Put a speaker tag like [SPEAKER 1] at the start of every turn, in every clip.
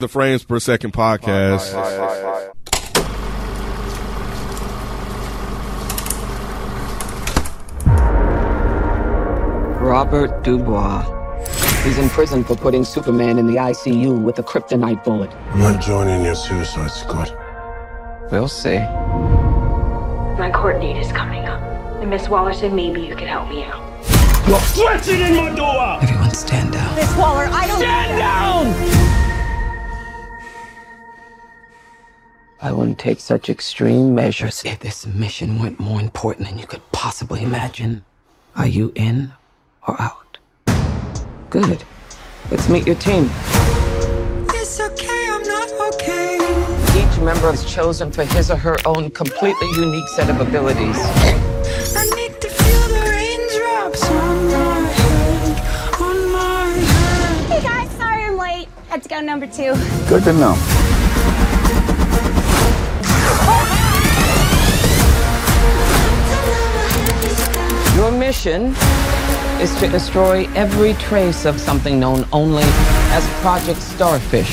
[SPEAKER 1] The Frames Per Second podcast.
[SPEAKER 2] Robert Dubois. He's in prison for putting Superman in the ICU with a kryptonite bullet.
[SPEAKER 3] I'm not joining your suicide squad.
[SPEAKER 2] We'll see.
[SPEAKER 4] My court date is coming up. And Miss Waller said maybe you could help me out.
[SPEAKER 5] You're stretching in my door!
[SPEAKER 2] Everyone stand down.
[SPEAKER 6] Miss Waller, I don't.
[SPEAKER 5] Stand down!
[SPEAKER 2] I wouldn't take such extreme measures if this mission went more important than you could possibly imagine. Are you in or out? Good. Let's meet your team.
[SPEAKER 7] It's okay, I'm not okay.
[SPEAKER 2] Each member is chosen for his or her own completely unique set of abilities.
[SPEAKER 7] I need to feel the raindrops on my head, on my head.
[SPEAKER 6] Hey guys, sorry I'm late. Had to go number two.
[SPEAKER 8] Good to know.
[SPEAKER 2] Your mission is to destroy every trace of something known only as Project Starfish.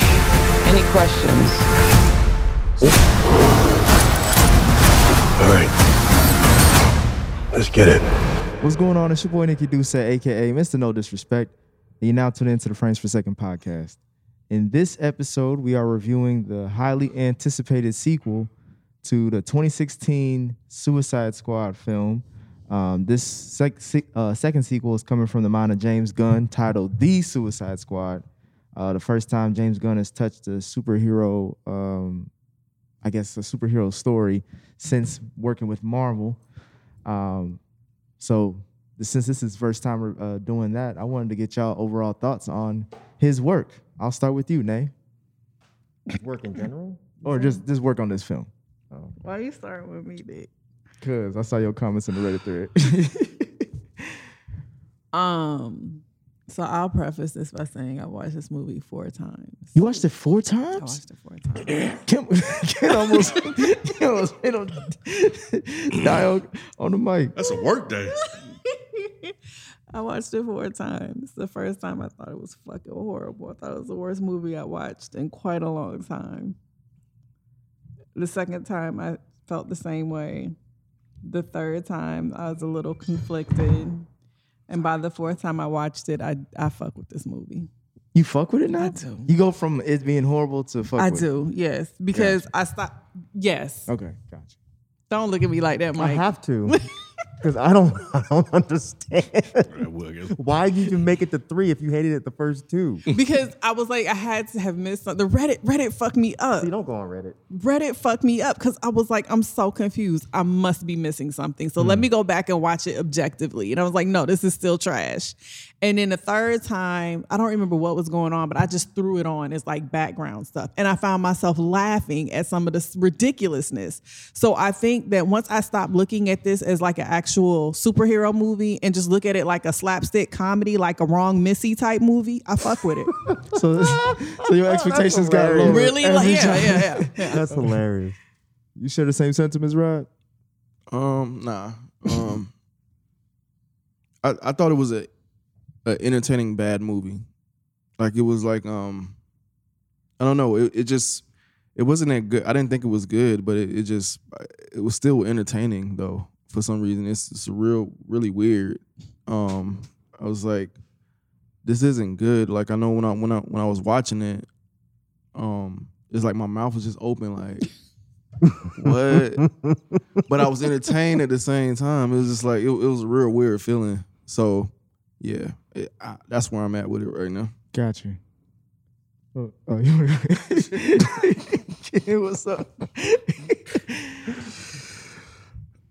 [SPEAKER 2] Any questions?
[SPEAKER 3] All right. Let's get it.
[SPEAKER 9] What's going on? It's your boy Nikki Duce, aka Mr. No Disrespect. And you now tune into the Frames Per Second podcast. In this episode, we are reviewing the highly anticipated sequel to the 2016 Suicide Squad film. Um, this sec- se- uh, second sequel is coming from the mind of James Gunn, titled The Suicide Squad. Uh, the first time James Gunn has touched the superhero um, I guess, a superhero story since working with Marvel. Um, so since this is first time uh, doing that, I wanted to get y'all overall thoughts on his work. I'll start with you, Nay,
[SPEAKER 10] work in general?
[SPEAKER 9] or just just work on this film
[SPEAKER 11] Why you starting with me, Dick?
[SPEAKER 9] because I saw your comments in the Reddit thread.
[SPEAKER 11] Um, so I'll preface this by saying I watched this movie four times.
[SPEAKER 9] you watched it four
[SPEAKER 11] I
[SPEAKER 9] times.
[SPEAKER 11] watched it four times.
[SPEAKER 9] Kim, Kim almost, Kim almost hit on, die on, on the mic.
[SPEAKER 1] That's a work day.
[SPEAKER 11] I watched it four times. The first time I thought it was fucking horrible. I thought it was the worst movie I watched in quite a long time. The second time I felt the same way. The third time I was a little conflicted. And by the fourth time I watched it, I, I fuck with this movie.
[SPEAKER 9] You fuck with it now?
[SPEAKER 11] I do.
[SPEAKER 9] You go from it being horrible to fuck
[SPEAKER 11] I
[SPEAKER 9] with it.
[SPEAKER 11] do, yes. Because I stop yes.
[SPEAKER 9] Okay, gotcha.
[SPEAKER 11] Don't look at me like that,
[SPEAKER 10] I
[SPEAKER 11] Mike.
[SPEAKER 10] have to. Because I don't, I don't understand
[SPEAKER 1] I will get-
[SPEAKER 10] why you can make it to three if you hated it the first two. See,
[SPEAKER 11] because I was like, I had to have missed something. The Reddit, Reddit fucked me up.
[SPEAKER 10] don't go on Reddit.
[SPEAKER 11] Reddit fucked me up because I was like, I'm so confused. I must be missing something. So let me go back and watch it objectively. And I was like, no, this is still trash. And then the third time, I don't remember what was going on, but I just threw it on as like background stuff. And I found myself laughing at some of this ridiculousness. So I think that once I stopped looking at this as like an actual superhero movie and just look at it like a slapstick comedy, like a wrong Missy type movie, I fuck with it.
[SPEAKER 9] So, so
[SPEAKER 12] Oh,
[SPEAKER 9] your expectations got
[SPEAKER 10] hilarious.
[SPEAKER 9] lower.
[SPEAKER 11] really? Like, yeah, yeah, yeah, yeah.
[SPEAKER 10] That's hilarious.
[SPEAKER 9] You share the same sentiments, Rod?
[SPEAKER 12] Um, nah. Um, I I thought it was a, a entertaining bad movie. Like it was like um, I don't know. It it just it wasn't that good. I didn't think it was good, but it, it just it was still entertaining though. For some reason, it's it's real really weird. Um, I was like, this isn't good. Like I know when I when I when I was watching it, um, it's like my mouth was just open like. what? but I was entertained at the same time. It was just like it, it was a real weird feeling. So yeah, it- I, that's where I'm at with it right now.
[SPEAKER 9] Got you. Oh, oh you Kid, what's up?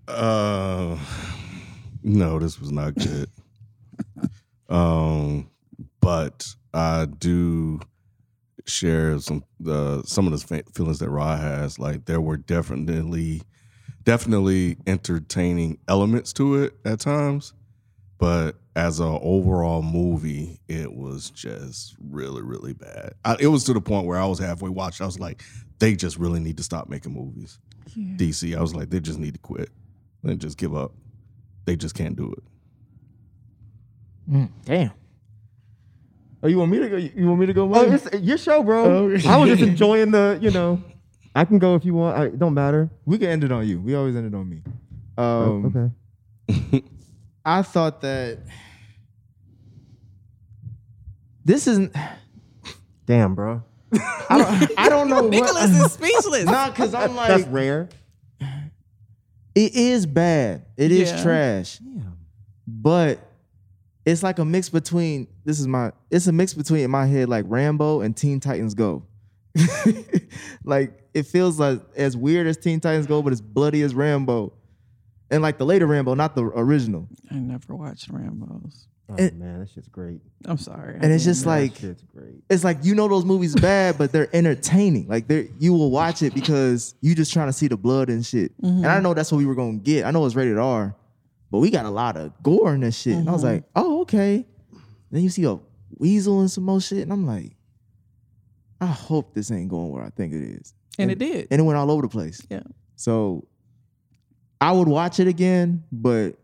[SPEAKER 1] Uh, no, this was not good. um, but I do share some uh, some of the fa- feelings that Rod has. Like there were definitely definitely entertaining elements to it at times, but as a overall movie, it was just really really bad. I, it was to the point where I was halfway watching. I was like, they just really need to stop making movies.
[SPEAKER 11] Yeah.
[SPEAKER 1] DC, I was like, they just need to quit and just give up. They just can't do it.
[SPEAKER 10] Damn.
[SPEAKER 9] Oh, you want me to go? You want me to go?
[SPEAKER 10] Oh,
[SPEAKER 9] Mike?
[SPEAKER 10] it's your show, bro.
[SPEAKER 9] Oh, okay.
[SPEAKER 10] I was just enjoying the, you know. I can go if you want. I, it don't matter.
[SPEAKER 9] We can end it on you. We always end it on me. Um,
[SPEAKER 10] Oh, okay.
[SPEAKER 9] I thought that this isn't.
[SPEAKER 10] Damn, bro.
[SPEAKER 9] I don't know.
[SPEAKER 11] Nicholas
[SPEAKER 9] what,
[SPEAKER 11] is speechless.
[SPEAKER 9] Nah, because I'm like,
[SPEAKER 10] That's rare.
[SPEAKER 9] it is bad. It is
[SPEAKER 11] Yeah.
[SPEAKER 9] trash. But it's like a mix between this is my it's a mix between in my head like Rambo and Teen Titans Go. like it feels like as weird as Teen Titans Go, but as bloody as Rambo. And like the later Rambo, not the original.
[SPEAKER 11] I never watched Rambo's.
[SPEAKER 10] Oh,
[SPEAKER 9] It-
[SPEAKER 10] man, that shit's great.
[SPEAKER 11] I'm sorry. I
[SPEAKER 9] And it's
[SPEAKER 11] didn't.
[SPEAKER 9] just like
[SPEAKER 10] Shit's great.
[SPEAKER 9] it's like you know those movies bad, but they're entertaining. Like they you will watch it because you just trying to see the blood and shit. And I know that's what we were gonna get. I know it's rated R, but we got a lot of gore in this shit. And I was like, oh okay. Then you see a weasel and some more shit, and I'm like, I hope this ain't going where I think it is.
[SPEAKER 11] and it did.
[SPEAKER 9] And it went all over the place.
[SPEAKER 11] Yeah.
[SPEAKER 9] So I would watch it again, but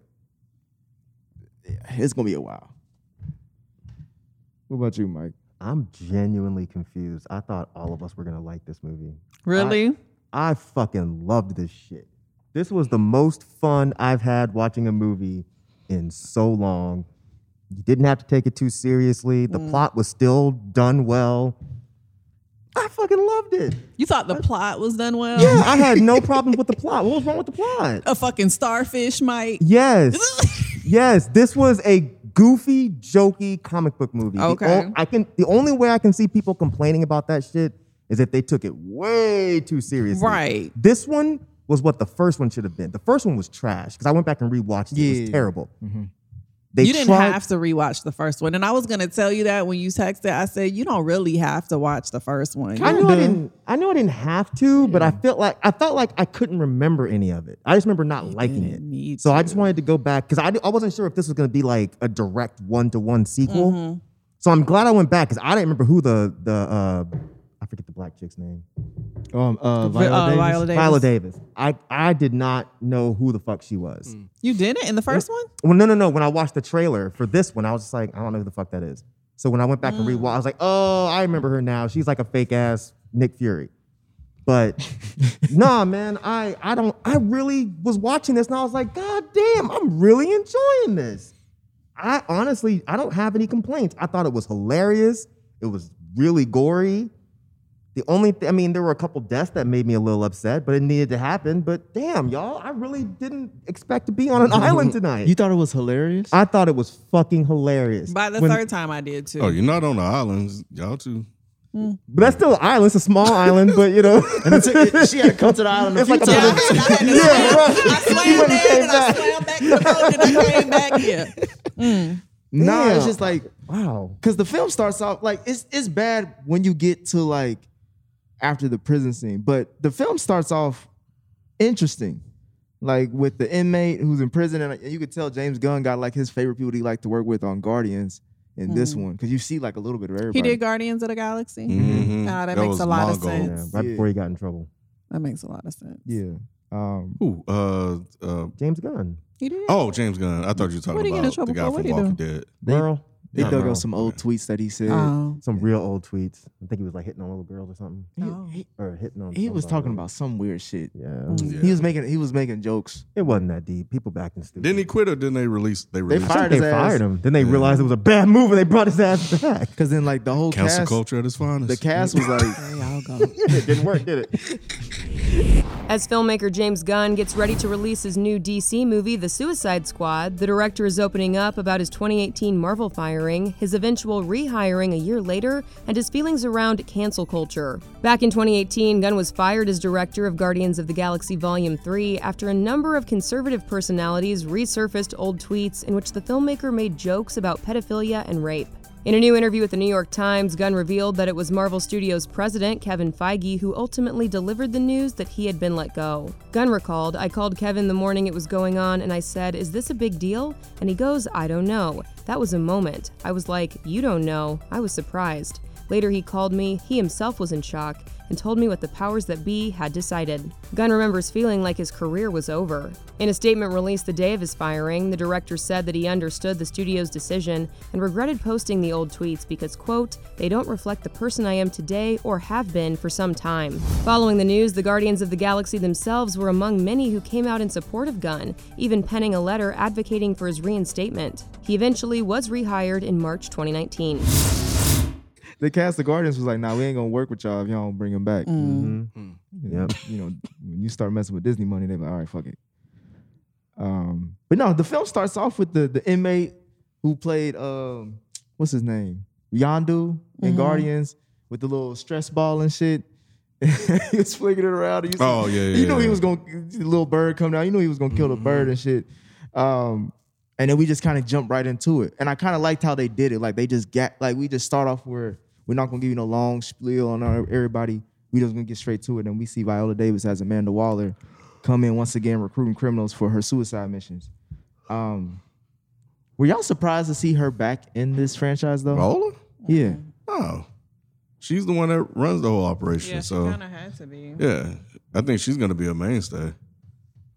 [SPEAKER 9] it's gonna be a while. What about you, Mike?
[SPEAKER 10] I'm genuinely confused. I thought all of us were gonna like this movie.
[SPEAKER 11] Really?
[SPEAKER 10] I fucking loved this shit. This was the most fun I've had watching a movie in so long. You didn't have to take it too seriously. The plot was still done well. I fucking loved it.
[SPEAKER 11] you thought the plot was done well?
[SPEAKER 10] Yeah, I had no problem with the plot. What was wrong with the plot?
[SPEAKER 11] A fucking starfish, Mike.
[SPEAKER 10] Yes. yes, this was a goofy, jokey comic book movie. The
[SPEAKER 11] Okay.
[SPEAKER 10] o- I can the only way I can see people complaining about that shit is if they took it way too seriously.
[SPEAKER 11] Right.
[SPEAKER 10] This one was what the first one should have been. The first one was trash because I went back and rewatched it. It was
[SPEAKER 9] Yeah.
[SPEAKER 10] terrible.
[SPEAKER 9] Mhm.
[SPEAKER 10] They
[SPEAKER 11] Mm-hmm. you didn't
[SPEAKER 10] tried-
[SPEAKER 11] have to rewatch the first one. And I was gonna tell you that when you texted, I said you don't really have to watch the first one.
[SPEAKER 10] I knew I
[SPEAKER 9] Kinda.
[SPEAKER 10] didn't. I knew I didn't have to, but I felt like I felt like I couldn't remember any of it. I just remember not liking
[SPEAKER 11] didn't
[SPEAKER 10] it.
[SPEAKER 11] need
[SPEAKER 10] So I just wanted to go back because I, d- I wasn't sure if this was going to be like a direct one to one sequel. So I'm glad I went back because I didn't remember who the the uh, I forget the black chick's name.
[SPEAKER 9] Um uh,
[SPEAKER 11] Vi-
[SPEAKER 9] Viola
[SPEAKER 11] uh,
[SPEAKER 9] Davis?
[SPEAKER 11] Viola Davis.
[SPEAKER 10] Viola Davis. I I did not know who the fuck she was.
[SPEAKER 11] You didn't in the first one?
[SPEAKER 10] Well, no, no, no. When I watched the trailer for this one, I was just like, I don't know who the fuck that is. So when I went back and rewatched, I was like, oh, I remember her now. She's like a fake ass Nick Fury. But nah, man, I I don't. I really was watching this and I was like, God damn, I'm really enjoying this. I honestly, I don't have any complaints. I thought it was hilarious. It was really gory. The only, th- I mean, there were a couple deaths that made me a little upset, but it needed to happen. But damn, y'all, I really didn't expect to be on an island tonight.
[SPEAKER 9] You thought it was hilarious?
[SPEAKER 10] I thought it was fucking hilarious.
[SPEAKER 11] By the
[SPEAKER 10] When-
[SPEAKER 11] third time, I did too.
[SPEAKER 1] Oh, you're not on the islands, y'all too.
[SPEAKER 10] But that's still an island. It's a small island, but you know.
[SPEAKER 9] And it took- it- she had to come to the island a
[SPEAKER 10] It's
[SPEAKER 9] few
[SPEAKER 10] like a
[SPEAKER 9] times.
[SPEAKER 10] little-
[SPEAKER 11] I had to
[SPEAKER 10] Yeah,
[SPEAKER 11] swim.
[SPEAKER 10] right. You
[SPEAKER 11] I swam
[SPEAKER 10] went and
[SPEAKER 11] there
[SPEAKER 10] came
[SPEAKER 11] and I
[SPEAKER 10] back.
[SPEAKER 11] swam back to the boat and I came back here.
[SPEAKER 9] Nah,
[SPEAKER 10] Yeah.
[SPEAKER 9] it's just like
[SPEAKER 10] Wow.
[SPEAKER 9] because the film starts off like it's it's bad when you get to like after the prison scene, but the film starts off interesting, like with the inmate who's in prison, and like, you could tell James Gunn got like his favorite people he liked to work with on Guardians in this
[SPEAKER 8] Mm-hmm.
[SPEAKER 9] one because you see like a little bit of everybody.
[SPEAKER 11] He did Guardians of the Galaxy.
[SPEAKER 1] Mhm.
[SPEAKER 11] Ah, that,
[SPEAKER 1] That
[SPEAKER 11] makes
[SPEAKER 1] was
[SPEAKER 11] a lot of
[SPEAKER 1] Mongo.
[SPEAKER 10] Yeah,
[SPEAKER 11] sense.
[SPEAKER 10] right
[SPEAKER 9] Yeah.
[SPEAKER 10] before he got in trouble.
[SPEAKER 11] That makes a lot of sense.
[SPEAKER 9] yeah. Um,
[SPEAKER 1] Who? Uh, uh,
[SPEAKER 10] James Gunn.
[SPEAKER 11] He did.
[SPEAKER 1] oh, James Gunn. I thought you were
[SPEAKER 11] What'd he
[SPEAKER 1] talking
[SPEAKER 11] get in
[SPEAKER 1] about the
[SPEAKER 11] trouble
[SPEAKER 1] guy
[SPEAKER 11] for?
[SPEAKER 1] from
[SPEAKER 11] What'd he
[SPEAKER 1] Walking
[SPEAKER 11] do?
[SPEAKER 1] Dead.
[SPEAKER 10] Girl.
[SPEAKER 9] they
[SPEAKER 1] Yeah,
[SPEAKER 9] dug
[SPEAKER 1] bro.
[SPEAKER 9] out some old tweets that he said.
[SPEAKER 11] Oh.
[SPEAKER 10] Some real old tweets. I think he was like hitting on little girls or something.
[SPEAKER 9] He-
[SPEAKER 11] Oh.
[SPEAKER 9] he,
[SPEAKER 10] Or hitting on
[SPEAKER 9] he was talking
[SPEAKER 10] somebody.
[SPEAKER 9] about some weird shit.
[SPEAKER 10] Yeah.
[SPEAKER 1] Yeah.
[SPEAKER 9] He was making he was making jokes.
[SPEAKER 10] It wasn't that deep. People back in stupid.
[SPEAKER 1] Didn't he quit or didn't they release? They released
[SPEAKER 10] I
[SPEAKER 9] fired
[SPEAKER 1] him?
[SPEAKER 10] think
[SPEAKER 9] his
[SPEAKER 10] they
[SPEAKER 9] ass?
[SPEAKER 10] fired him. Then they realized it was a bad move and they brought his ass back.
[SPEAKER 9] Cause then like the whole
[SPEAKER 1] Council
[SPEAKER 9] cast,
[SPEAKER 1] culture at its finest.
[SPEAKER 9] the cast was like,
[SPEAKER 11] There y'all go.
[SPEAKER 10] it didn't work, did it?
[SPEAKER 8] As filmmaker James Gunn gets ready to release his new DC movie, The Suicide Squad, the director is opening up about his 2018 Marvel firing, his eventual rehiring a year later, and his feelings around cancel culture. Back in 2018, Gunn was fired as director of Guardians of the Galaxy Volume 3 after a number of conservative personalities resurfaced old tweets in which the filmmaker made jokes about pedophilia and rape. In a new interview with the New York Times, Gunn revealed that it was Marvel Studios president Kevin Feige who ultimately delivered the news that he had been let go. Gunn recalled, I called Kevin the morning it was going on and I said, Is this a big deal? And he goes, I don't know. That was a moment. I was like, You don't know. I was surprised. Later, he called me. He himself was in shock and told me what the powers that be had decided. Gunn remembers feeling like his career was over. In a statement released the day of his firing, the director said that he understood the studio's decision and regretted posting the old tweets because, quote, they don't reflect the person I am today or have been for some time. Following the news, the Guardians of the Galaxy themselves were among many who came out in support of Gunn, even penning a letter advocating for his reinstatement. He eventually was rehired in March 2019.
[SPEAKER 9] The cast of Guardians was like, nah, we ain't gonna work with y'all if y'all don't bring him back.
[SPEAKER 11] Mm. Mhm.
[SPEAKER 9] Mm-hmm. Yep. You know, when you start messing with Disney money, they be like, all right, fuck it. Um, but no, the film starts off with the the inmate who played um, what's his name? Yondu in
[SPEAKER 11] Mhm.
[SPEAKER 9] Guardians with the little stress ball and shit. he was flinging it around. He used to-
[SPEAKER 1] Oh, yeah, yeah,
[SPEAKER 9] You knew he
[SPEAKER 1] yeah.
[SPEAKER 9] was gonna the little bird come down. You knew he was gonna kill the bird and shit. Um, and then we just kind of jumped right into it. And I kind of liked how they did it. Like they just got like we just start off where we're not gonna give you no long spiel on our- everybody. We just gonna get straight to it. And we see Viola Davis as Amanda Waller come in once again recruiting criminals for her suicide missions. Um, were y'all surprised to see her back in this franchise though?
[SPEAKER 1] Viola?
[SPEAKER 9] Yeah.
[SPEAKER 1] Oh. She's the one that runs the whole operation.
[SPEAKER 11] Yeah, she
[SPEAKER 1] so
[SPEAKER 11] kinda had to be.
[SPEAKER 1] Yeah. I think she's gonna be a mainstay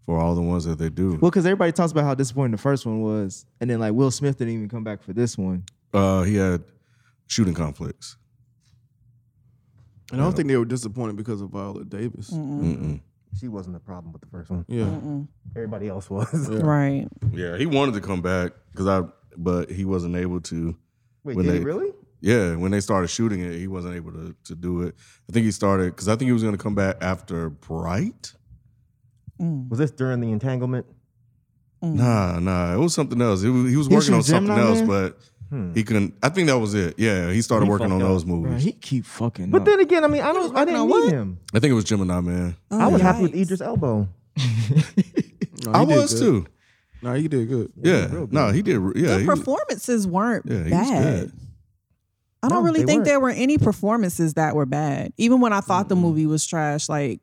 [SPEAKER 1] for all the ones that they do.
[SPEAKER 9] Well, because everybody talks about how disappointing the first one was, and then like Will Smith didn't even come back for this one.
[SPEAKER 1] Uh he had shooting conflicts.
[SPEAKER 12] And I don't think they were disappointed because of Viola Davis.
[SPEAKER 11] Mm-mm.
[SPEAKER 10] She wasn't the problem with the first one.
[SPEAKER 12] Yeah.
[SPEAKER 11] Mm-mm.
[SPEAKER 10] Everybody else was.
[SPEAKER 11] Right.
[SPEAKER 1] Yeah, he wanted to come back because I but he wasn't able to
[SPEAKER 10] Wait,
[SPEAKER 1] when
[SPEAKER 10] did he
[SPEAKER 1] they-
[SPEAKER 10] really?
[SPEAKER 1] Yeah, when they started shooting it, he wasn't able to, to do it. I think he started because I think he was going to come back after Bright.
[SPEAKER 11] Mm.
[SPEAKER 10] Was this during the entanglement?
[SPEAKER 1] Nah, nah, it was something else. He was, he was
[SPEAKER 10] He was
[SPEAKER 1] working on
[SPEAKER 10] shooting
[SPEAKER 1] something
[SPEAKER 10] Gemini
[SPEAKER 1] else,
[SPEAKER 10] Man?
[SPEAKER 1] but
[SPEAKER 10] Hmm.
[SPEAKER 1] he couldn't. I think that was it. Yeah, he started
[SPEAKER 10] He
[SPEAKER 1] working on
[SPEAKER 10] fucked up.
[SPEAKER 1] those movies.
[SPEAKER 9] Bro, he keep fucking.
[SPEAKER 10] But
[SPEAKER 9] up.
[SPEAKER 10] then again, I mean, I don't. I didn't
[SPEAKER 11] on
[SPEAKER 10] need
[SPEAKER 11] what?
[SPEAKER 10] him.
[SPEAKER 1] I think it was Gemini Man.
[SPEAKER 10] I was
[SPEAKER 11] yeah.
[SPEAKER 10] happy with Idris Elbow.
[SPEAKER 1] I was too.
[SPEAKER 12] No, he did good.
[SPEAKER 1] Yeah, no, he did. re- Yeah,
[SPEAKER 11] the
[SPEAKER 1] he, was-
[SPEAKER 11] performances weren't
[SPEAKER 1] yeah, he was
[SPEAKER 11] bad.
[SPEAKER 1] good.
[SPEAKER 11] I don't
[SPEAKER 10] No,
[SPEAKER 11] really
[SPEAKER 10] they
[SPEAKER 11] think
[SPEAKER 10] weren't.
[SPEAKER 11] there were any performances that were bad. Even when I thought the movie was trash, like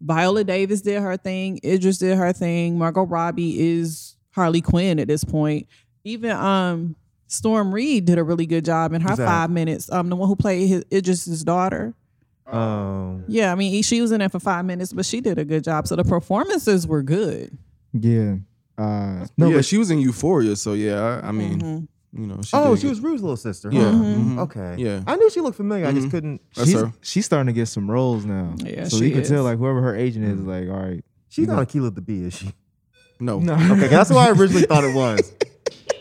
[SPEAKER 11] Viola Davis did her thing, Idris did her thing, Margot Robbie is Harley Quinn at this point. Even um Storm Reed did a really good job in her
[SPEAKER 10] Who's that?
[SPEAKER 11] five minutes. Um, the one who played his, Idris's daughter. Oh.
[SPEAKER 10] Um,
[SPEAKER 11] Yeah, I mean he- she was in there for five minutes, but she did a good job. So the performances were good.
[SPEAKER 9] yeah, uh,
[SPEAKER 12] No,
[SPEAKER 9] no,
[SPEAKER 12] yeah,
[SPEAKER 9] but
[SPEAKER 12] she was in Euphoria, so yeah, I, I mean,
[SPEAKER 11] Mm-hmm.
[SPEAKER 12] you know, she
[SPEAKER 10] oh,
[SPEAKER 12] did
[SPEAKER 10] she
[SPEAKER 12] good.
[SPEAKER 10] was Rue's little sister. huh?
[SPEAKER 12] Yeah. Mhm.
[SPEAKER 10] Okay.
[SPEAKER 12] Yeah.
[SPEAKER 10] I knew she looked familiar. I just
[SPEAKER 12] Mhm.
[SPEAKER 10] couldn't.
[SPEAKER 12] That's
[SPEAKER 9] she's,
[SPEAKER 12] her.
[SPEAKER 9] she's starting to get some roles now.
[SPEAKER 11] Yeah,
[SPEAKER 9] so
[SPEAKER 11] she
[SPEAKER 9] you can tell
[SPEAKER 11] is.
[SPEAKER 9] like whoever her agent is, like all right,
[SPEAKER 10] She's not Akilah the Bee, is she?
[SPEAKER 12] Mm-hmm. No.
[SPEAKER 9] no,
[SPEAKER 10] Okay, that's what I originally thought it was.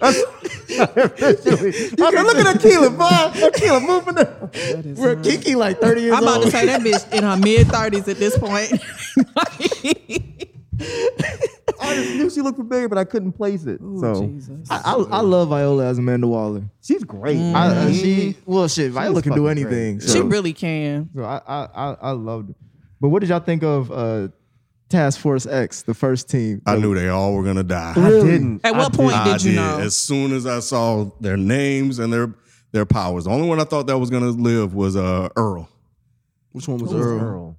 [SPEAKER 10] That's- originally- I said, look at Akilah, boy. Akilah moving. The-
[SPEAKER 9] we're Kiki like thirty years
[SPEAKER 11] I'm about to
[SPEAKER 9] old.
[SPEAKER 11] say that bitch in her mid thirties at this point.
[SPEAKER 10] I just knew she looked familiar, but I couldn't place it. so
[SPEAKER 11] Oh, Jesus. Mm.
[SPEAKER 9] I, I, I love Viola as Amanda Waller.
[SPEAKER 10] she's great.
[SPEAKER 9] I,
[SPEAKER 10] man.
[SPEAKER 11] Mm-hmm.
[SPEAKER 9] uh, she well shit, Viola
[SPEAKER 10] was
[SPEAKER 9] can do
[SPEAKER 10] fucking great.
[SPEAKER 9] anything.
[SPEAKER 11] She
[SPEAKER 9] so-
[SPEAKER 11] really can.
[SPEAKER 9] So I, I I I loved it. But what did y'all think of uh Task Force X, the first team?
[SPEAKER 1] I knew they all were going to die.
[SPEAKER 10] I didn't.
[SPEAKER 11] At what point
[SPEAKER 1] I
[SPEAKER 11] did you know?
[SPEAKER 1] As soon as I saw their names and their their powers, the only one I thought that was going to live was uh, Earl.
[SPEAKER 12] Which one was
[SPEAKER 10] Who's
[SPEAKER 12] Earl?
[SPEAKER 10] Earl?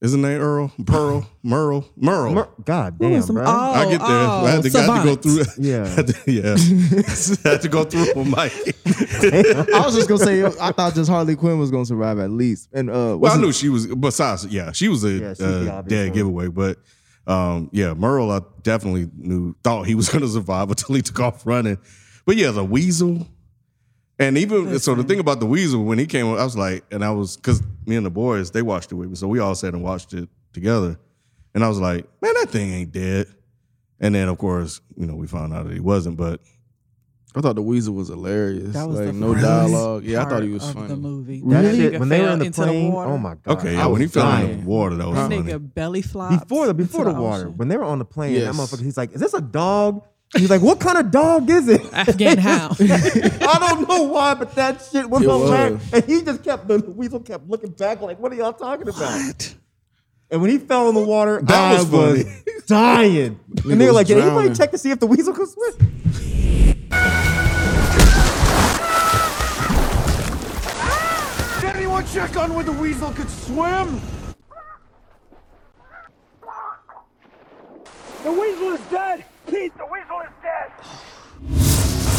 [SPEAKER 1] Isn't that Earl? Pearl? Merle? Merle?
[SPEAKER 10] Mer- God
[SPEAKER 11] Who
[SPEAKER 10] damn,
[SPEAKER 11] was some-
[SPEAKER 10] bro.
[SPEAKER 11] oh,
[SPEAKER 1] I get there.
[SPEAKER 11] Oh,
[SPEAKER 1] I had to, got to go
[SPEAKER 11] savant.
[SPEAKER 1] through.
[SPEAKER 10] Yeah.
[SPEAKER 1] had to, yeah. had to go through with Mike.
[SPEAKER 9] I was just gonna say I thought just Harley Quinn was gonna survive at least. And uh
[SPEAKER 1] well,
[SPEAKER 9] what's
[SPEAKER 1] I knew
[SPEAKER 9] his-
[SPEAKER 1] she was. Besides, yeah, she was a
[SPEAKER 10] Yeah, she's the
[SPEAKER 1] uh,
[SPEAKER 10] obvious
[SPEAKER 1] dead
[SPEAKER 10] one.
[SPEAKER 1] giveaway. But um, yeah, Merle, I definitely knew thought he was going to survive until he took off running. But yeah, the weasel. And even so, the thing about the weasel when he came, I was like, and I was because me and the boys they watched it with me, so we all sat and watched it together. And I was like, man, that thing ain't dead. And then of course, you know, we found out that he wasn't. But
[SPEAKER 12] I thought the Weasel was hilarious.
[SPEAKER 11] That was
[SPEAKER 12] like
[SPEAKER 11] the
[SPEAKER 12] no
[SPEAKER 11] funniest
[SPEAKER 12] dialogue. Yeah, I thought
[SPEAKER 11] part
[SPEAKER 12] he was
[SPEAKER 11] of The
[SPEAKER 12] funny.
[SPEAKER 11] movie.
[SPEAKER 10] That
[SPEAKER 11] Nigga
[SPEAKER 10] shit, when they were
[SPEAKER 11] fell
[SPEAKER 10] in the
[SPEAKER 11] into
[SPEAKER 10] plane,
[SPEAKER 11] water.
[SPEAKER 10] oh my god.
[SPEAKER 1] okay,
[SPEAKER 10] I
[SPEAKER 1] yeah, when he
[SPEAKER 10] was
[SPEAKER 1] fell in
[SPEAKER 10] dying.
[SPEAKER 1] the water, that was
[SPEAKER 11] This
[SPEAKER 1] funny.
[SPEAKER 11] nigga belly flops
[SPEAKER 10] before the before
[SPEAKER 11] into
[SPEAKER 10] the water,
[SPEAKER 11] ocean.
[SPEAKER 10] when they were on the plane,
[SPEAKER 12] Yes.
[SPEAKER 10] that motherfucker, he's like, "Is this a dog?" He's like, "What kind of dog is it?"
[SPEAKER 11] Afghan hound.
[SPEAKER 10] I don't know why, but that shit was
[SPEAKER 12] It was.
[SPEAKER 10] hilarious. And he just kept the weasel kept looking back, like, "What are y'all talking about?" And when he fell in the water,
[SPEAKER 1] That
[SPEAKER 10] I
[SPEAKER 1] was
[SPEAKER 10] was
[SPEAKER 1] funny.
[SPEAKER 10] dying. and they were
[SPEAKER 12] was
[SPEAKER 10] like, "Did anybody
[SPEAKER 12] drowning.
[SPEAKER 10] check to see if the weasel could swim?"
[SPEAKER 13] check on whether Weasel could swim?
[SPEAKER 5] The weasel is dead. Pete, the weasel is dead.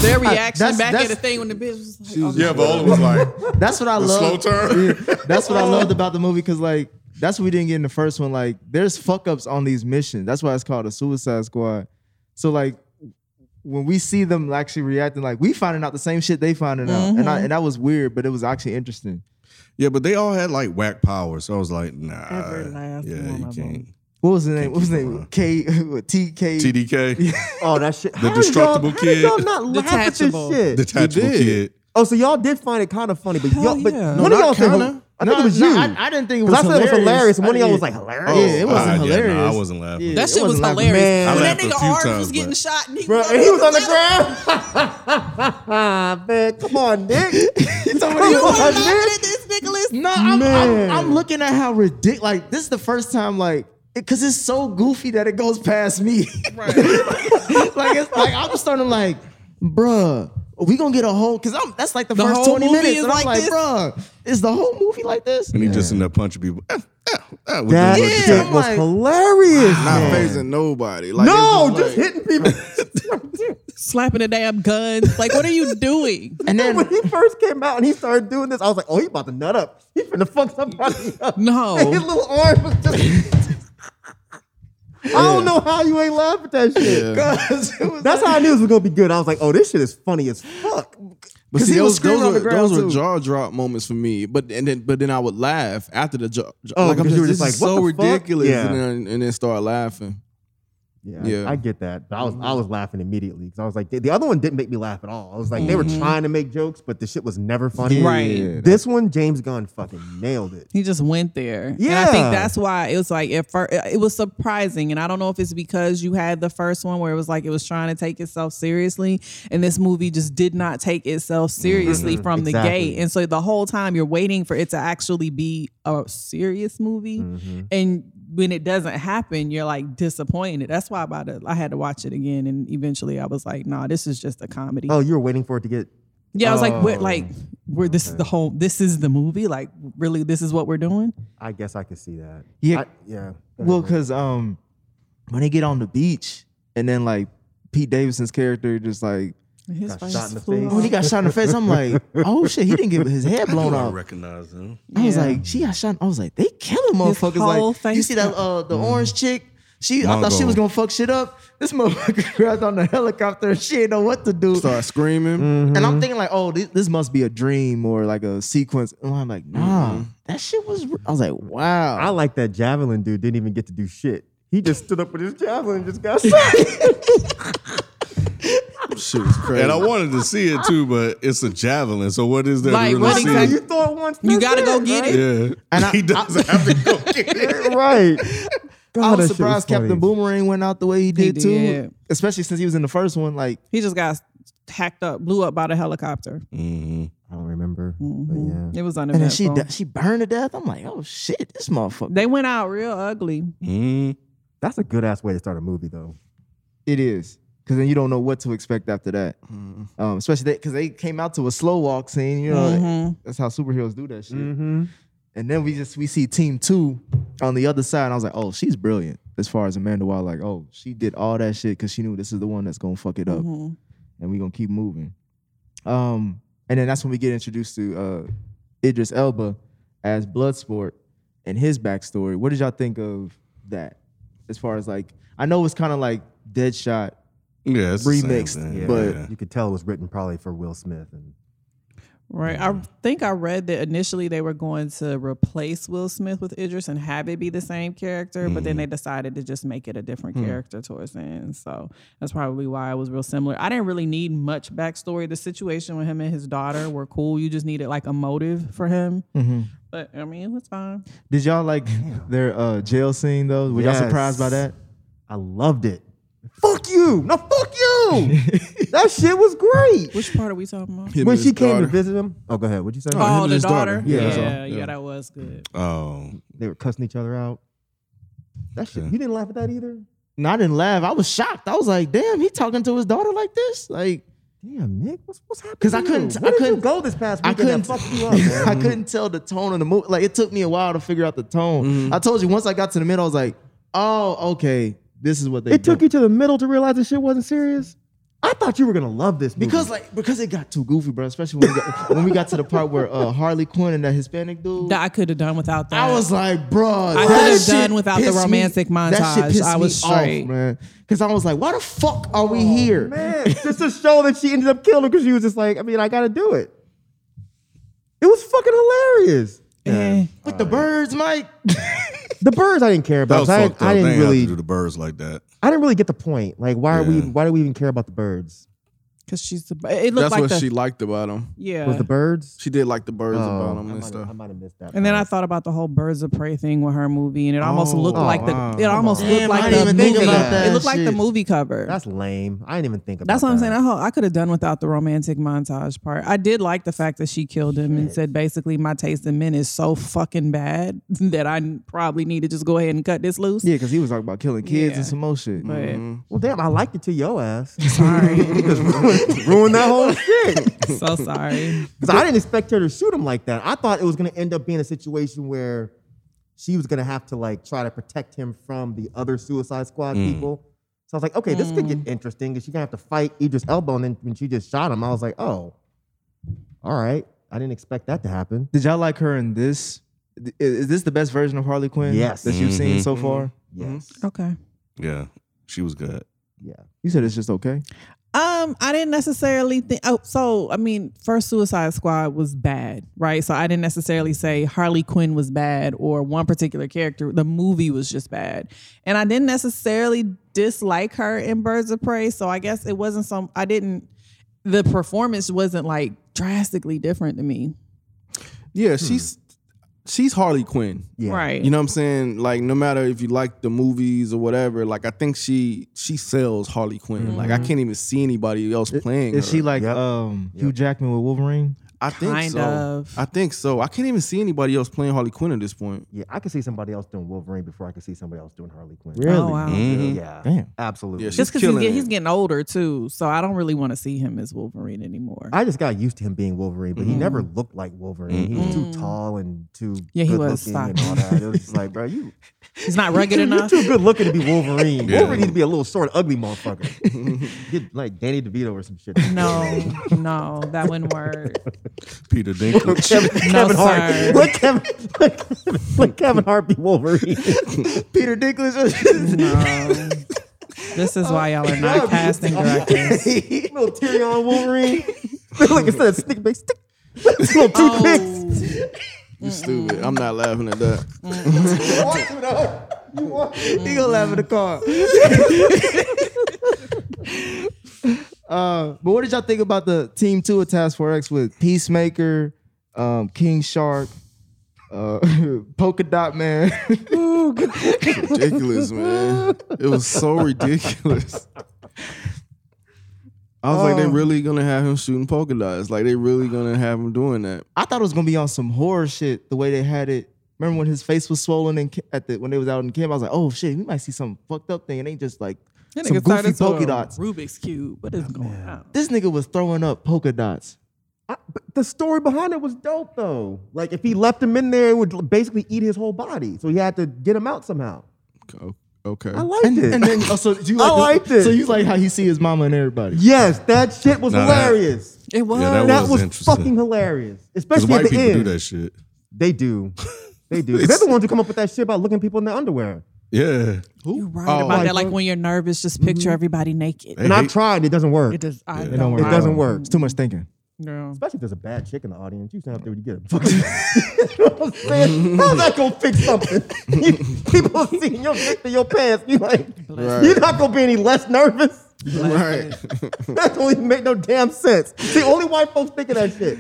[SPEAKER 11] Their reaction
[SPEAKER 9] that's-
[SPEAKER 11] back at the
[SPEAKER 9] that's-
[SPEAKER 11] thing when the bitch was like, oh,
[SPEAKER 1] yeah, Viola was like,
[SPEAKER 9] that's what I
[SPEAKER 1] the
[SPEAKER 9] love.
[SPEAKER 1] slow turn.
[SPEAKER 9] that's what I loved about the movie because like that's what we didn't get in the first one. Like there's fuck ups on these missions. That's why it's called a Suicide Squad. So like when we see them actually reacting, like we finding out the same shit they finding out, and I,
[SPEAKER 1] Mhm.
[SPEAKER 11] Mm-hmm.
[SPEAKER 9] and that was weird, but it was actually interesting.
[SPEAKER 1] Yeah, but they all had like whack power, so I was like, nah.
[SPEAKER 9] Every last
[SPEAKER 1] yeah,
[SPEAKER 9] one
[SPEAKER 1] you
[SPEAKER 9] of
[SPEAKER 1] can't.
[SPEAKER 9] What was the name? What was the name? K what, TK
[SPEAKER 1] TDK.
[SPEAKER 10] oh, that shit.
[SPEAKER 1] The destructible kid.
[SPEAKER 10] Y'all not laugh at this
[SPEAKER 1] Detachable.
[SPEAKER 10] shit.
[SPEAKER 1] Detachable We did. kid.
[SPEAKER 10] Oh, so y'all did find it kind of funny, but y'all, but
[SPEAKER 9] yeah.
[SPEAKER 10] one
[SPEAKER 9] No,
[SPEAKER 10] of y'all
[SPEAKER 9] not
[SPEAKER 10] said,
[SPEAKER 9] kinda.
[SPEAKER 10] I think
[SPEAKER 9] No,
[SPEAKER 10] it was
[SPEAKER 9] no,
[SPEAKER 10] you.
[SPEAKER 9] I- I didn't think it
[SPEAKER 10] 'Cause
[SPEAKER 9] was
[SPEAKER 10] I said it was
[SPEAKER 9] hilarious.
[SPEAKER 10] hilarious, and one of
[SPEAKER 9] I
[SPEAKER 10] y'all was like
[SPEAKER 9] didn't-
[SPEAKER 10] hilarious.
[SPEAKER 9] Oh, Yeah, it
[SPEAKER 1] nah,
[SPEAKER 9] wasn't
[SPEAKER 1] ah, yeah, nah, I
[SPEAKER 9] hilarious.
[SPEAKER 1] wasn't laughing.
[SPEAKER 9] Yeah,
[SPEAKER 11] that
[SPEAKER 9] it
[SPEAKER 11] shit was
[SPEAKER 9] wasn't laughing.
[SPEAKER 11] hilarious.
[SPEAKER 9] Man.
[SPEAKER 1] I
[SPEAKER 11] When that
[SPEAKER 1] laughed a
[SPEAKER 11] nigga
[SPEAKER 1] few
[SPEAKER 11] Orange was
[SPEAKER 1] times,
[SPEAKER 11] getting
[SPEAKER 1] but-
[SPEAKER 11] shot and he,
[SPEAKER 10] Bro, and he was on the ground. man, come on, Nick.
[SPEAKER 9] Come
[SPEAKER 10] on,
[SPEAKER 11] You were laughing
[SPEAKER 10] Nick.
[SPEAKER 11] at this, Nicholas.
[SPEAKER 9] No, I'm, I'm,
[SPEAKER 10] Man.
[SPEAKER 9] I'm looking at how ridiculous. Like this is the first time, like, because it's so goofy that it goes past me. like, it's like I'm starting to like, bruh, we gonna get a whole? Because I'm that's like the,
[SPEAKER 11] The
[SPEAKER 9] first
[SPEAKER 11] whole
[SPEAKER 9] 20
[SPEAKER 11] movie
[SPEAKER 9] minutes,
[SPEAKER 11] is
[SPEAKER 9] and I'm
[SPEAKER 11] like
[SPEAKER 9] like,
[SPEAKER 11] this?
[SPEAKER 9] bruh, is the whole movie like this?
[SPEAKER 1] And he just ended up punching people. Eh, eh, eh, with
[SPEAKER 10] That
[SPEAKER 1] the look.
[SPEAKER 10] shit
[SPEAKER 9] I'm
[SPEAKER 10] was
[SPEAKER 9] like-
[SPEAKER 10] hilarious.
[SPEAKER 12] Not
[SPEAKER 10] man.
[SPEAKER 12] phasing nobody. Like,
[SPEAKER 10] No,
[SPEAKER 12] it's
[SPEAKER 10] just
[SPEAKER 12] like-
[SPEAKER 10] hitting people.
[SPEAKER 11] slapping the damn guns. Like, what are you doing?
[SPEAKER 9] And then
[SPEAKER 10] when he first came out and he started doing this, I was like, "Oh, he about to nut up. He finna fuck somebody up."
[SPEAKER 11] No.
[SPEAKER 10] and his little arm was just. I don't know how you ain't laugh at that shit. That's how I knew it was gonna be good. I was like, "Oh, this shit is funny as fuck."
[SPEAKER 12] But
[SPEAKER 9] 'Cause
[SPEAKER 12] see,
[SPEAKER 9] he was
[SPEAKER 12] those, those,
[SPEAKER 9] screaming on
[SPEAKER 12] were,
[SPEAKER 9] the ground,
[SPEAKER 12] those were
[SPEAKER 9] too.
[SPEAKER 12] jaw drop moments for me. But and then but then I would laugh after the jaw. jaw-
[SPEAKER 10] Oh,
[SPEAKER 12] like I'm
[SPEAKER 10] because you were
[SPEAKER 12] just,
[SPEAKER 10] just
[SPEAKER 12] this
[SPEAKER 10] like,
[SPEAKER 12] is so
[SPEAKER 10] what the fuck?
[SPEAKER 12] ridiculous,
[SPEAKER 10] Yeah.
[SPEAKER 12] and, then, and then start laughing.
[SPEAKER 10] Yeah,
[SPEAKER 12] Yeah.
[SPEAKER 10] I get that. But I was I was laughing immediately because I was like, the, the other one didn't make me laugh at all. I was like, they were
[SPEAKER 11] Mhm.
[SPEAKER 10] trying to make jokes, but the shit was never funny.
[SPEAKER 11] Right. Yeah,
[SPEAKER 10] This one, James Gunn fucking nailed it.
[SPEAKER 11] He just went there. Yeah. And I think
[SPEAKER 10] Yeah.
[SPEAKER 11] that's why it was like at first it was surprising. And I don't know if it's because you had the first one where it was like it was trying to take itself seriously. And this movie just did not take itself seriously from the
[SPEAKER 10] Mm-hmm. Exactly.
[SPEAKER 11] gate. And so the whole time you're waiting for it to actually be a serious movie.
[SPEAKER 10] Mm-hmm.
[SPEAKER 11] And when it doesn't happen, you're like disappointed. That's why about it, I had to watch it again. And eventually I was like, nah, this is just a comedy.
[SPEAKER 10] Oh, you were waiting for it to get.
[SPEAKER 11] Yeah, I was like, we're
[SPEAKER 10] Oh,
[SPEAKER 11] like, we're this is the whole, this is the movie. Like, really, this is what we're doing.
[SPEAKER 10] I guess I could see that.
[SPEAKER 9] Yeah.
[SPEAKER 10] I- yeah.
[SPEAKER 9] Well, because um, when they get on the beach, and then like Pete Davidson's character just like
[SPEAKER 11] His
[SPEAKER 10] Got
[SPEAKER 11] face
[SPEAKER 10] shot in the
[SPEAKER 11] flew
[SPEAKER 10] face.
[SPEAKER 11] off.
[SPEAKER 9] when he got shot in the face, I'm like, oh shit, he didn't get his head
[SPEAKER 1] I
[SPEAKER 9] blown
[SPEAKER 1] do
[SPEAKER 9] off.
[SPEAKER 1] recognize him.
[SPEAKER 9] I was
[SPEAKER 11] Yeah.
[SPEAKER 9] like, she got shot. I was like, they killing motherfuckers.
[SPEAKER 11] whole
[SPEAKER 9] Like,
[SPEAKER 11] face
[SPEAKER 9] you see that
[SPEAKER 11] got-
[SPEAKER 9] uh, the orange chick? She, I thought she
[SPEAKER 1] Mongo.
[SPEAKER 9] was gonna fuck shit up. This motherfucker grabbed on the helicopter. and She ain't know what to do.
[SPEAKER 12] Start screaming.
[SPEAKER 9] And
[SPEAKER 11] Mm-hmm.
[SPEAKER 9] I'm thinking like, oh, this, this must be a dream or like a sequence. And I'm like, nah, that shit was. re- I was like, wow.
[SPEAKER 10] I like that javelin dude didn't even get to do shit. He just stood up with his javelin and just got shot.
[SPEAKER 12] Shit was crazy.
[SPEAKER 1] And I wanted to see it too, but it's a javelin. So what is there
[SPEAKER 11] Like,
[SPEAKER 1] to really
[SPEAKER 11] what
[SPEAKER 1] see?
[SPEAKER 11] exactly-
[SPEAKER 10] you throw it once.
[SPEAKER 11] You
[SPEAKER 10] that's
[SPEAKER 11] gotta go get it.
[SPEAKER 1] Yeah,
[SPEAKER 9] And I-
[SPEAKER 1] he doesn't have to go get it.
[SPEAKER 10] it. right.
[SPEAKER 9] I
[SPEAKER 10] God,
[SPEAKER 9] was
[SPEAKER 10] that shit
[SPEAKER 9] surprised
[SPEAKER 10] funny.
[SPEAKER 9] Captain Boomerang went out the way he did, too.
[SPEAKER 11] did.
[SPEAKER 9] Especially since he was in the first one. Like,
[SPEAKER 11] He just got hacked up, blew up by the helicopter.
[SPEAKER 1] Mhm.
[SPEAKER 10] I don't remember.
[SPEAKER 11] Mhm.
[SPEAKER 10] But yeah.
[SPEAKER 11] It was
[SPEAKER 9] and then she
[SPEAKER 11] uneventful.
[SPEAKER 9] di- she burned to death. I'm like, oh shit, this motherfucker.
[SPEAKER 11] they went out real ugly.
[SPEAKER 1] Mhm.
[SPEAKER 10] That's a good ass way to start a movie though.
[SPEAKER 9] It is. Cause then you don't know what to expect after that. Um, especially because they came out to a slow walk scene. You know, like,
[SPEAKER 11] Mhm.
[SPEAKER 9] that's how superheroes do that shit. And then we just we see team two on the other side. And I was like, oh, she's brilliant. As far as Amanda Wild, like, oh, she did all that shit because she knew this is the one that's gonna fuck it up.
[SPEAKER 11] Mhm.
[SPEAKER 9] and we're gonna keep moving. Um, and then that's when we get introduced to uh, Idris Elba as Bloodsport and his backstory. What did y'all think of that? As far as like, I know it's kind of like Deadshot.
[SPEAKER 1] Yeah, it's the same
[SPEAKER 9] Remixed,
[SPEAKER 1] thing.
[SPEAKER 10] Yeah.
[SPEAKER 9] But-
[SPEAKER 10] you could tell it was written probably for Will Smith and
[SPEAKER 11] Right.
[SPEAKER 12] Mm-hmm.
[SPEAKER 11] I think I read that initially they were going to replace Will Smith with Idris and have it be the same character, but
[SPEAKER 12] Mm-hmm.
[SPEAKER 11] then they decided to just make it a different
[SPEAKER 12] Hmm.
[SPEAKER 11] character towards the end. So that's probably why it was real similar. I didn't really need much backstory. The situation with him and his daughter were cool. You just needed like a motive for him.
[SPEAKER 12] Mm-hmm.
[SPEAKER 11] But I mean, it was fine.
[SPEAKER 9] Did y'all like their uh, jail scene though? Were
[SPEAKER 10] Yes.
[SPEAKER 9] y'all surprised by that?
[SPEAKER 10] I loved it. Fuck you! No, fuck you! that shit was great.
[SPEAKER 11] Which part are we talking about?
[SPEAKER 12] Him
[SPEAKER 10] when
[SPEAKER 12] and
[SPEAKER 10] she
[SPEAKER 12] his
[SPEAKER 10] came
[SPEAKER 12] daughter.
[SPEAKER 10] to visit him, oh, go ahead. What'd you say?
[SPEAKER 12] him
[SPEAKER 11] Oh,
[SPEAKER 12] and
[SPEAKER 11] the
[SPEAKER 12] his
[SPEAKER 11] daughter.
[SPEAKER 12] daughter.
[SPEAKER 11] Yeah,
[SPEAKER 12] Yeah,
[SPEAKER 11] yeah,
[SPEAKER 12] that's all.
[SPEAKER 10] Yeah.
[SPEAKER 11] that was good.
[SPEAKER 1] Oh,
[SPEAKER 10] They were cussing each other out. That shit.
[SPEAKER 1] Okay.
[SPEAKER 10] You didn't laugh at that either.
[SPEAKER 9] No, I didn't laugh. I was shocked. I was like, damn, he talking to his daughter like this? Like,
[SPEAKER 10] Damn, Nick, what's what's happening?
[SPEAKER 9] Because I
[SPEAKER 10] to
[SPEAKER 9] couldn't,
[SPEAKER 10] you?
[SPEAKER 9] I
[SPEAKER 10] Where did you
[SPEAKER 9] couldn't
[SPEAKER 10] go this past
[SPEAKER 9] I
[SPEAKER 10] weekend.
[SPEAKER 9] couldn't,
[SPEAKER 10] that fucked you up, man?
[SPEAKER 9] I couldn't tell the tone of the movie. Like it took me a while to figure out the tone.
[SPEAKER 10] Mm-hmm.
[SPEAKER 9] I told you once I got to the middle, I was like, oh, okay, this is what they.
[SPEAKER 10] It took
[SPEAKER 9] do.
[SPEAKER 10] you to the middle to realize this shit wasn't serious. I thought you were gonna love this movie.
[SPEAKER 9] because like because it got too goofy, bro. Especially when we got, when we got to the part where uh, Harley Quinn and that Hispanic dude.
[SPEAKER 11] That I could have done without that.
[SPEAKER 9] I was like, bro,
[SPEAKER 11] I
[SPEAKER 9] that
[SPEAKER 11] could have
[SPEAKER 9] shit
[SPEAKER 11] done without the
[SPEAKER 9] pissed me-
[SPEAKER 11] romantic
[SPEAKER 9] That shit
[SPEAKER 11] montage.
[SPEAKER 9] pissed
[SPEAKER 11] I was
[SPEAKER 9] me off,
[SPEAKER 11] straight.
[SPEAKER 9] man. Because I was like, why the fuck are we here?
[SPEAKER 10] Oh, man, just to show that she ended up killing him because she was just like, I mean, I gotta do it. It was fucking hilarious.
[SPEAKER 11] Eh,
[SPEAKER 9] With the birds, Mike.
[SPEAKER 10] The birds I didn't
[SPEAKER 1] That
[SPEAKER 10] care about.
[SPEAKER 1] was
[SPEAKER 10] 'cause I,
[SPEAKER 1] fucked up.
[SPEAKER 10] I
[SPEAKER 1] they
[SPEAKER 10] didn't
[SPEAKER 1] ain't have
[SPEAKER 10] really,
[SPEAKER 1] to do the birds like that.
[SPEAKER 10] I didn't really get the point. Like, why are we? Why do we even care about the birds?
[SPEAKER 11] Because she's the. It looked
[SPEAKER 12] That's
[SPEAKER 11] like
[SPEAKER 12] what
[SPEAKER 11] the,
[SPEAKER 12] she liked about him.
[SPEAKER 11] Yeah.
[SPEAKER 10] Was the birds?
[SPEAKER 12] She did like the birds
[SPEAKER 10] Oh,
[SPEAKER 12] about him
[SPEAKER 10] I
[SPEAKER 12] and
[SPEAKER 10] might-
[SPEAKER 12] stuff.
[SPEAKER 10] I might have missed that.
[SPEAKER 11] And then I thought about the whole Birds of Prey thing with her movie, and it almost looked
[SPEAKER 10] Oh,
[SPEAKER 11] like the.
[SPEAKER 10] wow.
[SPEAKER 11] It almost
[SPEAKER 10] Come on.
[SPEAKER 11] looked
[SPEAKER 10] Damn, I
[SPEAKER 11] like
[SPEAKER 10] didn't
[SPEAKER 11] the
[SPEAKER 10] even think
[SPEAKER 11] movie.
[SPEAKER 10] about that
[SPEAKER 11] It looked like the
[SPEAKER 10] shit.
[SPEAKER 11] movie cover.
[SPEAKER 10] That's lame. I didn't even think about.
[SPEAKER 11] That's what I'm
[SPEAKER 10] that.
[SPEAKER 11] saying. That whole, I could have done without the romantic montage part. I did like the fact that she killed him and said, basically, my taste in men is so fucking bad that I probably need to just go ahead and cut this loose.
[SPEAKER 9] Yeah, because he was talking about killing kids
[SPEAKER 11] Yeah.
[SPEAKER 9] and some more shit.
[SPEAKER 11] But
[SPEAKER 10] Well, damn, I liked it to your ass.
[SPEAKER 11] sorry.
[SPEAKER 10] Just ruined, ruined that whole shit.
[SPEAKER 11] so sorry.
[SPEAKER 10] Because I didn't expect her to shoot him like that. I thought it was going to end up being a situation where she was going to have to like try to protect him from the other Suicide Squad
[SPEAKER 1] Mm.
[SPEAKER 10] people. So I was like, okay, this could
[SPEAKER 11] Mm.
[SPEAKER 10] get interesting because she's going to have to fight Idris Elba. And then when she just shot him, I was like, oh, all right. I didn't expect that to happen.
[SPEAKER 9] Did y'all like her in this? I- Is this the best version of Harley Quinn?
[SPEAKER 10] Yes. Mm-hmm.
[SPEAKER 9] That you've seen
[SPEAKER 1] Mhm.
[SPEAKER 9] so far?
[SPEAKER 10] Mm. Yes.
[SPEAKER 11] Okay.
[SPEAKER 1] Yeah, she was good.
[SPEAKER 10] Yeah.
[SPEAKER 9] You said it's just okay.
[SPEAKER 11] Um, I didn't necessarily think. Oh, so I mean, first Suicide Squad was bad, right? So I didn't necessarily say Harley Quinn was bad or one particular character. The movie was just bad, and I didn't necessarily dislike her in Birds of Prey. So I guess it wasn't some. I didn't. The performance wasn't like drastically different to me,
[SPEAKER 12] Yeah,
[SPEAKER 1] Hmm.
[SPEAKER 12] she's she's Harley Quinn.
[SPEAKER 10] Yeah.
[SPEAKER 11] right?
[SPEAKER 12] You know what I'm saying? Like no matter if you like the movies or whatever, like I think she she sells Harley Quinn. Like I can't even see anybody else playing.
[SPEAKER 9] Is
[SPEAKER 12] her.
[SPEAKER 9] she like um, Hugh Jackman with Wolverine?
[SPEAKER 12] I think
[SPEAKER 11] Kind
[SPEAKER 12] so.
[SPEAKER 11] of.
[SPEAKER 12] I think so. I can't even see anybody else playing Harley Quinn at this point.
[SPEAKER 10] Yeah. I could see somebody else doing Wolverine before I could see somebody else doing Harley Quinn.
[SPEAKER 9] Really?
[SPEAKER 11] Oh wow.
[SPEAKER 1] Mhm.
[SPEAKER 10] Yeah.
[SPEAKER 9] Damn.
[SPEAKER 10] Absolutely.
[SPEAKER 12] Yeah, she's
[SPEAKER 11] Just because he's,
[SPEAKER 12] killing
[SPEAKER 11] get-
[SPEAKER 12] it.
[SPEAKER 11] he's getting older too, so I don't really want to see him as Wolverine anymore.
[SPEAKER 10] I just got used to him being Wolverine, but he never looked like Wolverine. He was too tall and too
[SPEAKER 11] Yeah, he was
[SPEAKER 10] good-looking and all that. It was just like, bro, you
[SPEAKER 11] He's not rugged
[SPEAKER 10] you're,
[SPEAKER 11] enough.
[SPEAKER 10] You're too good looking to be Wolverine.
[SPEAKER 1] Yeah.
[SPEAKER 10] Wolverine needs to be a little short, ugly motherfucker. Get like Danny DeVito or some shit.
[SPEAKER 11] No, no, that wouldn't work.
[SPEAKER 1] Peter
[SPEAKER 10] Look
[SPEAKER 1] Dinklage.
[SPEAKER 10] Kevin, Kevin
[SPEAKER 11] sir.
[SPEAKER 10] Hart. Let Kevin, let Kevin, let Kevin Hart be Wolverine.
[SPEAKER 9] Peter Dinklage.
[SPEAKER 11] No. This is why y'all are not casting directors.
[SPEAKER 10] little Tyrion Wolverine. like instead of sneak big stick. Little
[SPEAKER 11] Oh.
[SPEAKER 10] toothpicks.
[SPEAKER 12] You stupid. I'm not laughing at that.
[SPEAKER 9] he gonna laugh in the car. uh, but what did y'all think about the team two of Task Force X with Peacemaker, um, King Shark, uh, Polka Dot Man?
[SPEAKER 12] ridiculous, man. It was so ridiculous. I was like, they
[SPEAKER 11] Um,
[SPEAKER 12] really gonna have him shooting polka dots. Like they really gonna have him doing that.
[SPEAKER 9] I thought it was gonna be on some horror shit the way they had it. Remember when his face was swollen and at the when they was out in camp, I was like, oh shit, we might see some fucked up thing. It ain't just like
[SPEAKER 11] That
[SPEAKER 9] some
[SPEAKER 11] nigga turned
[SPEAKER 9] goofy
[SPEAKER 11] into a
[SPEAKER 9] polka dots.
[SPEAKER 11] Rubik's cube. What is going on?
[SPEAKER 9] This nigga was throwing up polka dots.
[SPEAKER 10] I, but the story behind it was dope though. Like if he left him in there, it would basically eat his whole body. So he had to get him out somehow.
[SPEAKER 12] O- Okay.
[SPEAKER 10] I liked
[SPEAKER 9] And,
[SPEAKER 10] it.
[SPEAKER 9] and then
[SPEAKER 1] uh,
[SPEAKER 9] oh, so you
[SPEAKER 10] I
[SPEAKER 9] like the-
[SPEAKER 10] liked it.
[SPEAKER 9] So you like how he see his mama and everybody.
[SPEAKER 10] yes, that shit was
[SPEAKER 1] Nah, that-
[SPEAKER 10] hilarious.
[SPEAKER 11] It was.
[SPEAKER 1] Yeah, that
[SPEAKER 10] that
[SPEAKER 1] was
[SPEAKER 10] was,
[SPEAKER 1] interesting.
[SPEAKER 10] fucking hilarious,
[SPEAKER 1] Because
[SPEAKER 10] especially
[SPEAKER 1] white
[SPEAKER 10] at the
[SPEAKER 1] people
[SPEAKER 10] end.
[SPEAKER 1] do that shit.
[SPEAKER 10] They do. They do. They're the ones who come up with that shit about looking people in their underwear.
[SPEAKER 1] Yeah.
[SPEAKER 11] You're right
[SPEAKER 12] Oh,
[SPEAKER 11] about
[SPEAKER 10] like-
[SPEAKER 11] that. Like when you're nervous, just picture everybody naked.
[SPEAKER 1] They
[SPEAKER 10] And I've
[SPEAKER 1] hate-
[SPEAKER 10] tried. Mm-hmm. It doesn't work.
[SPEAKER 11] It does. I
[SPEAKER 1] It don't
[SPEAKER 11] don't know.
[SPEAKER 10] work. It doesn't work.
[SPEAKER 9] It's too much thinking.
[SPEAKER 11] No.
[SPEAKER 10] Especially if there's a bad chick in the audience. You stand up there when you get a fucking. you know what I'm saying? How's that gonna fix something? You, people seeing your dick through your pants. You like,
[SPEAKER 12] Right.
[SPEAKER 10] you're not gonna be any less nervous.
[SPEAKER 12] right.
[SPEAKER 10] That don't even make no damn sense. See, only white folks think of that shit.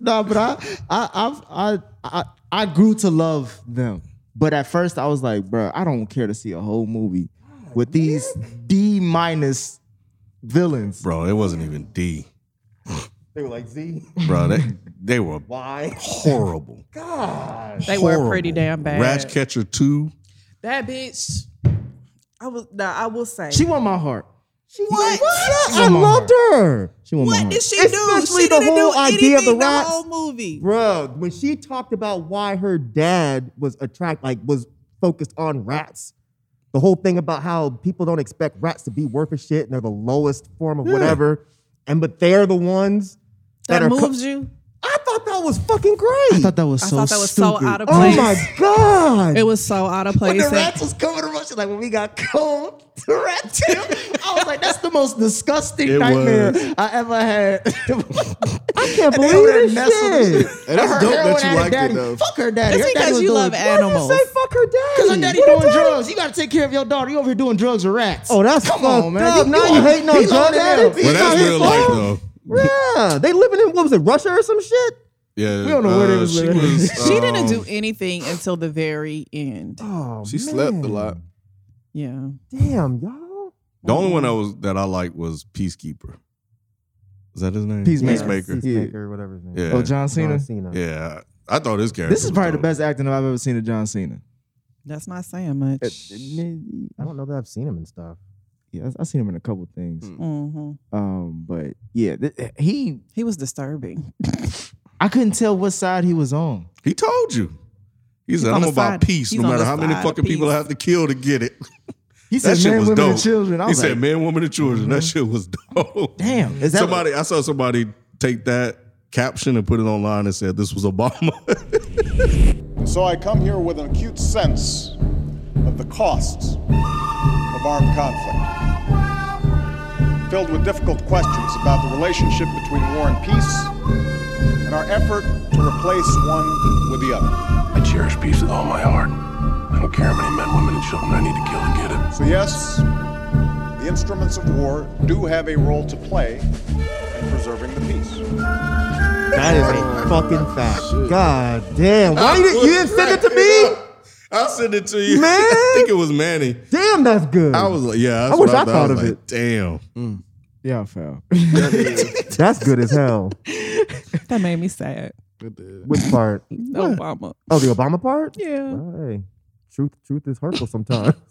[SPEAKER 9] No, but I, I, I've, I, I, I grew to love them. But at first, I was like, bro, I don't care to see a whole movie with these D minus villains.
[SPEAKER 1] Bro, it wasn't even D.
[SPEAKER 10] They were like, Z,
[SPEAKER 1] Bro, they, they were
[SPEAKER 10] why?
[SPEAKER 1] horrible.
[SPEAKER 11] They were pretty damn bad.
[SPEAKER 1] Ratcatcher 2.
[SPEAKER 11] That bitch. I was. Nah, I will say.
[SPEAKER 9] She won my heart.
[SPEAKER 10] She what?
[SPEAKER 9] She
[SPEAKER 10] I
[SPEAKER 9] won my
[SPEAKER 10] loved her.
[SPEAKER 9] She won my
[SPEAKER 11] What
[SPEAKER 9] heart.
[SPEAKER 11] did she
[SPEAKER 10] Especially
[SPEAKER 11] do? She
[SPEAKER 10] the
[SPEAKER 11] didn't
[SPEAKER 10] whole
[SPEAKER 11] do
[SPEAKER 10] idea of the
[SPEAKER 11] anything the
[SPEAKER 10] rats.
[SPEAKER 11] whole movie.
[SPEAKER 10] Bro, when she talked about why her dad was attract, like was focused on rats, the whole thing about how people don't expect rats to be worth a shit and they're the lowest form of
[SPEAKER 11] Yeah.
[SPEAKER 10] whatever, and but they're the ones that,
[SPEAKER 11] That
[SPEAKER 10] are.
[SPEAKER 11] moves you.
[SPEAKER 10] I thought that was fucking great. I thought
[SPEAKER 9] that was
[SPEAKER 11] I
[SPEAKER 9] so
[SPEAKER 11] thought that was
[SPEAKER 9] stupid.
[SPEAKER 11] so out of
[SPEAKER 10] Oh
[SPEAKER 11] place.
[SPEAKER 10] my god!
[SPEAKER 11] It was so out of place.
[SPEAKER 14] When the
[SPEAKER 11] And-
[SPEAKER 14] rats was coming to Russia, like when we got cold, the rat too. I was like, that's the most disgusting
[SPEAKER 10] It
[SPEAKER 14] nightmare
[SPEAKER 10] was.
[SPEAKER 14] I ever had. I
[SPEAKER 10] can't
[SPEAKER 14] and they
[SPEAKER 10] believe
[SPEAKER 14] over there
[SPEAKER 10] this
[SPEAKER 14] nestling
[SPEAKER 10] shit.
[SPEAKER 14] and shit.
[SPEAKER 10] Hey, that's
[SPEAKER 14] Her
[SPEAKER 10] dope that
[SPEAKER 14] heroin
[SPEAKER 10] you
[SPEAKER 14] addict
[SPEAKER 10] liked it,
[SPEAKER 14] daddy.
[SPEAKER 10] though.
[SPEAKER 14] Fuck her daddy.
[SPEAKER 11] That's
[SPEAKER 14] her daddy
[SPEAKER 11] because
[SPEAKER 14] was
[SPEAKER 11] you
[SPEAKER 14] doing-
[SPEAKER 11] love animals.
[SPEAKER 10] Say fuck her daddy.
[SPEAKER 14] Cause her daddy
[SPEAKER 10] What
[SPEAKER 14] doing
[SPEAKER 10] her daddy-
[SPEAKER 14] drugs. You gotta take care of your daughter. You over here doing drugs with rats.
[SPEAKER 10] Oh, that's
[SPEAKER 14] come
[SPEAKER 10] fucked
[SPEAKER 14] on, man.
[SPEAKER 10] up. Now you hating on
[SPEAKER 14] he
[SPEAKER 10] drug
[SPEAKER 14] loaded that
[SPEAKER 10] addicts?
[SPEAKER 14] bitch.
[SPEAKER 10] Well,
[SPEAKER 1] that's
[SPEAKER 10] Not his
[SPEAKER 1] real life
[SPEAKER 10] fault.
[SPEAKER 1] though.
[SPEAKER 10] Yeah, they living in what was it, Russia or some shit?
[SPEAKER 1] Yeah, uh,
[SPEAKER 10] We don't know where they was
[SPEAKER 1] she
[SPEAKER 10] living.
[SPEAKER 1] was.
[SPEAKER 11] she didn't
[SPEAKER 1] um,
[SPEAKER 11] do anything until the very end.
[SPEAKER 10] Oh,
[SPEAKER 12] She slept a lot.
[SPEAKER 11] Yeah.
[SPEAKER 10] Damn, y'all.
[SPEAKER 1] The only one that was that I liked was Peacekeeper. Is that his name?
[SPEAKER 9] Peacemaker.
[SPEAKER 1] Peacemaker.
[SPEAKER 9] Yeah.
[SPEAKER 10] or whatever his name.
[SPEAKER 1] Yeah.
[SPEAKER 9] Oh, John
[SPEAKER 10] John
[SPEAKER 9] Cena?
[SPEAKER 10] Cena.
[SPEAKER 1] Yeah, I thought his character.
[SPEAKER 9] This is probably the best acting I've ever seen of John Cena.
[SPEAKER 11] That's not saying much.
[SPEAKER 10] I don't know that I've seen him and stuff.
[SPEAKER 9] Yeah, I've seen him in a couple things.
[SPEAKER 11] hmm
[SPEAKER 9] Um, but yeah, th- he
[SPEAKER 11] He was disturbing.
[SPEAKER 9] I couldn't tell what side he was on.
[SPEAKER 1] He told you. He said,
[SPEAKER 9] on
[SPEAKER 1] "I'm
[SPEAKER 9] the
[SPEAKER 1] about
[SPEAKER 9] side-
[SPEAKER 1] peace,
[SPEAKER 9] he's
[SPEAKER 1] no
[SPEAKER 9] on
[SPEAKER 1] matter
[SPEAKER 9] the
[SPEAKER 1] how many
[SPEAKER 9] side of
[SPEAKER 1] fucking people I
[SPEAKER 9] peace.
[SPEAKER 1] have to kill to get it."
[SPEAKER 9] He
[SPEAKER 1] That
[SPEAKER 9] said
[SPEAKER 1] shit
[SPEAKER 9] men,
[SPEAKER 1] was
[SPEAKER 9] women, and
[SPEAKER 1] dope.
[SPEAKER 9] children. I
[SPEAKER 1] He
[SPEAKER 9] was
[SPEAKER 1] said
[SPEAKER 9] like-
[SPEAKER 1] men, women, and children. That
[SPEAKER 10] "Mm-hmm."
[SPEAKER 1] shit was dope.
[SPEAKER 9] Damn, is that-
[SPEAKER 1] somebody? I saw somebody take that caption and put it online and said this was Obama.
[SPEAKER 15] And so I come here with an acute sense of the costs of armed conflict, filled with difficult questions about the relationship between war and peace and our effort to replace one with the other.
[SPEAKER 3] I cherish peace with all my heart. I don't care how many men, women, and children I need to kill to get it.
[SPEAKER 15] So, yes, the instruments of war do have a role to play in preserving the peace.
[SPEAKER 10] That is a fucking fact. God damn. Why you didn't, you didn't send it to me?
[SPEAKER 1] I'll send it to you.
[SPEAKER 10] Man.
[SPEAKER 1] I think it was Manny.
[SPEAKER 10] Damn, that's good.
[SPEAKER 1] I was like, yeah. That's
[SPEAKER 10] I wish
[SPEAKER 1] what
[SPEAKER 10] I thought of
[SPEAKER 1] was
[SPEAKER 10] it.
[SPEAKER 1] like, Damn.
[SPEAKER 9] Yeah, I fell.
[SPEAKER 10] That's good as hell.
[SPEAKER 11] That made me sad.
[SPEAKER 10] Which part?
[SPEAKER 11] Obama.
[SPEAKER 10] Oh, the Obama part?
[SPEAKER 11] Yeah.
[SPEAKER 10] Well, hey, truth, truth is hurtful sometimes.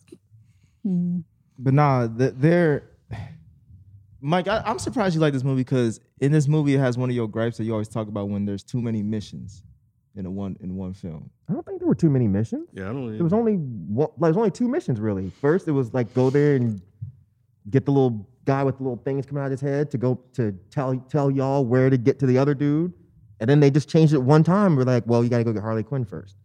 [SPEAKER 11] Hmm.
[SPEAKER 9] But nah, th- they're Mike. I, I'm surprised you like this movie because in this movie it has one of your gripes that you always talk about when there's too many missions in a one in one film.
[SPEAKER 10] I don't think there were too many missions.
[SPEAKER 1] Yeah, I don't.
[SPEAKER 10] There was only one, like, there was only two missions really. First, it was like go there and get the little guy with the little things coming out of his head to go to tell tell y'all where to get to the other dude. And then they just changed it one time. We're like, well, you got to go get Harley Quinn first.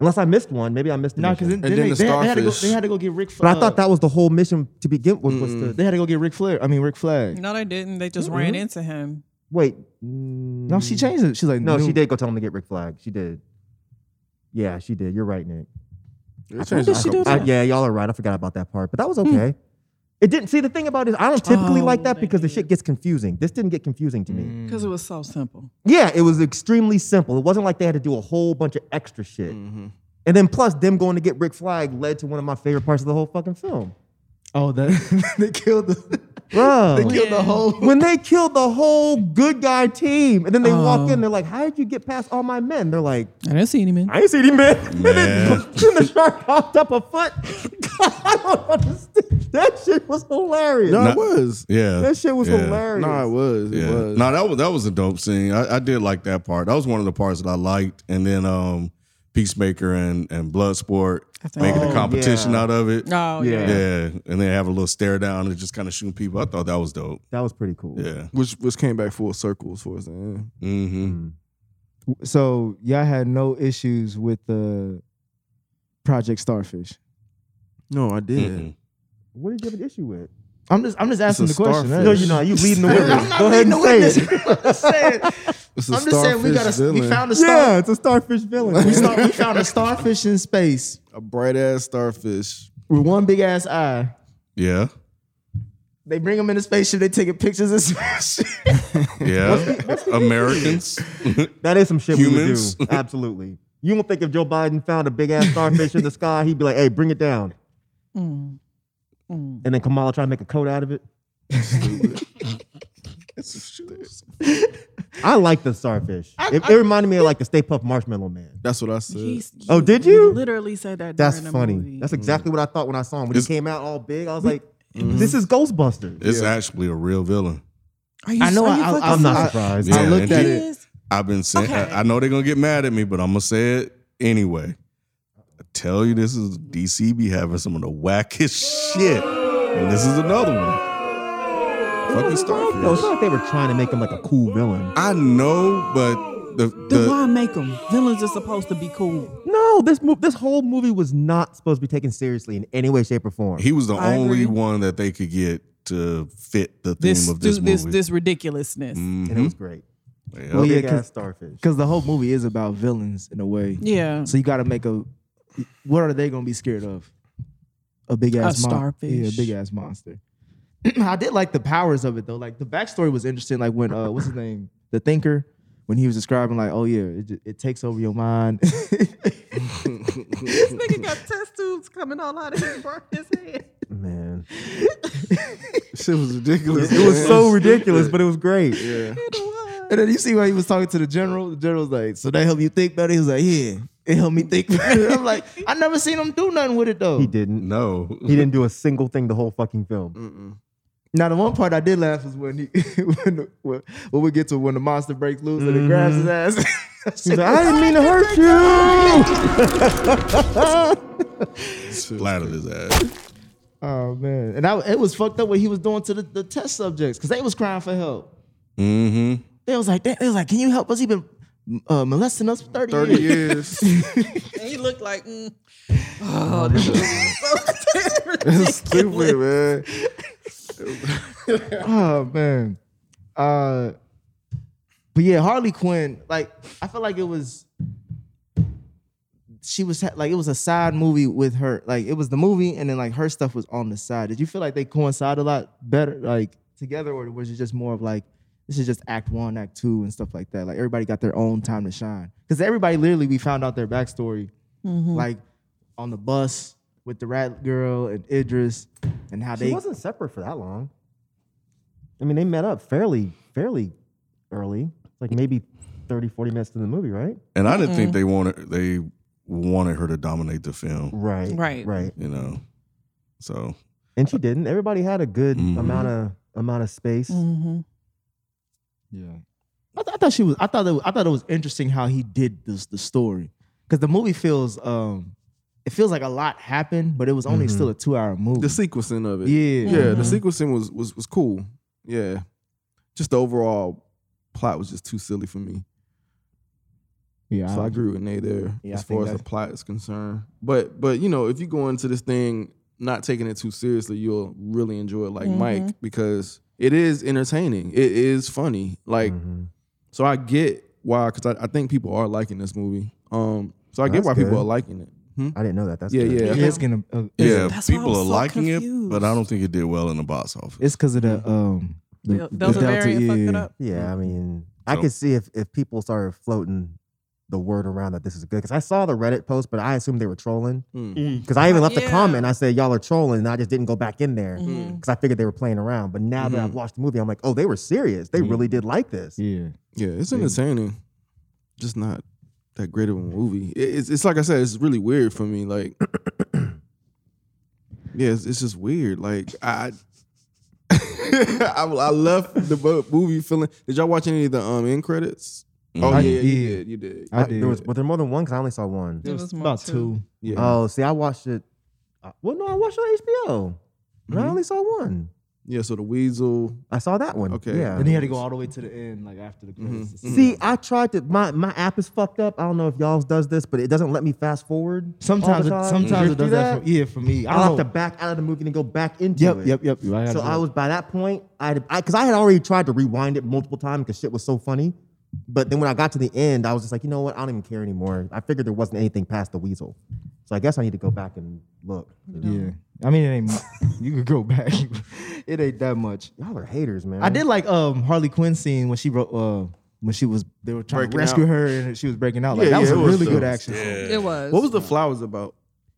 [SPEAKER 10] Unless I missed one, maybe I missed. the
[SPEAKER 9] Nah,
[SPEAKER 10] mission.
[SPEAKER 9] because then, then they, they, had- they had to go, they had to go get Rick.
[SPEAKER 10] But I thought that was the whole mission to begin with. Was to,
[SPEAKER 9] they had to go get Rick Flair. I mean Rick Flag.
[SPEAKER 11] No, they didn't. They just
[SPEAKER 10] Mhm.
[SPEAKER 11] ran into him.
[SPEAKER 10] wait? mm,
[SPEAKER 9] No, she changed it. She's like,
[SPEAKER 10] No,
[SPEAKER 9] new-
[SPEAKER 10] she did go tell him to get Rick Flag. She did. Yeah, she did. You're right, Nick.
[SPEAKER 12] They
[SPEAKER 10] I
[SPEAKER 12] changed
[SPEAKER 10] thought-
[SPEAKER 12] it a couple
[SPEAKER 10] I-
[SPEAKER 12] times.
[SPEAKER 10] yeah, y'all are right. I forgot about that part, but that was okay. It didn't. See, the thing about it, is I don't typically like that because the shit gets confusing. This didn't get confusing to me.
[SPEAKER 11] Because it was so simple.
[SPEAKER 10] Yeah, it was extremely simple. It wasn't like they had to do a whole bunch of extra shit. And then plus them going to get Rick Flag led to one of my favorite parts of the whole fucking film.
[SPEAKER 9] Oh, that they killed the.
[SPEAKER 10] Bro,
[SPEAKER 9] They killed the whole-
[SPEAKER 10] when they killed the whole good guy team, and then they walk in, they're like, "How did you get past all my men?" They're like,
[SPEAKER 11] I didn't see any men.
[SPEAKER 10] I ain't seen him, man. And then, then the shark hopped up a foot. I don't understand. That shit was hilarious.
[SPEAKER 12] No, it was.
[SPEAKER 1] Yeah,
[SPEAKER 10] That shit was
[SPEAKER 1] yeah.
[SPEAKER 10] hilarious.
[SPEAKER 12] No, it was. It was.
[SPEAKER 1] No, that was that was a dope scene. I, I did like that part. That was one of the parts that I liked. And then um Peacemaker and and Bloodsport
[SPEAKER 11] think-
[SPEAKER 1] making
[SPEAKER 11] Oh,
[SPEAKER 1] a competition
[SPEAKER 11] yeah.
[SPEAKER 1] out of it.
[SPEAKER 11] Oh, yeah.
[SPEAKER 1] yeah. And they have a little stare down and just kind of shooting people. I thought that was dope.
[SPEAKER 10] That was pretty cool.
[SPEAKER 1] Yeah.
[SPEAKER 12] Which which came back full circle as far as the end.
[SPEAKER 1] Mm-hmm.
[SPEAKER 9] So y'all had no issues with the Project Starfish.
[SPEAKER 12] No, I did.
[SPEAKER 10] What did you have an issue with?
[SPEAKER 9] I'm just I'm just asking the
[SPEAKER 12] It's a
[SPEAKER 9] question.
[SPEAKER 12] starfish.
[SPEAKER 10] No, you're not. You leading the
[SPEAKER 9] I'm
[SPEAKER 10] witness.
[SPEAKER 9] not
[SPEAKER 10] Go ahead and
[SPEAKER 9] leading
[SPEAKER 10] say
[SPEAKER 9] the
[SPEAKER 10] it.
[SPEAKER 12] It's
[SPEAKER 9] I'm just saying we got a, we found a star.
[SPEAKER 10] Yeah, it's a starfish villain.
[SPEAKER 9] We, start, we found a starfish in space
[SPEAKER 12] a bright ass starfish.
[SPEAKER 9] with one big ass eye.
[SPEAKER 1] Yeah.
[SPEAKER 9] They bring him in the spaceship. They taking pictures and shit.
[SPEAKER 1] Yeah. Americans.
[SPEAKER 10] That is some shit
[SPEAKER 1] Humans.
[SPEAKER 10] we would do. Absolutely. You don't think if Joe Biden found a big ass starfish in the sky, he'd be like, "Hey, bring it down,"
[SPEAKER 11] Mm. Mm.
[SPEAKER 10] and then Kamala try to make a coat out of it. I like the starfish. it, it reminded me of like the Stay Puft Marshmallow Man.
[SPEAKER 12] That's what I said.
[SPEAKER 11] He's-
[SPEAKER 10] Oh, did
[SPEAKER 11] he
[SPEAKER 10] you?
[SPEAKER 11] Literally said that.
[SPEAKER 10] That's
[SPEAKER 11] during the
[SPEAKER 10] funny.
[SPEAKER 11] movie.
[SPEAKER 10] That's exactly what I thought when I saw him. When he came out all big, I was like,
[SPEAKER 9] Mm-hmm.
[SPEAKER 10] This is Ghostbusters.
[SPEAKER 1] It's actually a real villain.
[SPEAKER 11] Are you
[SPEAKER 10] I know,
[SPEAKER 11] Are you
[SPEAKER 10] I- I-
[SPEAKER 11] fucking
[SPEAKER 10] I'm not
[SPEAKER 11] serious?
[SPEAKER 10] surprised.
[SPEAKER 1] Yeah,
[SPEAKER 10] I looked
[SPEAKER 1] and
[SPEAKER 10] at
[SPEAKER 1] they- I've been saying.
[SPEAKER 11] Okay.
[SPEAKER 1] I, I know they're gonna get mad at me, but I'm gonna say it anyway. I tell you, this is DC be having some of the wackest shit, and this is another one. Fucking Starfish.
[SPEAKER 10] No, it's not like they were trying to make him like a cool villain.
[SPEAKER 1] I know, but the,
[SPEAKER 11] Then
[SPEAKER 1] the
[SPEAKER 11] why make them? Villains are supposed to be cool.
[SPEAKER 10] No, this mo- this whole movie was not supposed to be taken seriously in any way, shape, or form.
[SPEAKER 1] he was the
[SPEAKER 11] I
[SPEAKER 1] only
[SPEAKER 11] agree.
[SPEAKER 1] one that they could get to fit the theme
[SPEAKER 11] This
[SPEAKER 1] of this
[SPEAKER 11] stu-
[SPEAKER 1] movie.
[SPEAKER 11] this, this ridiculousness.
[SPEAKER 10] And it was great.
[SPEAKER 1] Yep.
[SPEAKER 9] Well, yeah,
[SPEAKER 10] Big ass
[SPEAKER 9] because
[SPEAKER 10] starfish.
[SPEAKER 9] the whole movie is about villains in a way.
[SPEAKER 11] Yeah.
[SPEAKER 9] So you got to make a. What are they gonna be scared of? A big
[SPEAKER 11] A
[SPEAKER 9] ass mon-
[SPEAKER 11] starfish.
[SPEAKER 9] Yeah, a big ass monster. I did like the powers of it though. Like the backstory was interesting. Like when uh, what's his name, the Thinker, when he was describing like, oh yeah, it, ju- it takes over your mind.
[SPEAKER 11] this nigga got test tubes coming all out of his his head.
[SPEAKER 10] Man,
[SPEAKER 12] shit was ridiculous.
[SPEAKER 10] it was so ridiculous, but it was great.
[SPEAKER 12] Yeah.
[SPEAKER 9] And then you see why he was talking to the general. The general was like, "So that help you think better." He was like, "Yeah, it helped me think better." I'm like, "I never seen him do nothing with it though."
[SPEAKER 10] He didn't.
[SPEAKER 1] No,
[SPEAKER 10] He didn't do a single thing the whole fucking film.
[SPEAKER 9] Now the one part I did laugh was when he when, the- when, when we get to when the monster breaks loose and it grabs his ass.
[SPEAKER 10] Mm-hmm. He's like, I didn't mean to hurt you.
[SPEAKER 1] splattered his ass.
[SPEAKER 9] oh man, and I, it was fucked up what he was doing to the, the test subjects because they was crying for help.
[SPEAKER 1] Mm-hmm.
[SPEAKER 9] They was like, they, they was like, "Can you help us?" He been uh, molesting us for thirty,
[SPEAKER 12] Thirty
[SPEAKER 9] years.
[SPEAKER 12] years.
[SPEAKER 11] And he looked like, mm. oh, this is so
[SPEAKER 9] Stupid
[SPEAKER 11] ridiculous.
[SPEAKER 9] man. oh man. Uh but yeah, Harley Quinn, like I feel like it was she was ha- like it was a side movie with her. Like it was the movie and then like her stuff was on the side. Did you feel like they coincide a lot better like together or was it just more of like this is just act 1, act 2 and stuff like that? Like everybody got their own time to shine. Cuz everybody literally we found out their backstory
[SPEAKER 10] Mm-hmm.
[SPEAKER 9] like on the bus with the rat girl and Idris and how
[SPEAKER 10] She
[SPEAKER 9] they
[SPEAKER 10] wasn't separate for that long. I mean, they met up fairly, fairly early, like maybe 30, 40 minutes into the movie, right?
[SPEAKER 1] And I didn't think they wanted they wanted her to dominate the film.
[SPEAKER 10] Right.
[SPEAKER 11] Right.
[SPEAKER 10] Right.
[SPEAKER 1] You know, so
[SPEAKER 10] And she didn't. Everybody had a good amount of amount of space.
[SPEAKER 11] Mm. Mm-hmm.
[SPEAKER 9] Yeah. I, th- I thought she was. I thought it, was- I thought it was interesting how he did this the story because the movie feels um it feels like a lot happened, but it was only
[SPEAKER 12] Mhm.
[SPEAKER 9] still a two hour movie.
[SPEAKER 12] the sequencing of it.
[SPEAKER 9] Yeah.
[SPEAKER 12] yeah. The
[SPEAKER 9] Mhm.
[SPEAKER 12] sequencing was was was cool. Yeah, just the overall plot was just too silly for me.
[SPEAKER 9] yeah,
[SPEAKER 12] so I
[SPEAKER 9] I-
[SPEAKER 12] agree with Nate there
[SPEAKER 9] Yeah, I
[SPEAKER 12] as
[SPEAKER 9] think
[SPEAKER 12] far as the
[SPEAKER 9] that's-
[SPEAKER 12] plot is concerned. But but you know, if you go into this thing not taking it too seriously, you'll really enjoy it like
[SPEAKER 11] Mhm.
[SPEAKER 12] Mike because it is entertaining. It is funny. Like so I get why because I, I think people are liking this movie. Um so I
[SPEAKER 10] Well,
[SPEAKER 12] get
[SPEAKER 10] that's
[SPEAKER 12] why people
[SPEAKER 10] good.
[SPEAKER 12] are liking it. Hmm?
[SPEAKER 10] I didn't know that. That's
[SPEAKER 12] Yeah,
[SPEAKER 10] good.
[SPEAKER 12] yeah.
[SPEAKER 9] yeah, it's gonna uh,
[SPEAKER 1] yeah,
[SPEAKER 11] That's why I
[SPEAKER 1] people
[SPEAKER 11] was
[SPEAKER 1] are
[SPEAKER 11] so
[SPEAKER 1] liking it,
[SPEAKER 11] confused.
[SPEAKER 1] but I don't think it did well in the box office.
[SPEAKER 9] it's because of the um the, E.
[SPEAKER 11] Del-
[SPEAKER 9] the
[SPEAKER 11] Delta variant fucked it
[SPEAKER 9] yeah.
[SPEAKER 11] up.
[SPEAKER 10] Yeah, I mean, I
[SPEAKER 1] So-
[SPEAKER 10] could see if if people started floating the word around that this is good because I saw the Reddit post, but I assumed they were trolling because I even left a
[SPEAKER 11] Yeah.
[SPEAKER 10] comment. I said y'all are trolling, and I just didn't go back in there because
[SPEAKER 11] Mhm.
[SPEAKER 10] I figured they were playing around. But now that I've watched the movie, I'm like, oh, they were serious. They really did like this.
[SPEAKER 9] yeah.
[SPEAKER 12] Yeah, it's entertaining. Just not that great of a movie. It- It's, it's like I said, it's really weird for me. Like, yeah, it's, it's just weird. Like I, I, I left the bo- movie feeling. Did y'all watch any of the um end credits?
[SPEAKER 1] Mm-hmm.
[SPEAKER 12] Oh
[SPEAKER 9] I
[SPEAKER 12] yeah, you
[SPEAKER 9] did.
[SPEAKER 12] did. You did.
[SPEAKER 9] I
[SPEAKER 10] There was,
[SPEAKER 9] did.
[SPEAKER 10] but there more than one because I only saw one.
[SPEAKER 11] It was more
[SPEAKER 9] About
[SPEAKER 11] too.
[SPEAKER 9] two. Uh,
[SPEAKER 12] Yeah.
[SPEAKER 10] Oh, see, I watched it. uh, Well, no, I watched it on HBO, and
[SPEAKER 9] Mm-hmm.
[SPEAKER 10] I only saw one.
[SPEAKER 12] yeah. So the weasel.
[SPEAKER 10] I saw that one.
[SPEAKER 12] Okay.
[SPEAKER 10] yeah.
[SPEAKER 9] And he had Mm-hmm. to go all the way to the end, like after the
[SPEAKER 12] Mm-hmm,
[SPEAKER 9] credits.
[SPEAKER 10] See, I tried to. My my app is fucked up. I don't know if y'all does this, but it doesn't let me fast forward. all the
[SPEAKER 9] Sometimes, it,
[SPEAKER 10] time.
[SPEAKER 9] sometimes
[SPEAKER 10] You
[SPEAKER 9] it does
[SPEAKER 10] do
[SPEAKER 9] that. for, yeah, for me, I
[SPEAKER 10] I'll have
[SPEAKER 9] don't
[SPEAKER 10] to
[SPEAKER 9] know.
[SPEAKER 10] back out of the movie and go back into
[SPEAKER 9] Yep,
[SPEAKER 10] it.
[SPEAKER 9] yep, yep. I gotta
[SPEAKER 10] So
[SPEAKER 9] do
[SPEAKER 10] I
[SPEAKER 9] it.
[SPEAKER 10] was by that point, I'd- I because I, had already tried to rewind it multiple times because shit was so funny. But then when I got to the end, I was just like, you know what? I don't even care anymore. I figured there wasn't anything past the weasel, so I guess I need to go back and look.
[SPEAKER 9] Yeah, I mean, it ain't. mu- you could go back. it ain't that much.
[SPEAKER 10] Y'all are haters, man.
[SPEAKER 9] I did like um Harley Quinn scene when she wrote uh when she was they were trying to
[SPEAKER 12] Breaking
[SPEAKER 9] rescue
[SPEAKER 12] out.
[SPEAKER 9] her and she was breaking out. Like
[SPEAKER 12] Yeah,
[SPEAKER 9] that was
[SPEAKER 12] yeah,
[SPEAKER 9] a
[SPEAKER 12] it was
[SPEAKER 9] really
[SPEAKER 12] dope.
[SPEAKER 9] good action. scene.
[SPEAKER 11] It was.
[SPEAKER 12] What was the flowers about?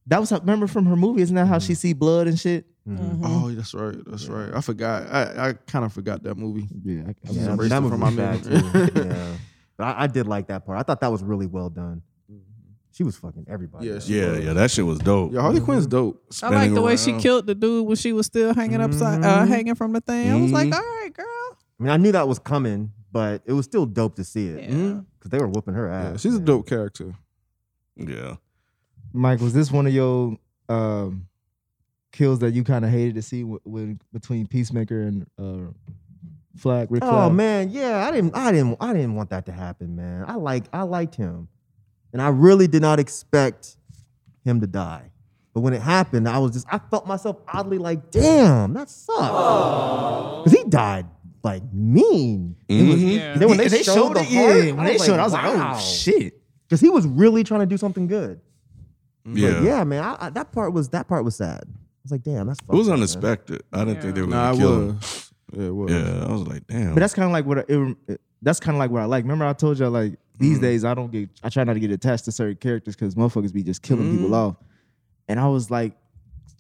[SPEAKER 9] That was how, remember from her movie, isn't that how
[SPEAKER 12] Mm-hmm.
[SPEAKER 9] she see blood and shit?
[SPEAKER 1] Mm-hmm.
[SPEAKER 12] Oh, that's right. That's right. I forgot. I, I kind of forgot that movie.
[SPEAKER 9] Yeah, I, I
[SPEAKER 10] Yeah,
[SPEAKER 9] mean,
[SPEAKER 12] erased
[SPEAKER 10] that
[SPEAKER 12] it
[SPEAKER 10] movie
[SPEAKER 12] from
[SPEAKER 10] was
[SPEAKER 12] my
[SPEAKER 10] bad
[SPEAKER 12] memory.
[SPEAKER 10] too. yeah, but I, I did like that part. I thought that was really well done. She was fucking everybody.
[SPEAKER 12] Yeah,
[SPEAKER 10] up.
[SPEAKER 12] she
[SPEAKER 1] Yeah, yeah, that shit was dope. Mm-hmm.
[SPEAKER 12] Yeah, Harley Quinn's dope.
[SPEAKER 11] I like the way she
[SPEAKER 10] around.
[SPEAKER 11] killed the dude when she was still hanging upside, uh, hanging from the thing. I was like, all right, girl.
[SPEAKER 10] I mean, I knew that was coming, but it was still dope to see it
[SPEAKER 11] Yeah. Mhm.
[SPEAKER 10] because they were whooping her ass.
[SPEAKER 12] she's a dope character.
[SPEAKER 1] Yeah.
[SPEAKER 9] Mike, was this one of your um, kills that you kind of hated to see with, with, between Peacemaker and uh, Flag? Rick
[SPEAKER 10] Oh
[SPEAKER 9] Flag?
[SPEAKER 10] man, yeah, I didn't, I didn't, I didn't want that to happen, man. I like, I liked him, and I really did not expect him to die. But when it happened, I was just, I felt myself oddly like, damn, that sucks. Because he died like mean. It was-
[SPEAKER 14] Mhm.
[SPEAKER 10] and Then when they,
[SPEAKER 14] They
[SPEAKER 10] showed,
[SPEAKER 14] showed
[SPEAKER 10] the
[SPEAKER 14] it,
[SPEAKER 10] heart,
[SPEAKER 14] yeah, when they showed it, I was like, oh, shit.
[SPEAKER 10] Because he was really trying to do something good.
[SPEAKER 12] Mm-hmm.
[SPEAKER 10] But
[SPEAKER 1] Yeah.
[SPEAKER 10] yeah, man. I, I, that part was that part was sad. I was like, damn, that's
[SPEAKER 1] It was
[SPEAKER 10] fucked up, man.
[SPEAKER 1] unexpected. I didn't think they were
[SPEAKER 12] Nah,
[SPEAKER 1] gonna
[SPEAKER 12] it
[SPEAKER 1] kill him.
[SPEAKER 12] was. Yeah, it was.
[SPEAKER 1] Yeah, I was like, damn.
[SPEAKER 9] But that's kind of like what I, it, it- that's kind of like what I like. Remember, I told you like these
[SPEAKER 12] Mm.
[SPEAKER 9] days I don't get I try not to get attached to certain characters because motherfuckers be just killing people
[SPEAKER 12] Mm.
[SPEAKER 9] off. And I was like,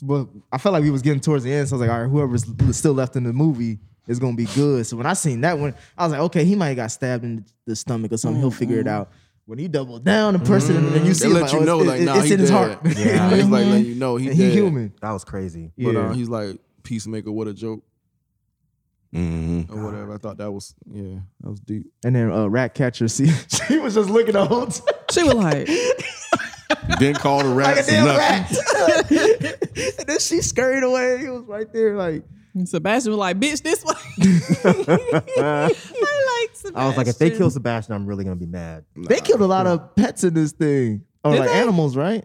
[SPEAKER 9] well, I felt like we was getting towards the end, so I was like, all right, whoever's l- still left in the movie is gonna be good. So when I seen that one, I was like, okay, he might have got stabbed in the stomach or something. He'll figure it out. When he doubled down, the person and you
[SPEAKER 12] Mm. They
[SPEAKER 9] see
[SPEAKER 12] let
[SPEAKER 9] like,
[SPEAKER 12] you
[SPEAKER 9] oh,
[SPEAKER 12] know,
[SPEAKER 9] it's,
[SPEAKER 12] like,
[SPEAKER 9] it-
[SPEAKER 12] nah,
[SPEAKER 9] it's
[SPEAKER 12] he
[SPEAKER 9] in his
[SPEAKER 12] dead.
[SPEAKER 9] heart.
[SPEAKER 12] Yeah. It's like letting you know he
[SPEAKER 9] And he
[SPEAKER 12] dead.
[SPEAKER 9] human.
[SPEAKER 10] That was crazy.
[SPEAKER 12] But
[SPEAKER 9] Yeah.
[SPEAKER 12] uh, he's like Peacemaker, what a joke.
[SPEAKER 1] Mm-hmm.
[SPEAKER 12] Or whatever. I thought that was yeah, that was deep.
[SPEAKER 9] And then uh, rat catcher, see, she was just looking the whole time.
[SPEAKER 11] She was like,
[SPEAKER 1] Didn't call the
[SPEAKER 9] like a
[SPEAKER 1] rats.
[SPEAKER 9] damn
[SPEAKER 1] nothing.
[SPEAKER 9] rat. and then she scurried away. He was right there, like
[SPEAKER 11] Sebastian was like, bitch, this way. I like Sebastian.
[SPEAKER 10] I was like, if they kill Sebastian, I'm really gonna be mad.
[SPEAKER 9] they killed a lot of pets in this thing, or
[SPEAKER 11] Did
[SPEAKER 9] Oh, like
[SPEAKER 11] they?
[SPEAKER 9] animals, right?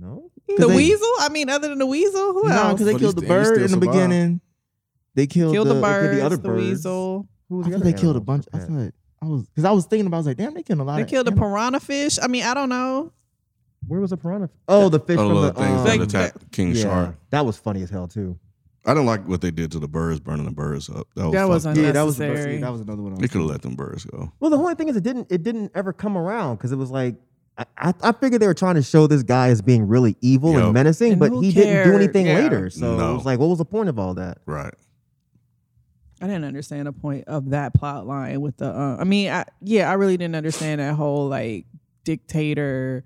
[SPEAKER 10] No.
[SPEAKER 11] the
[SPEAKER 9] 'Cause they-
[SPEAKER 11] weasel. I mean, other than the weasel, who
[SPEAKER 9] No,
[SPEAKER 11] else?
[SPEAKER 9] because they killed the bird in the beginning. They killed,
[SPEAKER 11] Killed the
[SPEAKER 9] they killed
[SPEAKER 11] birds,
[SPEAKER 9] the other
[SPEAKER 11] the
[SPEAKER 9] birds.
[SPEAKER 11] weasel.
[SPEAKER 9] Who was
[SPEAKER 11] I
[SPEAKER 9] the
[SPEAKER 11] thought
[SPEAKER 9] other
[SPEAKER 11] they
[SPEAKER 9] they killed a bunch. I thought I was because I was thinking about. I was like, damn, they killed a lot.
[SPEAKER 11] They
[SPEAKER 9] of
[SPEAKER 11] killed a
[SPEAKER 9] animals.
[SPEAKER 11] piranha fish. I mean, I don't know.
[SPEAKER 10] Where was the piranha? Oh, the fish
[SPEAKER 1] Oh,
[SPEAKER 10] from
[SPEAKER 1] little
[SPEAKER 10] the
[SPEAKER 1] things
[SPEAKER 10] um,
[SPEAKER 1] that attacked King
[SPEAKER 10] yeah,
[SPEAKER 1] Shark.
[SPEAKER 10] That was funny as hell too.
[SPEAKER 1] I didn't like what they did to the birds, burning the birds up. That was,
[SPEAKER 10] That was
[SPEAKER 1] fucked up.
[SPEAKER 10] Yeah, that was the birds- unnecessary. yeah, that was
[SPEAKER 9] another one.
[SPEAKER 1] They could have let them birds go.
[SPEAKER 10] Well, the only thing is, it didn't it didn't ever come around because it was like I, I I figured they were trying to show this guy as being really evil
[SPEAKER 1] Yup.
[SPEAKER 10] and menacing,
[SPEAKER 11] And
[SPEAKER 10] but
[SPEAKER 11] who
[SPEAKER 10] he didn't do
[SPEAKER 11] cared?
[SPEAKER 10] anything
[SPEAKER 11] Yeah.
[SPEAKER 10] later. So
[SPEAKER 1] No.
[SPEAKER 10] it was like, what was the point of all that?
[SPEAKER 1] Right.
[SPEAKER 11] I didn't understand the point of that plot line with the. Uh, I mean, I, yeah, I really didn't understand that whole like dictator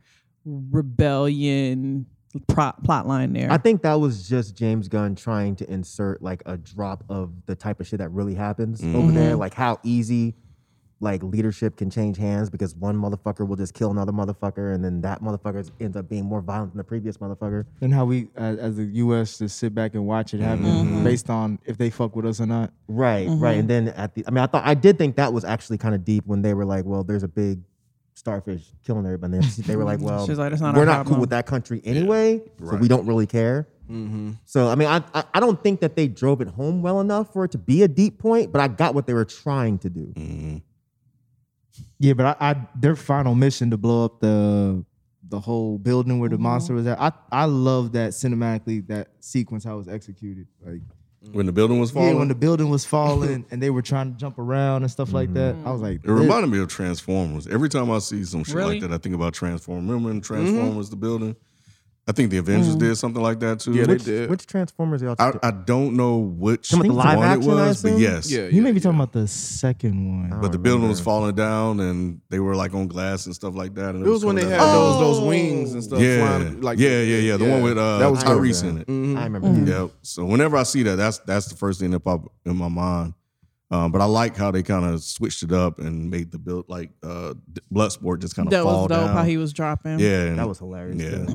[SPEAKER 11] rebellion pro- plot line there.
[SPEAKER 10] I think that was just James Gunn trying to insert like a drop of the type of shit that really happens over
[SPEAKER 1] Mm-hmm.
[SPEAKER 11] Mhm.
[SPEAKER 10] there, like how easy like leadership can change hands because one motherfucker will just kill another motherfucker, and then that motherfucker ends up being more violent than the previous motherfucker.
[SPEAKER 9] And how we, uh, as the U.S., just sit back and watch it happen
[SPEAKER 11] Mm-hmm.
[SPEAKER 10] Mhm.
[SPEAKER 9] based on if they fuck with us or not.
[SPEAKER 10] Right, right. And then at the, I mean, I thought I did think that was actually kind of deep when they were like, well, there's a big starfish killing everybody. And then they were like, well,
[SPEAKER 11] She's like, "That's not
[SPEAKER 10] we're
[SPEAKER 11] our
[SPEAKER 10] not
[SPEAKER 11] problem."
[SPEAKER 10] cool with that country anyway, so we
[SPEAKER 11] right.
[SPEAKER 10] don't really care.
[SPEAKER 12] Mm-hmm.
[SPEAKER 10] So I mean, I, I I don't think that they drove it home well enough for it to be a deep point, but I got what they were trying to do.
[SPEAKER 9] Yeah, but I, I their final mission to blow up the the whole building where the monster was at. I I love that cinematically that sequence how it was executed. Like
[SPEAKER 12] Mm.
[SPEAKER 1] When the building was falling,
[SPEAKER 9] yeah, when the building was falling and they were trying to jump around and stuff like that. I was like,
[SPEAKER 1] it reminded me of Transformers. Every time I see some shit
[SPEAKER 9] Really? Mm-hmm.
[SPEAKER 1] like that, I think about Transformers. Remember when Transformers, the building? I think the Avengers
[SPEAKER 10] Mhm.
[SPEAKER 1] did something like that too.
[SPEAKER 10] which, Which Transformers y'all?
[SPEAKER 1] I, I don't know which
[SPEAKER 10] Some of the live
[SPEAKER 1] one
[SPEAKER 10] action,
[SPEAKER 1] it
[SPEAKER 10] I
[SPEAKER 1] was, but
[SPEAKER 10] assume?
[SPEAKER 1] yes.
[SPEAKER 9] you may be talking about the second one.
[SPEAKER 1] But
[SPEAKER 10] Oh,
[SPEAKER 1] the building was falling down and they were like on glass and stuff like that. And
[SPEAKER 12] It was when they
[SPEAKER 1] coming
[SPEAKER 12] had
[SPEAKER 1] down.
[SPEAKER 12] those
[SPEAKER 10] Oh.
[SPEAKER 11] Oh.
[SPEAKER 12] those wings and stuff.
[SPEAKER 1] yeah.
[SPEAKER 12] Flying, like
[SPEAKER 1] yeah, yeah, yeah. The one with uh, that was
[SPEAKER 12] dope.
[SPEAKER 1] Tyrese in it.
[SPEAKER 12] Mm-hmm.
[SPEAKER 10] I remember
[SPEAKER 11] Mm-hmm.
[SPEAKER 10] that.
[SPEAKER 1] Yep. So whenever I see that, that's that's the first thing that pop in my mind. Um, but I like how they kind of switched it up and made the build like uh, d- Bloodsport just kind of
[SPEAKER 11] that
[SPEAKER 1] fall
[SPEAKER 11] was dope
[SPEAKER 1] down.
[SPEAKER 11] how he was dropping.
[SPEAKER 1] Yeah, and-
[SPEAKER 12] Mm.
[SPEAKER 10] That was hilarious.
[SPEAKER 1] Yeah.
[SPEAKER 10] too.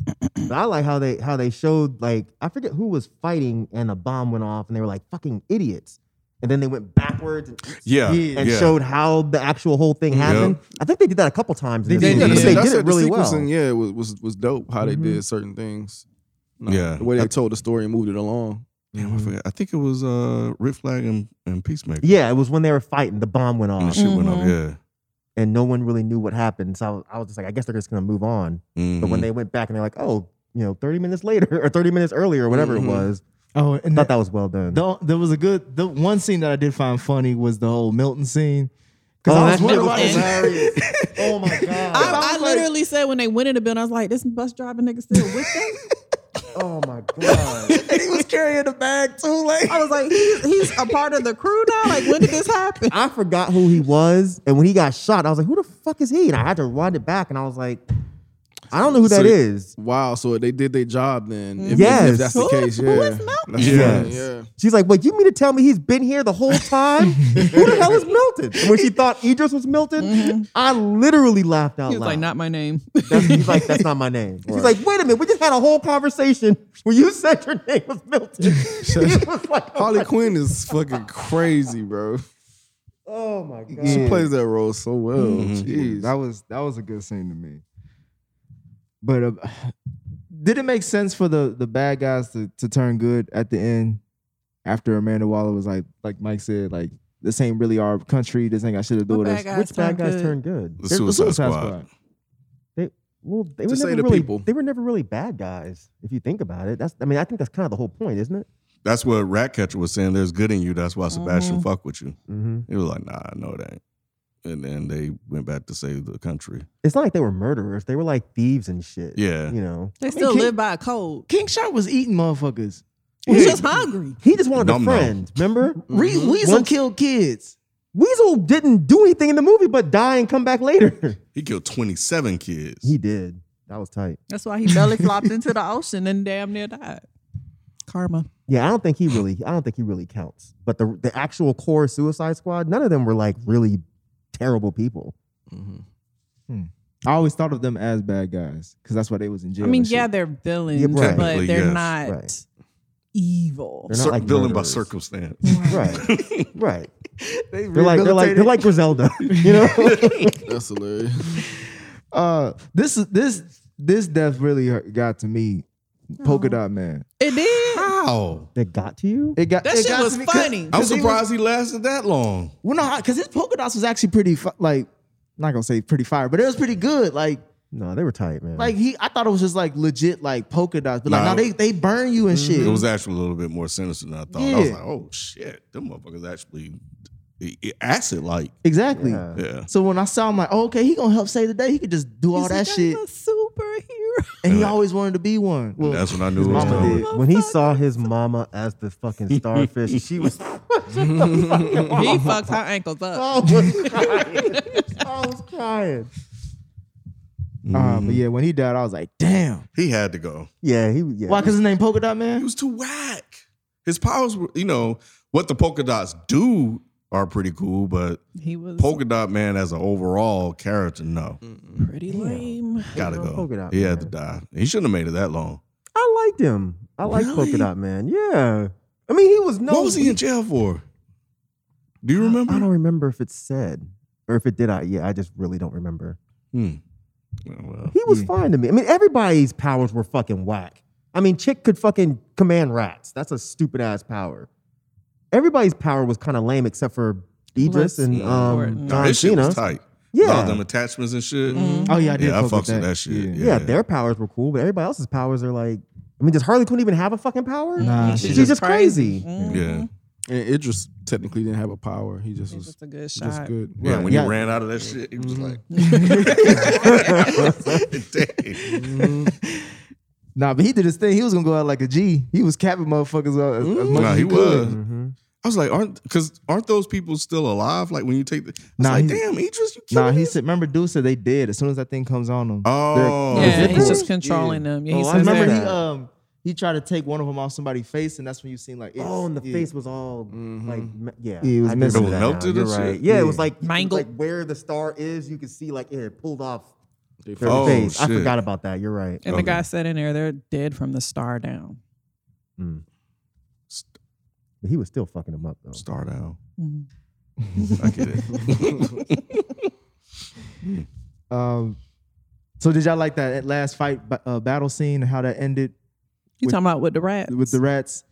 [SPEAKER 10] But I like how they how they showed like I forget who was fighting and a bomb went off and they were like fucking idiots. And then they went backwards and,
[SPEAKER 1] Yeah,
[SPEAKER 10] and
[SPEAKER 1] yeah.
[SPEAKER 10] showed how the actual whole thing happened. I think they did that a couple times. in
[SPEAKER 12] They
[SPEAKER 10] this
[SPEAKER 12] did.
[SPEAKER 10] movie,
[SPEAKER 12] That's,
[SPEAKER 10] but They did
[SPEAKER 12] that's
[SPEAKER 10] it really
[SPEAKER 12] the
[SPEAKER 10] well.
[SPEAKER 12] sequencing, Yeah, was was was dope how
[SPEAKER 10] Mhm.
[SPEAKER 12] they did certain things.
[SPEAKER 1] Yeah.
[SPEAKER 12] the way they told the story and moved it along.
[SPEAKER 1] Damn, I forgot. I think it was uh, Rick Flag and, and Peacemaker.
[SPEAKER 10] Mm-hmm. Yeah, Mm-hmm. it was when they were fighting. The bomb went off.
[SPEAKER 12] Mm.
[SPEAKER 1] And the shit went up. Yeah.
[SPEAKER 10] And no one really knew what happened. So I was, I was just like, I guess they're just gonna move on. But when
[SPEAKER 12] Mm-hmm.
[SPEAKER 1] Mhm.
[SPEAKER 10] they went back and they're like, oh, you know, 30 minutes later or 30 minutes earlier or whatever
[SPEAKER 12] Mm-hmm.
[SPEAKER 9] Mhm.
[SPEAKER 10] it was.
[SPEAKER 9] Oh, and
[SPEAKER 10] thought that was well done.
[SPEAKER 9] The, there was a good the one scene that I did find funny was the whole Milton scene. 'Cause
[SPEAKER 10] Oh,
[SPEAKER 9] I
[SPEAKER 10] that shit was
[SPEAKER 9] wondering-
[SPEAKER 10] hilarious. oh my
[SPEAKER 11] I, I literally said when they went in the building, I was like, this bus driving nigga still with them?
[SPEAKER 10] oh my god!
[SPEAKER 11] and he was carrying the bag too. Like I was like, he, he's a part of the crew now. Like when did this happen?
[SPEAKER 10] I forgot who he was, and when he got shot, I was like, "Who the fuck is he?" And I had to run it back, and I was like, I don't know who that
[SPEAKER 12] So-
[SPEAKER 10] is.
[SPEAKER 12] Wow, so they did their job then. If,
[SPEAKER 10] Yes.
[SPEAKER 12] if that's the
[SPEAKER 10] Who-
[SPEAKER 12] case, yeah.
[SPEAKER 10] who is
[SPEAKER 12] That's
[SPEAKER 10] Yes.
[SPEAKER 12] right, yeah.
[SPEAKER 10] She's like, "What you mean to tell me he's been here the whole time? Who the hell is Milton?" And when she thought Idris was Milton, I literally laughed out
[SPEAKER 11] Mm-hmm. He was
[SPEAKER 10] loud.
[SPEAKER 11] like, not my name.
[SPEAKER 10] That's, he's like, "That's not my name." She's like, "Wait a minute, we just had a whole conversation where you said your name was Milton."
[SPEAKER 9] Oh
[SPEAKER 10] He was like,
[SPEAKER 12] Harley Quinn is fucking crazy, bro.
[SPEAKER 10] "Oh my god."
[SPEAKER 12] She plays that role so well.
[SPEAKER 1] Mm-hmm.
[SPEAKER 9] Mhm.
[SPEAKER 12] Jeez.
[SPEAKER 9] That was that was a good scene to me. But uh, did it make sense for the the bad guys to to turn good at the end after Amanda Waller was like like Mike said like this ain't really our country this ain't got shit to do
[SPEAKER 11] What
[SPEAKER 9] with
[SPEAKER 11] bad
[SPEAKER 9] us.
[SPEAKER 11] guys
[SPEAKER 10] Which bad
[SPEAKER 11] turned
[SPEAKER 10] guys
[SPEAKER 11] good?
[SPEAKER 10] turned good?
[SPEAKER 1] The
[SPEAKER 10] They're-
[SPEAKER 1] Suicide Squad.
[SPEAKER 10] They well, they
[SPEAKER 12] To
[SPEAKER 10] were
[SPEAKER 12] say
[SPEAKER 10] never
[SPEAKER 12] the
[SPEAKER 10] really
[SPEAKER 12] people.
[SPEAKER 10] they were never really bad guys. If you think about it, that's I mean, I think that's kind of the whole point, isn't it?
[SPEAKER 1] That's what Ratcatcher was saying. There's good in you. That's why Sebastian
[SPEAKER 10] Mhm.
[SPEAKER 1] fuck with you.
[SPEAKER 10] Mhm.
[SPEAKER 1] He was like, nah, I know that. And then they went back to save the country.
[SPEAKER 10] It's not like they were murderers; they were like thieves and shit.
[SPEAKER 1] Yeah.
[SPEAKER 10] you know,
[SPEAKER 11] They
[SPEAKER 10] I mean,
[SPEAKER 11] still
[SPEAKER 10] King-
[SPEAKER 11] live by a code.
[SPEAKER 9] King Shark was eating motherfuckers.
[SPEAKER 11] He's just hungry.
[SPEAKER 10] He just wanted
[SPEAKER 1] Nom
[SPEAKER 10] a
[SPEAKER 1] nom.
[SPEAKER 10] friend. Remember,
[SPEAKER 9] Re- Weasel
[SPEAKER 10] killed kids. Weasel didn't do anything in the movie but die and come back later.
[SPEAKER 1] He killed 27 kids.
[SPEAKER 10] He did. That was tight.
[SPEAKER 11] That's why he belly flopped into the ocean and damn near died. Karma.
[SPEAKER 10] Yeah, I don't think he really. I don't think he really counts. But the the actual core Suicide Squad, none of them were like really terrible people.
[SPEAKER 9] I always thought of them as bad guys because that's why they was in jail.
[SPEAKER 11] I mean,
[SPEAKER 9] and shit.
[SPEAKER 11] yeah, they're villains,
[SPEAKER 9] Yeah, right.
[SPEAKER 11] but
[SPEAKER 9] Technically,
[SPEAKER 11] they're
[SPEAKER 9] yes.
[SPEAKER 11] not
[SPEAKER 9] Right.
[SPEAKER 11] evil.
[SPEAKER 10] They're not like
[SPEAKER 1] villain by
[SPEAKER 10] murderers.
[SPEAKER 1] circumstance.
[SPEAKER 10] Right, right. They're like they're like they're like Griselda. You know.
[SPEAKER 12] That's hilarious.
[SPEAKER 9] uh, this is this this death really hurt- got to me. Polka dot man.
[SPEAKER 11] It did.
[SPEAKER 1] How?
[SPEAKER 10] That got to you?
[SPEAKER 9] It got
[SPEAKER 11] That
[SPEAKER 9] it
[SPEAKER 11] shit
[SPEAKER 9] got to
[SPEAKER 11] was
[SPEAKER 9] me 'cause-
[SPEAKER 11] funny.
[SPEAKER 1] I'm
[SPEAKER 9] 'cause he was-
[SPEAKER 1] surprised he lasted that long.
[SPEAKER 9] Well, no, because his polka dots was actually pretty, fi- like, I'm not gonna say pretty fire, but it was pretty good. Like,
[SPEAKER 10] no, they were tight, man.
[SPEAKER 9] like he, I thought it was just like legit, like polka dots, but like,
[SPEAKER 1] Nah.
[SPEAKER 9] now they they burn you
[SPEAKER 10] Mm.
[SPEAKER 9] and shit.
[SPEAKER 1] It was actually a little bit more sinister than I thought. I was
[SPEAKER 9] Yeah.
[SPEAKER 1] like, oh shit, them motherfuckers actually it- it acid like.
[SPEAKER 9] exactly.
[SPEAKER 1] Yeah.
[SPEAKER 9] So when I saw him, like, oh, okay, he gonna help save the day. He could just do all that shit,
[SPEAKER 11] superhero.
[SPEAKER 9] and he always wanted to be one. Well,
[SPEAKER 1] That's when I
[SPEAKER 10] His
[SPEAKER 1] knew it was
[SPEAKER 10] mama
[SPEAKER 9] oh,
[SPEAKER 1] coming.
[SPEAKER 10] did. When he saw his mama as the fucking starfish, she was.
[SPEAKER 11] He fucked her ankles
[SPEAKER 10] I
[SPEAKER 9] Oh.
[SPEAKER 11] up.
[SPEAKER 10] was crying. I was crying.
[SPEAKER 9] uh,
[SPEAKER 1] Mm-hmm.
[SPEAKER 9] but yeah, when he died, I was like, damn.
[SPEAKER 1] He had to go.
[SPEAKER 10] Yeah, he. Yeah.
[SPEAKER 9] Why? Because his name Polka Dot Man.
[SPEAKER 1] He was too whack. His powers were, you know, what the polka dots do are pretty cool, but
[SPEAKER 11] He was
[SPEAKER 1] polka dot man as an overall character, no,
[SPEAKER 11] pretty lame.
[SPEAKER 1] gotta
[SPEAKER 10] Overall
[SPEAKER 1] go.
[SPEAKER 10] Mm. Polka Dot
[SPEAKER 1] he had to die. He shouldn't have made it that long.
[SPEAKER 10] I liked him. I like Polka
[SPEAKER 1] Really?
[SPEAKER 10] Dot Man. Yeah. I mean, he was no.
[SPEAKER 1] what was he in jail for? Do you remember?
[SPEAKER 10] I don't remember if it said or if it did. I yeah, I just really don't remember.
[SPEAKER 1] Hmm. Oh, well.
[SPEAKER 10] He was fine to me. I mean, everybody's powers were fucking whack. I mean, Chick could fucking command rats. That's a stupid ass power. Everybody's power was kind of lame except for Idris
[SPEAKER 11] Let's-
[SPEAKER 10] and um,
[SPEAKER 1] Nah,
[SPEAKER 10] John
[SPEAKER 1] his shit was
[SPEAKER 10] Cena.
[SPEAKER 1] tight.
[SPEAKER 10] Yeah. Mm-hmm.
[SPEAKER 1] With all them attachments and shit.
[SPEAKER 9] Oh yeah, I did.
[SPEAKER 1] Yeah, I
[SPEAKER 9] fuck with
[SPEAKER 1] fucks with that shit.
[SPEAKER 10] Yeah, their powers were cool, but everybody else's powers are like. I mean, does Harley Quinn even have a fucking power?
[SPEAKER 9] Nah,
[SPEAKER 10] she's,
[SPEAKER 9] she
[SPEAKER 10] just crazy.
[SPEAKER 1] Yeah.
[SPEAKER 12] And Idris technically didn't have a power. He just was
[SPEAKER 11] Just a good
[SPEAKER 12] just
[SPEAKER 11] shot.
[SPEAKER 12] good.
[SPEAKER 1] Yeah,
[SPEAKER 12] Right.
[SPEAKER 1] when
[SPEAKER 9] yeah.
[SPEAKER 1] he ran out of that shit, he was like,
[SPEAKER 10] Mm-hmm.
[SPEAKER 1] Dang.
[SPEAKER 9] Nah, but he did his thing. He was gonna go out like a G. He was capping motherfuckers out as, as much
[SPEAKER 1] Nah,
[SPEAKER 9] as
[SPEAKER 1] he
[SPEAKER 9] he, could.
[SPEAKER 1] was. I was like, aren't because aren't those people still alive? Like when you take the, I was
[SPEAKER 9] Nah,
[SPEAKER 1] like,
[SPEAKER 9] he's-
[SPEAKER 1] damn, Idris, you
[SPEAKER 9] Nah,
[SPEAKER 1] killing
[SPEAKER 9] he
[SPEAKER 1] this?
[SPEAKER 9] said. Remember, dude said they did as soon as that thing comes on them.
[SPEAKER 1] Oh.
[SPEAKER 9] they're-
[SPEAKER 11] Yeah,
[SPEAKER 9] they're
[SPEAKER 11] he's
[SPEAKER 9] cool.
[SPEAKER 11] just controlling them. Yeah, he
[SPEAKER 9] Oh, I
[SPEAKER 11] says
[SPEAKER 9] remember
[SPEAKER 11] that.
[SPEAKER 9] he um he tried to take one of them off somebody's face, and that's when you seen like it's-
[SPEAKER 10] Oh, and the
[SPEAKER 9] yeah.
[SPEAKER 10] face was all like, me- yeah,
[SPEAKER 9] Yeah, it was
[SPEAKER 10] I do
[SPEAKER 9] messy.
[SPEAKER 10] remember
[SPEAKER 1] It
[SPEAKER 10] that
[SPEAKER 1] was
[SPEAKER 10] now.
[SPEAKER 1] melted
[SPEAKER 10] You're
[SPEAKER 1] and
[SPEAKER 10] right.
[SPEAKER 1] shit.
[SPEAKER 10] Mm-hmm. Yeah, it was like you could,
[SPEAKER 11] Mangled.
[SPEAKER 10] like where the star is. You could see like it had pulled off their
[SPEAKER 12] fucked-
[SPEAKER 10] face.
[SPEAKER 1] Oh,
[SPEAKER 10] I
[SPEAKER 1] shit.
[SPEAKER 10] forgot about that. You're right.
[SPEAKER 11] And the guy said in there, they're dead from the star down.
[SPEAKER 10] But he was still fucking him up though.
[SPEAKER 1] Star down. I get it.
[SPEAKER 9] Um, so did y'all like that last fight ba- uh, battle scene? How that ended
[SPEAKER 11] You
[SPEAKER 9] With-
[SPEAKER 11] talking about with the rat?
[SPEAKER 9] with the rats?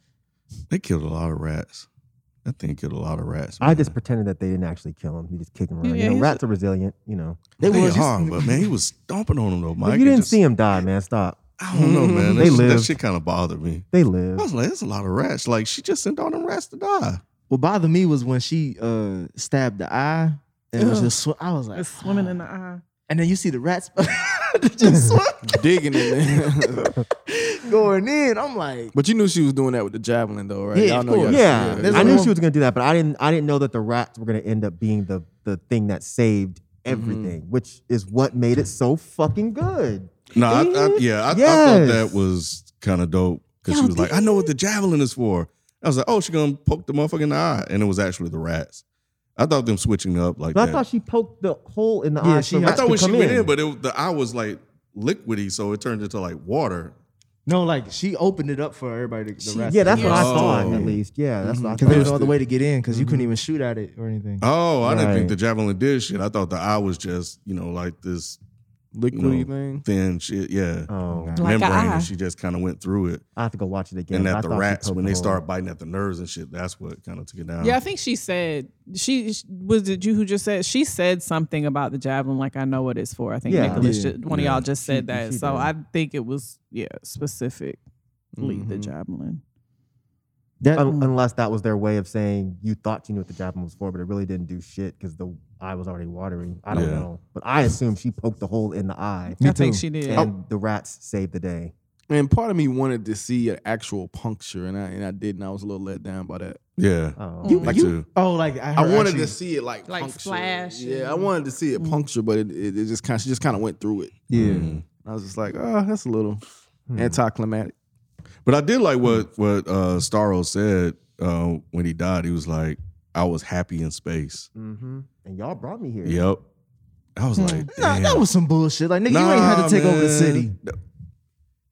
[SPEAKER 1] They killed a lot of rats. That thing killed a lot of rats.
[SPEAKER 10] I
[SPEAKER 1] man.
[SPEAKER 10] just pretended that they didn't actually kill him. He just kicked him around.
[SPEAKER 11] Yeah,
[SPEAKER 10] you know,
[SPEAKER 11] he's-
[SPEAKER 10] rats are resilient. You know,
[SPEAKER 1] they,
[SPEAKER 9] They was-
[SPEAKER 1] are, but man, he was stomping on them though,
[SPEAKER 10] But
[SPEAKER 1] Mike. It
[SPEAKER 10] you didn't
[SPEAKER 1] just-
[SPEAKER 10] see him die, man. Stop.
[SPEAKER 1] I don't know, man.
[SPEAKER 10] They
[SPEAKER 1] That, shit, that
[SPEAKER 10] live.
[SPEAKER 1] shit kind of bothered me.
[SPEAKER 10] They
[SPEAKER 1] I
[SPEAKER 10] live.
[SPEAKER 1] was like, that's a lot of rats. Like she just sent all them rats to die.
[SPEAKER 9] What bothered me was when she uh stabbed the eye and was just sw- I was like,
[SPEAKER 11] It's swimming in the eye.
[SPEAKER 9] and then you see the rats just swim-
[SPEAKER 12] digging it, man.
[SPEAKER 9] going in. I'm like,
[SPEAKER 12] but you knew she was doing that with the javelin though, right?
[SPEAKER 9] Yeah, of course.
[SPEAKER 10] Yeah,
[SPEAKER 9] There's
[SPEAKER 10] I
[SPEAKER 9] a
[SPEAKER 10] knew
[SPEAKER 9] whole-
[SPEAKER 10] she was gonna do that, but I didn't. I didn't know that the rats were gonna end up being Mm-hmm. the the thing that saved everything, which is what made it so fucking good.
[SPEAKER 1] No, I, I, yeah, I, I thought that was kind of dope because she
[SPEAKER 11] Y'all
[SPEAKER 1] was like, "I know what the javelin is for." I was like, "Oh, she gonna poke the motherfucker in the eye," and it was actually the rats. I thought them switching up like
[SPEAKER 10] But
[SPEAKER 1] that.
[SPEAKER 10] I thought she poked the hole in the eye. for
[SPEAKER 1] I thought
[SPEAKER 10] rats to
[SPEAKER 1] when she
[SPEAKER 10] come
[SPEAKER 1] went in, but it, the eye was like liquidy, so it turned into like water.
[SPEAKER 9] No, like she opened it up for everybody. To, the
[SPEAKER 10] She-
[SPEAKER 9] rest
[SPEAKER 10] yeah,
[SPEAKER 9] of
[SPEAKER 10] that's
[SPEAKER 9] the
[SPEAKER 10] what I
[SPEAKER 9] game.
[SPEAKER 10] thought, at Oh. least. Yeah, that's
[SPEAKER 1] Mm-hmm.
[SPEAKER 9] Mhm.
[SPEAKER 10] what I
[SPEAKER 9] 'Cause there was
[SPEAKER 10] thought. Mm-hmm.
[SPEAKER 9] no other way to get in because you couldn't even shoot at it or anything.
[SPEAKER 12] Uh,
[SPEAKER 1] Oh, I didn't
[SPEAKER 9] Right.
[SPEAKER 1] think the javelin did shit. I thought the eye was just you know like this
[SPEAKER 12] Liquidy thing?
[SPEAKER 1] thin shit. Yeah,
[SPEAKER 10] oh,
[SPEAKER 11] Like a
[SPEAKER 1] membrane,
[SPEAKER 11] eye.
[SPEAKER 1] and she just kind of went through it.
[SPEAKER 10] I have to go watch it again.
[SPEAKER 1] And
[SPEAKER 10] but I
[SPEAKER 1] that the
[SPEAKER 10] thought she
[SPEAKER 1] rats
[SPEAKER 10] poked
[SPEAKER 1] when
[SPEAKER 10] the
[SPEAKER 1] they
[SPEAKER 10] hole.
[SPEAKER 1] start biting at the nerves and shit, that's what kind of took it
[SPEAKER 10] Oh.
[SPEAKER 1] down.
[SPEAKER 11] Yeah, I think she said she was. Did you who just said she said something about the javelin? Like I know what it's for. I think
[SPEAKER 12] Yeah.
[SPEAKER 11] Nicholas,
[SPEAKER 12] Yeah.
[SPEAKER 11] ju- one
[SPEAKER 12] Yeah.
[SPEAKER 11] of y'all just said
[SPEAKER 12] She-
[SPEAKER 11] that.
[SPEAKER 12] she
[SPEAKER 11] so
[SPEAKER 12] did.
[SPEAKER 11] I think it was yeah specifically the javelin.
[SPEAKER 10] Un- unless that was their way of saying you thought you knew what the javelin was for, but it really didn't do shit because the eye was already watering. I don't
[SPEAKER 12] Yeah.
[SPEAKER 10] know, but I assume she poked the hole in the eye.
[SPEAKER 12] Me I think too. she did.
[SPEAKER 10] And the rats saved the day.
[SPEAKER 12] And part of me wanted to see an actual puncture, and I and I didn't. I was a little let down by that.
[SPEAKER 1] Yeah,
[SPEAKER 12] You-
[SPEAKER 1] me
[SPEAKER 12] you-
[SPEAKER 1] too.
[SPEAKER 9] Oh, like I,
[SPEAKER 12] I
[SPEAKER 9] heard-
[SPEAKER 12] wanted
[SPEAKER 9] actually-
[SPEAKER 12] to see it like
[SPEAKER 11] Like
[SPEAKER 12] puncture.
[SPEAKER 11] flash Mm.
[SPEAKER 12] Yeah, I wanted to see it puncture, but it, it, it just kind of she just kind of went through it. Mm.
[SPEAKER 9] Yeah, Hmm.
[SPEAKER 12] I was just like, oh, that's a little anticlimactic.
[SPEAKER 1] But I did like
[SPEAKER 12] Hmm.
[SPEAKER 1] what what uh, Starro said uh, when he died. He was like, "I was happy in space."
[SPEAKER 12] Hmm.
[SPEAKER 10] Mm-hmm. And y'all brought me here.
[SPEAKER 1] Yep. I was like,
[SPEAKER 9] Nah,
[SPEAKER 1] damn.
[SPEAKER 9] that was some bullshit. Like nigga, Hmm. you ain't had to take over the city.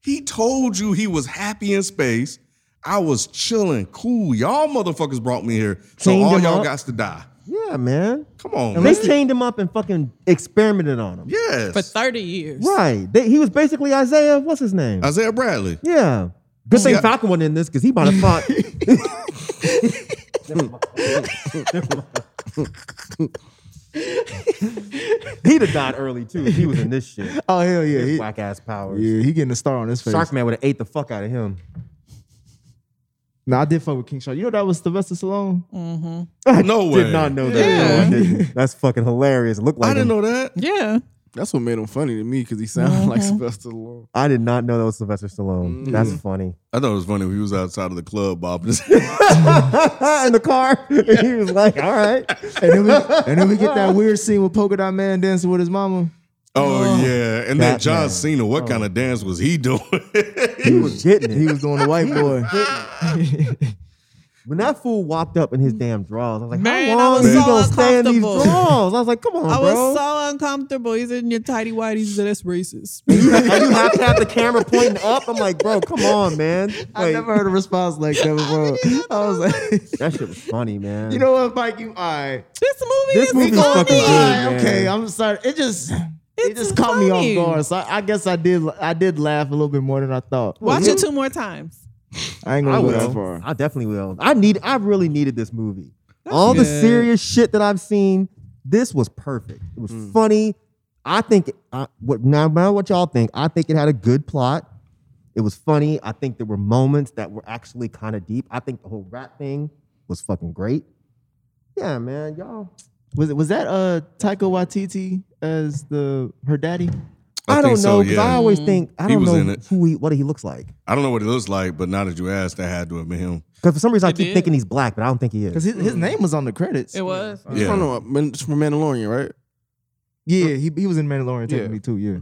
[SPEAKER 1] He told you he was happy in space. I was chilling, cool. Y'all motherfuckers brought me here, so
[SPEAKER 10] Chained
[SPEAKER 1] all
[SPEAKER 10] him
[SPEAKER 1] y'all
[SPEAKER 10] up.
[SPEAKER 1] got to die.
[SPEAKER 10] Yeah, man.
[SPEAKER 1] Come on,
[SPEAKER 10] they
[SPEAKER 1] man.
[SPEAKER 10] chained him up and fucking experimented on him.
[SPEAKER 1] Yes.
[SPEAKER 11] For thirty years.
[SPEAKER 10] Right. They, he was basically Isaiah. What's his name?
[SPEAKER 1] Isaiah Bradley.
[SPEAKER 10] Yeah. Good
[SPEAKER 1] See,
[SPEAKER 10] thing
[SPEAKER 1] I-
[SPEAKER 10] Falcon wasn't in this because he might have thought. He'd have died early too if he was in this shit.
[SPEAKER 9] Oh hell yeah, he,
[SPEAKER 10] Whack ass powers.
[SPEAKER 9] yeah, he getting a star on his face.
[SPEAKER 10] Sharkman would have ate the fuck out of him.
[SPEAKER 9] No, I did fuck with King Shark. You know that was Sylvester Stallone.
[SPEAKER 11] Mm-hmm.
[SPEAKER 1] No
[SPEAKER 10] Did
[SPEAKER 1] way.
[SPEAKER 10] not know that. No, I didn't. That's fucking hilarious. Looked like
[SPEAKER 1] I didn't
[SPEAKER 10] him.
[SPEAKER 1] know that.
[SPEAKER 11] Yeah.
[SPEAKER 12] That's what made him funny to me because he sounded like
[SPEAKER 9] Mm-hmm.
[SPEAKER 12] Sylvester Stallone.
[SPEAKER 10] I did not know that was Sylvester Stallone.
[SPEAKER 9] Mm.
[SPEAKER 10] That's
[SPEAKER 1] Mhm.
[SPEAKER 10] funny.
[SPEAKER 1] I thought it was funny when he was outside of the club bopping.
[SPEAKER 10] Ah, in the car, he was like, "All right."
[SPEAKER 9] And then, we, and then we get that weird scene with Polka Dot Man dancing with his mama.
[SPEAKER 1] oh yeah, and then
[SPEAKER 10] Batman. Oh.
[SPEAKER 1] John Cena. What kind of dance was he doing?
[SPEAKER 10] He was getting it.
[SPEAKER 9] He was doing the white boy.
[SPEAKER 10] When that fool walked up in his damn drawers, I was like,
[SPEAKER 11] Man, I
[SPEAKER 10] "How long
[SPEAKER 11] was
[SPEAKER 10] is he
[SPEAKER 11] so
[SPEAKER 10] gonna stay in these
[SPEAKER 11] uncomfortable.
[SPEAKER 10] drawers?" I was like, "Come on,
[SPEAKER 11] I
[SPEAKER 10] Oh, bro."
[SPEAKER 11] was so uncomfortable. He's in your tidy whities. That's racist.
[SPEAKER 10] and you have to have the camera pointing up. I'm like, bro, come on, man.
[SPEAKER 9] I
[SPEAKER 10] Like,
[SPEAKER 9] never heard a response like that before. I was like,
[SPEAKER 10] that shit was funny, man.
[SPEAKER 9] you know what, Mike? You all right?
[SPEAKER 11] this movie
[SPEAKER 10] This
[SPEAKER 11] is
[SPEAKER 10] movie's
[SPEAKER 11] funny.
[SPEAKER 10] fucking good,
[SPEAKER 9] Alright,
[SPEAKER 10] man.
[SPEAKER 9] okay, I'm sorry. It just it just caught
[SPEAKER 11] funny.
[SPEAKER 9] me off guard. So I, I guess I did I did laugh a little bit more than I thought.
[SPEAKER 11] Watch it two more times.
[SPEAKER 9] I ain't
[SPEAKER 10] I
[SPEAKER 9] gonna go that
[SPEAKER 10] will.
[SPEAKER 9] far.
[SPEAKER 10] I definitely will. I need. I really needed this movie. All the
[SPEAKER 9] good.
[SPEAKER 10] serious shit that I've seen, this was perfect. It was funny. I think. I, what now? No matter what y'all think, I think it had a good plot. It was funny. I think there were moments that were actually kind of deep. I think the whole rat thing was fucking great. Yeah, man, y'all.
[SPEAKER 9] Was it was that uh Taika Waititi as the her daddy?
[SPEAKER 10] I,
[SPEAKER 1] think
[SPEAKER 10] don't
[SPEAKER 1] so,
[SPEAKER 10] know because I
[SPEAKER 1] yeah.
[SPEAKER 10] always think I
[SPEAKER 1] He
[SPEAKER 10] don't
[SPEAKER 1] was in
[SPEAKER 10] know
[SPEAKER 1] it.
[SPEAKER 10] who he, what he looks like.
[SPEAKER 1] I don't know what he looks like, but now that you asked, that had to have been him.
[SPEAKER 10] Because for some reason I keep
[SPEAKER 11] did.
[SPEAKER 10] thinking he's black, but I don't think he
[SPEAKER 9] Because
[SPEAKER 10] is.
[SPEAKER 9] his, his name was on the credits.
[SPEAKER 11] It was.
[SPEAKER 12] He's from, uh, Man- it's from Mandalorian, right?
[SPEAKER 9] Yeah, he, he was in Mandalorian
[SPEAKER 12] Yeah.
[SPEAKER 9] technically too. Yeah,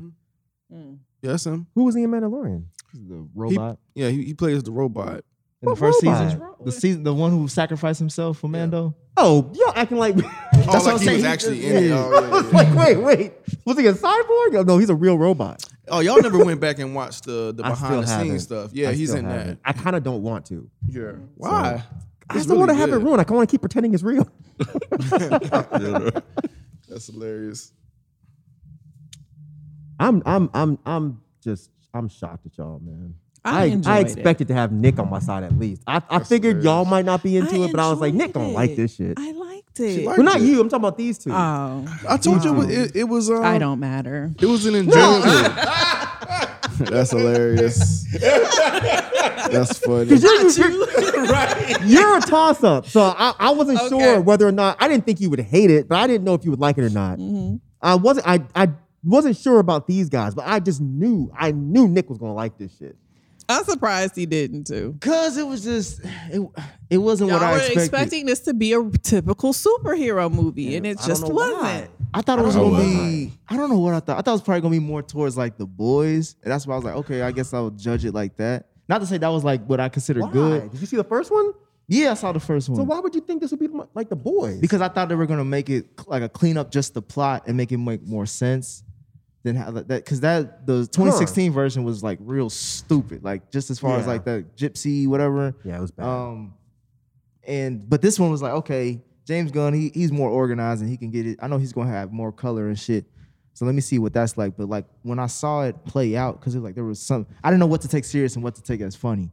[SPEAKER 12] Yeah, that's him.
[SPEAKER 10] Who was he in Mandalorian?
[SPEAKER 9] the
[SPEAKER 12] He-
[SPEAKER 9] robot
[SPEAKER 12] yeah, he, he plays the robot.
[SPEAKER 9] in the
[SPEAKER 10] What
[SPEAKER 9] first
[SPEAKER 10] robot?
[SPEAKER 9] season, the season, the one who sacrificed himself for Mando.
[SPEAKER 10] Oh, y'all acting like
[SPEAKER 12] Oh, like
[SPEAKER 9] That's what I'm
[SPEAKER 12] he was
[SPEAKER 9] saying.
[SPEAKER 12] actually
[SPEAKER 9] He-
[SPEAKER 12] in it.
[SPEAKER 9] yeah.
[SPEAKER 12] Oh, yeah, yeah.
[SPEAKER 10] like wait, wait, was he a cyborg? Oh, no, he's a real robot.
[SPEAKER 12] Oh, y'all never went back and watched the the
[SPEAKER 10] I still
[SPEAKER 12] behind the
[SPEAKER 10] haven't.
[SPEAKER 12] scenes stuff. Yeah,
[SPEAKER 10] I
[SPEAKER 12] he's
[SPEAKER 10] still
[SPEAKER 12] in
[SPEAKER 10] haven't. I kind of don't want to.
[SPEAKER 12] that. Yeah. Why?
[SPEAKER 10] I
[SPEAKER 12] It's
[SPEAKER 10] just don't want to
[SPEAKER 12] really
[SPEAKER 10] have it
[SPEAKER 12] good.
[SPEAKER 10] ruined. I want to keep pretending it's real.
[SPEAKER 12] That's hilarious.
[SPEAKER 10] I'm, I'm, I'm, I'm just, I'm shocked at y'all, man.
[SPEAKER 11] I
[SPEAKER 10] I
[SPEAKER 11] enjoyed it.
[SPEAKER 10] expected to have Nick on my side at least. I, I figured y'all might not be into it, but I was like, Nick don't like this shit.
[SPEAKER 11] I liked it.
[SPEAKER 10] well, not you. I'm talking about these two.
[SPEAKER 11] Oh,
[SPEAKER 12] I told you it was. It, it was um,
[SPEAKER 10] Oh.
[SPEAKER 11] I don't matter.
[SPEAKER 12] It was an enjoyment. That's hilarious. That's funny.
[SPEAKER 10] Cause you're, you're, you're a toss up. So I, I wasn't sure whether or not I didn't think you would hate it, but I didn't know if you would like it or not.
[SPEAKER 9] Mm-hmm.
[SPEAKER 10] I wasn't I I wasn't sure about these guys, but I just knew I knew Nick was gonna like this shit.
[SPEAKER 11] I'm surprised he didn't too.
[SPEAKER 9] Cause it was just it, it wasn't
[SPEAKER 11] Y'all
[SPEAKER 9] what I
[SPEAKER 11] were
[SPEAKER 9] expected.
[SPEAKER 11] expecting this to be a typical superhero movie, and it
[SPEAKER 10] I don't
[SPEAKER 11] just
[SPEAKER 10] know
[SPEAKER 11] wasn't.
[SPEAKER 10] why.
[SPEAKER 9] I thought it
[SPEAKER 10] I
[SPEAKER 9] was
[SPEAKER 10] don't
[SPEAKER 9] gonna
[SPEAKER 10] know.
[SPEAKER 9] be. I don't know what I thought. I thought it was probably gonna be more towards like the boys, and that's why I was like, okay, I guess I'll judge it like that. Not to say that was like what I consider good.
[SPEAKER 10] Did you see the first one?
[SPEAKER 9] Yeah, I saw the first one.
[SPEAKER 10] So why would you think this would be mo- like the boys?
[SPEAKER 9] Hmm. because I thought they were gonna make it cl- like a clean up just the plot and make it make more sense than how that because that the 2016 version was like real stupid, like just as far as
[SPEAKER 10] Yeah.
[SPEAKER 9] like the gypsy whatever.
[SPEAKER 10] Yeah, it was bad.
[SPEAKER 9] Um, and but this one was like okay, James Gunn he he's more organized and he can get it. I know he's gonna have more color and shit. So let me see what that's like. But like when I saw it play out, because it was like there was some I didn't know what to take serious and what to take as funny.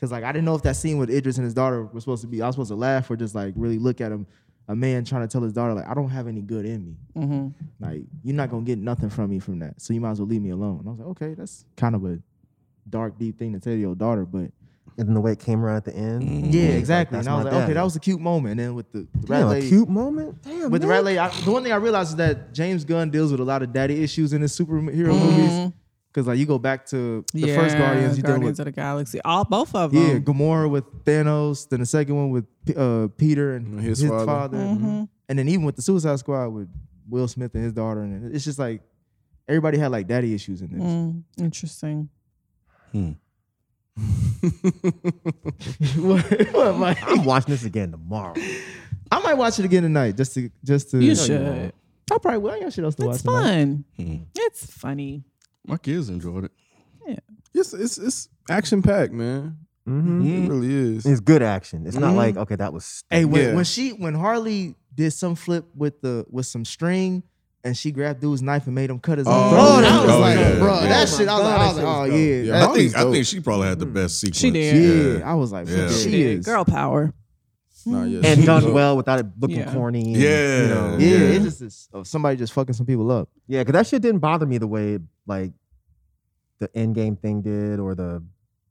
[SPEAKER 9] Cause like I didn't know if that scene with Idris and his daughter was supposed to be. I was supposed to laugh or just like really look at him, a man trying to tell his daughter like I don't have any good in me.
[SPEAKER 11] Mhm.
[SPEAKER 9] Like you're not gonna get nothing from me from that. So you might as well leave me alone. And I was like, okay, that's kind of a dark, deep thing to tell your daughter, but
[SPEAKER 10] and then the way it came around at the end. Mm-hmm.
[SPEAKER 9] yeah, exactly.
[SPEAKER 10] That's
[SPEAKER 9] and I was
[SPEAKER 10] my
[SPEAKER 9] like, okay,
[SPEAKER 10] daddy.
[SPEAKER 9] that was a cute moment. And then with the, the rat
[SPEAKER 10] Damn, a
[SPEAKER 9] lady,
[SPEAKER 10] cute moment. Damn,
[SPEAKER 9] with the rat
[SPEAKER 10] Nick.
[SPEAKER 9] lady, I, the one thing I realized is that James Gunn deals with a lot of daddy issues in his superhero movies. Cause like you go back to the first Guardians, you deal with
[SPEAKER 11] Guardians of the Galaxy, all both of them.
[SPEAKER 9] yeah, Gamora with Thanos, then the second one with P- uh, Peter and
[SPEAKER 12] his
[SPEAKER 9] his,
[SPEAKER 12] father.
[SPEAKER 9] father, Mm-hmm.
[SPEAKER 11] Mhm.
[SPEAKER 9] and then even with the Suicide Squad with Will Smith and his daughter, and it's just like everybody had like daddy issues in this.
[SPEAKER 11] Mm, interesting.
[SPEAKER 9] What- what, Mike?
[SPEAKER 10] I'm watching this again tomorrow.
[SPEAKER 9] I might watch it again tonight just to just to.
[SPEAKER 11] You
[SPEAKER 9] No,
[SPEAKER 11] should.
[SPEAKER 9] I probably will. I got shit else to
[SPEAKER 11] It's
[SPEAKER 9] watch.
[SPEAKER 11] fun. It's funny.
[SPEAKER 1] My kids enjoyed it.
[SPEAKER 12] It's it's it's action packed, man.
[SPEAKER 1] Mm-hmm.
[SPEAKER 12] It really is.
[SPEAKER 10] Mm-hmm. It's good action. It's
[SPEAKER 9] Mm-hmm.
[SPEAKER 10] not
[SPEAKER 12] Mhm.
[SPEAKER 10] like okay, that was. Stupid.
[SPEAKER 9] Hey, when,
[SPEAKER 12] Yeah.
[SPEAKER 9] when she when Harley did some flip with the with some string. And she grabbed dude's knife and made him cut his own
[SPEAKER 12] Oh,
[SPEAKER 9] throat.
[SPEAKER 12] Oh, that
[SPEAKER 9] I was
[SPEAKER 12] was
[SPEAKER 9] like,
[SPEAKER 12] dope.
[SPEAKER 9] bro,
[SPEAKER 12] Oh my
[SPEAKER 9] that shit. I was like, I was like, oh
[SPEAKER 10] God, that
[SPEAKER 9] yeah.
[SPEAKER 10] shit was
[SPEAKER 9] that-
[SPEAKER 1] I think I think she probably had the best sequence.
[SPEAKER 11] She did.
[SPEAKER 9] Yeah, I was like,
[SPEAKER 1] Yeah.
[SPEAKER 9] fuck,
[SPEAKER 11] She
[SPEAKER 9] she
[SPEAKER 11] did.
[SPEAKER 9] is.
[SPEAKER 11] Girl power.
[SPEAKER 12] Nah, yeah,
[SPEAKER 10] and
[SPEAKER 12] she-
[SPEAKER 10] done well without it looking
[SPEAKER 11] Yeah.
[SPEAKER 10] corny. and,
[SPEAKER 1] Yeah.
[SPEAKER 10] you know.
[SPEAKER 9] Yeah,
[SPEAKER 1] Yeah.
[SPEAKER 9] it's just this, oh, somebody just fucking some people up.
[SPEAKER 10] yeah, because that shit didn't bother me the way like the end game thing did or the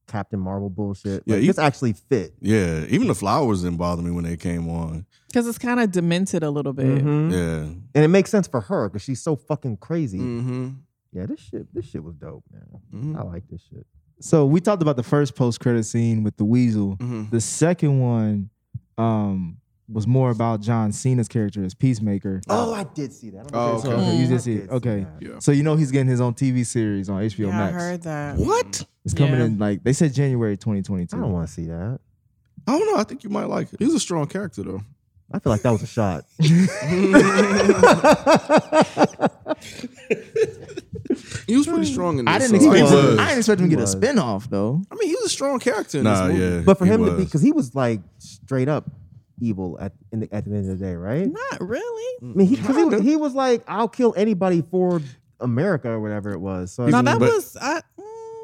[SPEAKER 10] Captain Marvel bullshit.
[SPEAKER 1] Yeah,
[SPEAKER 10] Like,
[SPEAKER 1] you-
[SPEAKER 10] this actually fit.
[SPEAKER 1] Yeah, even the flowers didn't bother me when they came on.
[SPEAKER 11] Because it's kind of demented a little bit.
[SPEAKER 12] Mm-hmm.
[SPEAKER 10] Mhm.
[SPEAKER 1] Yeah, Mm.
[SPEAKER 10] and it makes sense for her because she's so fucking crazy.
[SPEAKER 12] Mhm.
[SPEAKER 10] Yeah, this shit, this shit was dope, man.
[SPEAKER 1] Mm-hmm.
[SPEAKER 10] I like this shit.
[SPEAKER 9] So we talked about the first post credit scene with the weasel.
[SPEAKER 12] Mhm.
[SPEAKER 9] The second one um, was more about John Cena's character as Peacemaker.
[SPEAKER 10] Oh, I did see that.
[SPEAKER 12] Oh,
[SPEAKER 9] So,
[SPEAKER 12] okay.
[SPEAKER 9] okay, you just
[SPEAKER 10] I
[SPEAKER 9] see
[SPEAKER 10] did
[SPEAKER 9] it.
[SPEAKER 10] see
[SPEAKER 9] Okay,
[SPEAKER 10] that.
[SPEAKER 9] so you know he's getting his own TV series on HBO
[SPEAKER 11] Yeah, I
[SPEAKER 9] Max.
[SPEAKER 11] heard that.
[SPEAKER 1] What?
[SPEAKER 9] It's coming
[SPEAKER 11] Yeah.
[SPEAKER 9] in like they said January 2022.
[SPEAKER 10] I don't want to see that.
[SPEAKER 12] I don't know. I think you might like it. He's a strong character though.
[SPEAKER 10] I feel like that was a shot.
[SPEAKER 12] He was pretty strong in this.
[SPEAKER 9] Mm. I didn't
[SPEAKER 12] so
[SPEAKER 9] expect.
[SPEAKER 1] He
[SPEAKER 9] him,
[SPEAKER 1] was.
[SPEAKER 9] I didn't expect him to get
[SPEAKER 10] He was.
[SPEAKER 9] a spinoff though.
[SPEAKER 12] I mean, he was a strong character in
[SPEAKER 1] nah,
[SPEAKER 12] this movie.
[SPEAKER 1] yeah.
[SPEAKER 10] but for
[SPEAKER 1] he
[SPEAKER 10] him to be,
[SPEAKER 1] was.
[SPEAKER 10] because he was like straight up evil at in the, at the end of the day, right?
[SPEAKER 11] Not really.
[SPEAKER 10] I mean,
[SPEAKER 1] Mm.
[SPEAKER 10] he, 'cause he, was- he was like, I'll kill anybody for America or whatever it was. So
[SPEAKER 11] No,
[SPEAKER 10] I mean,
[SPEAKER 11] that
[SPEAKER 1] but-
[SPEAKER 11] was. I, mm,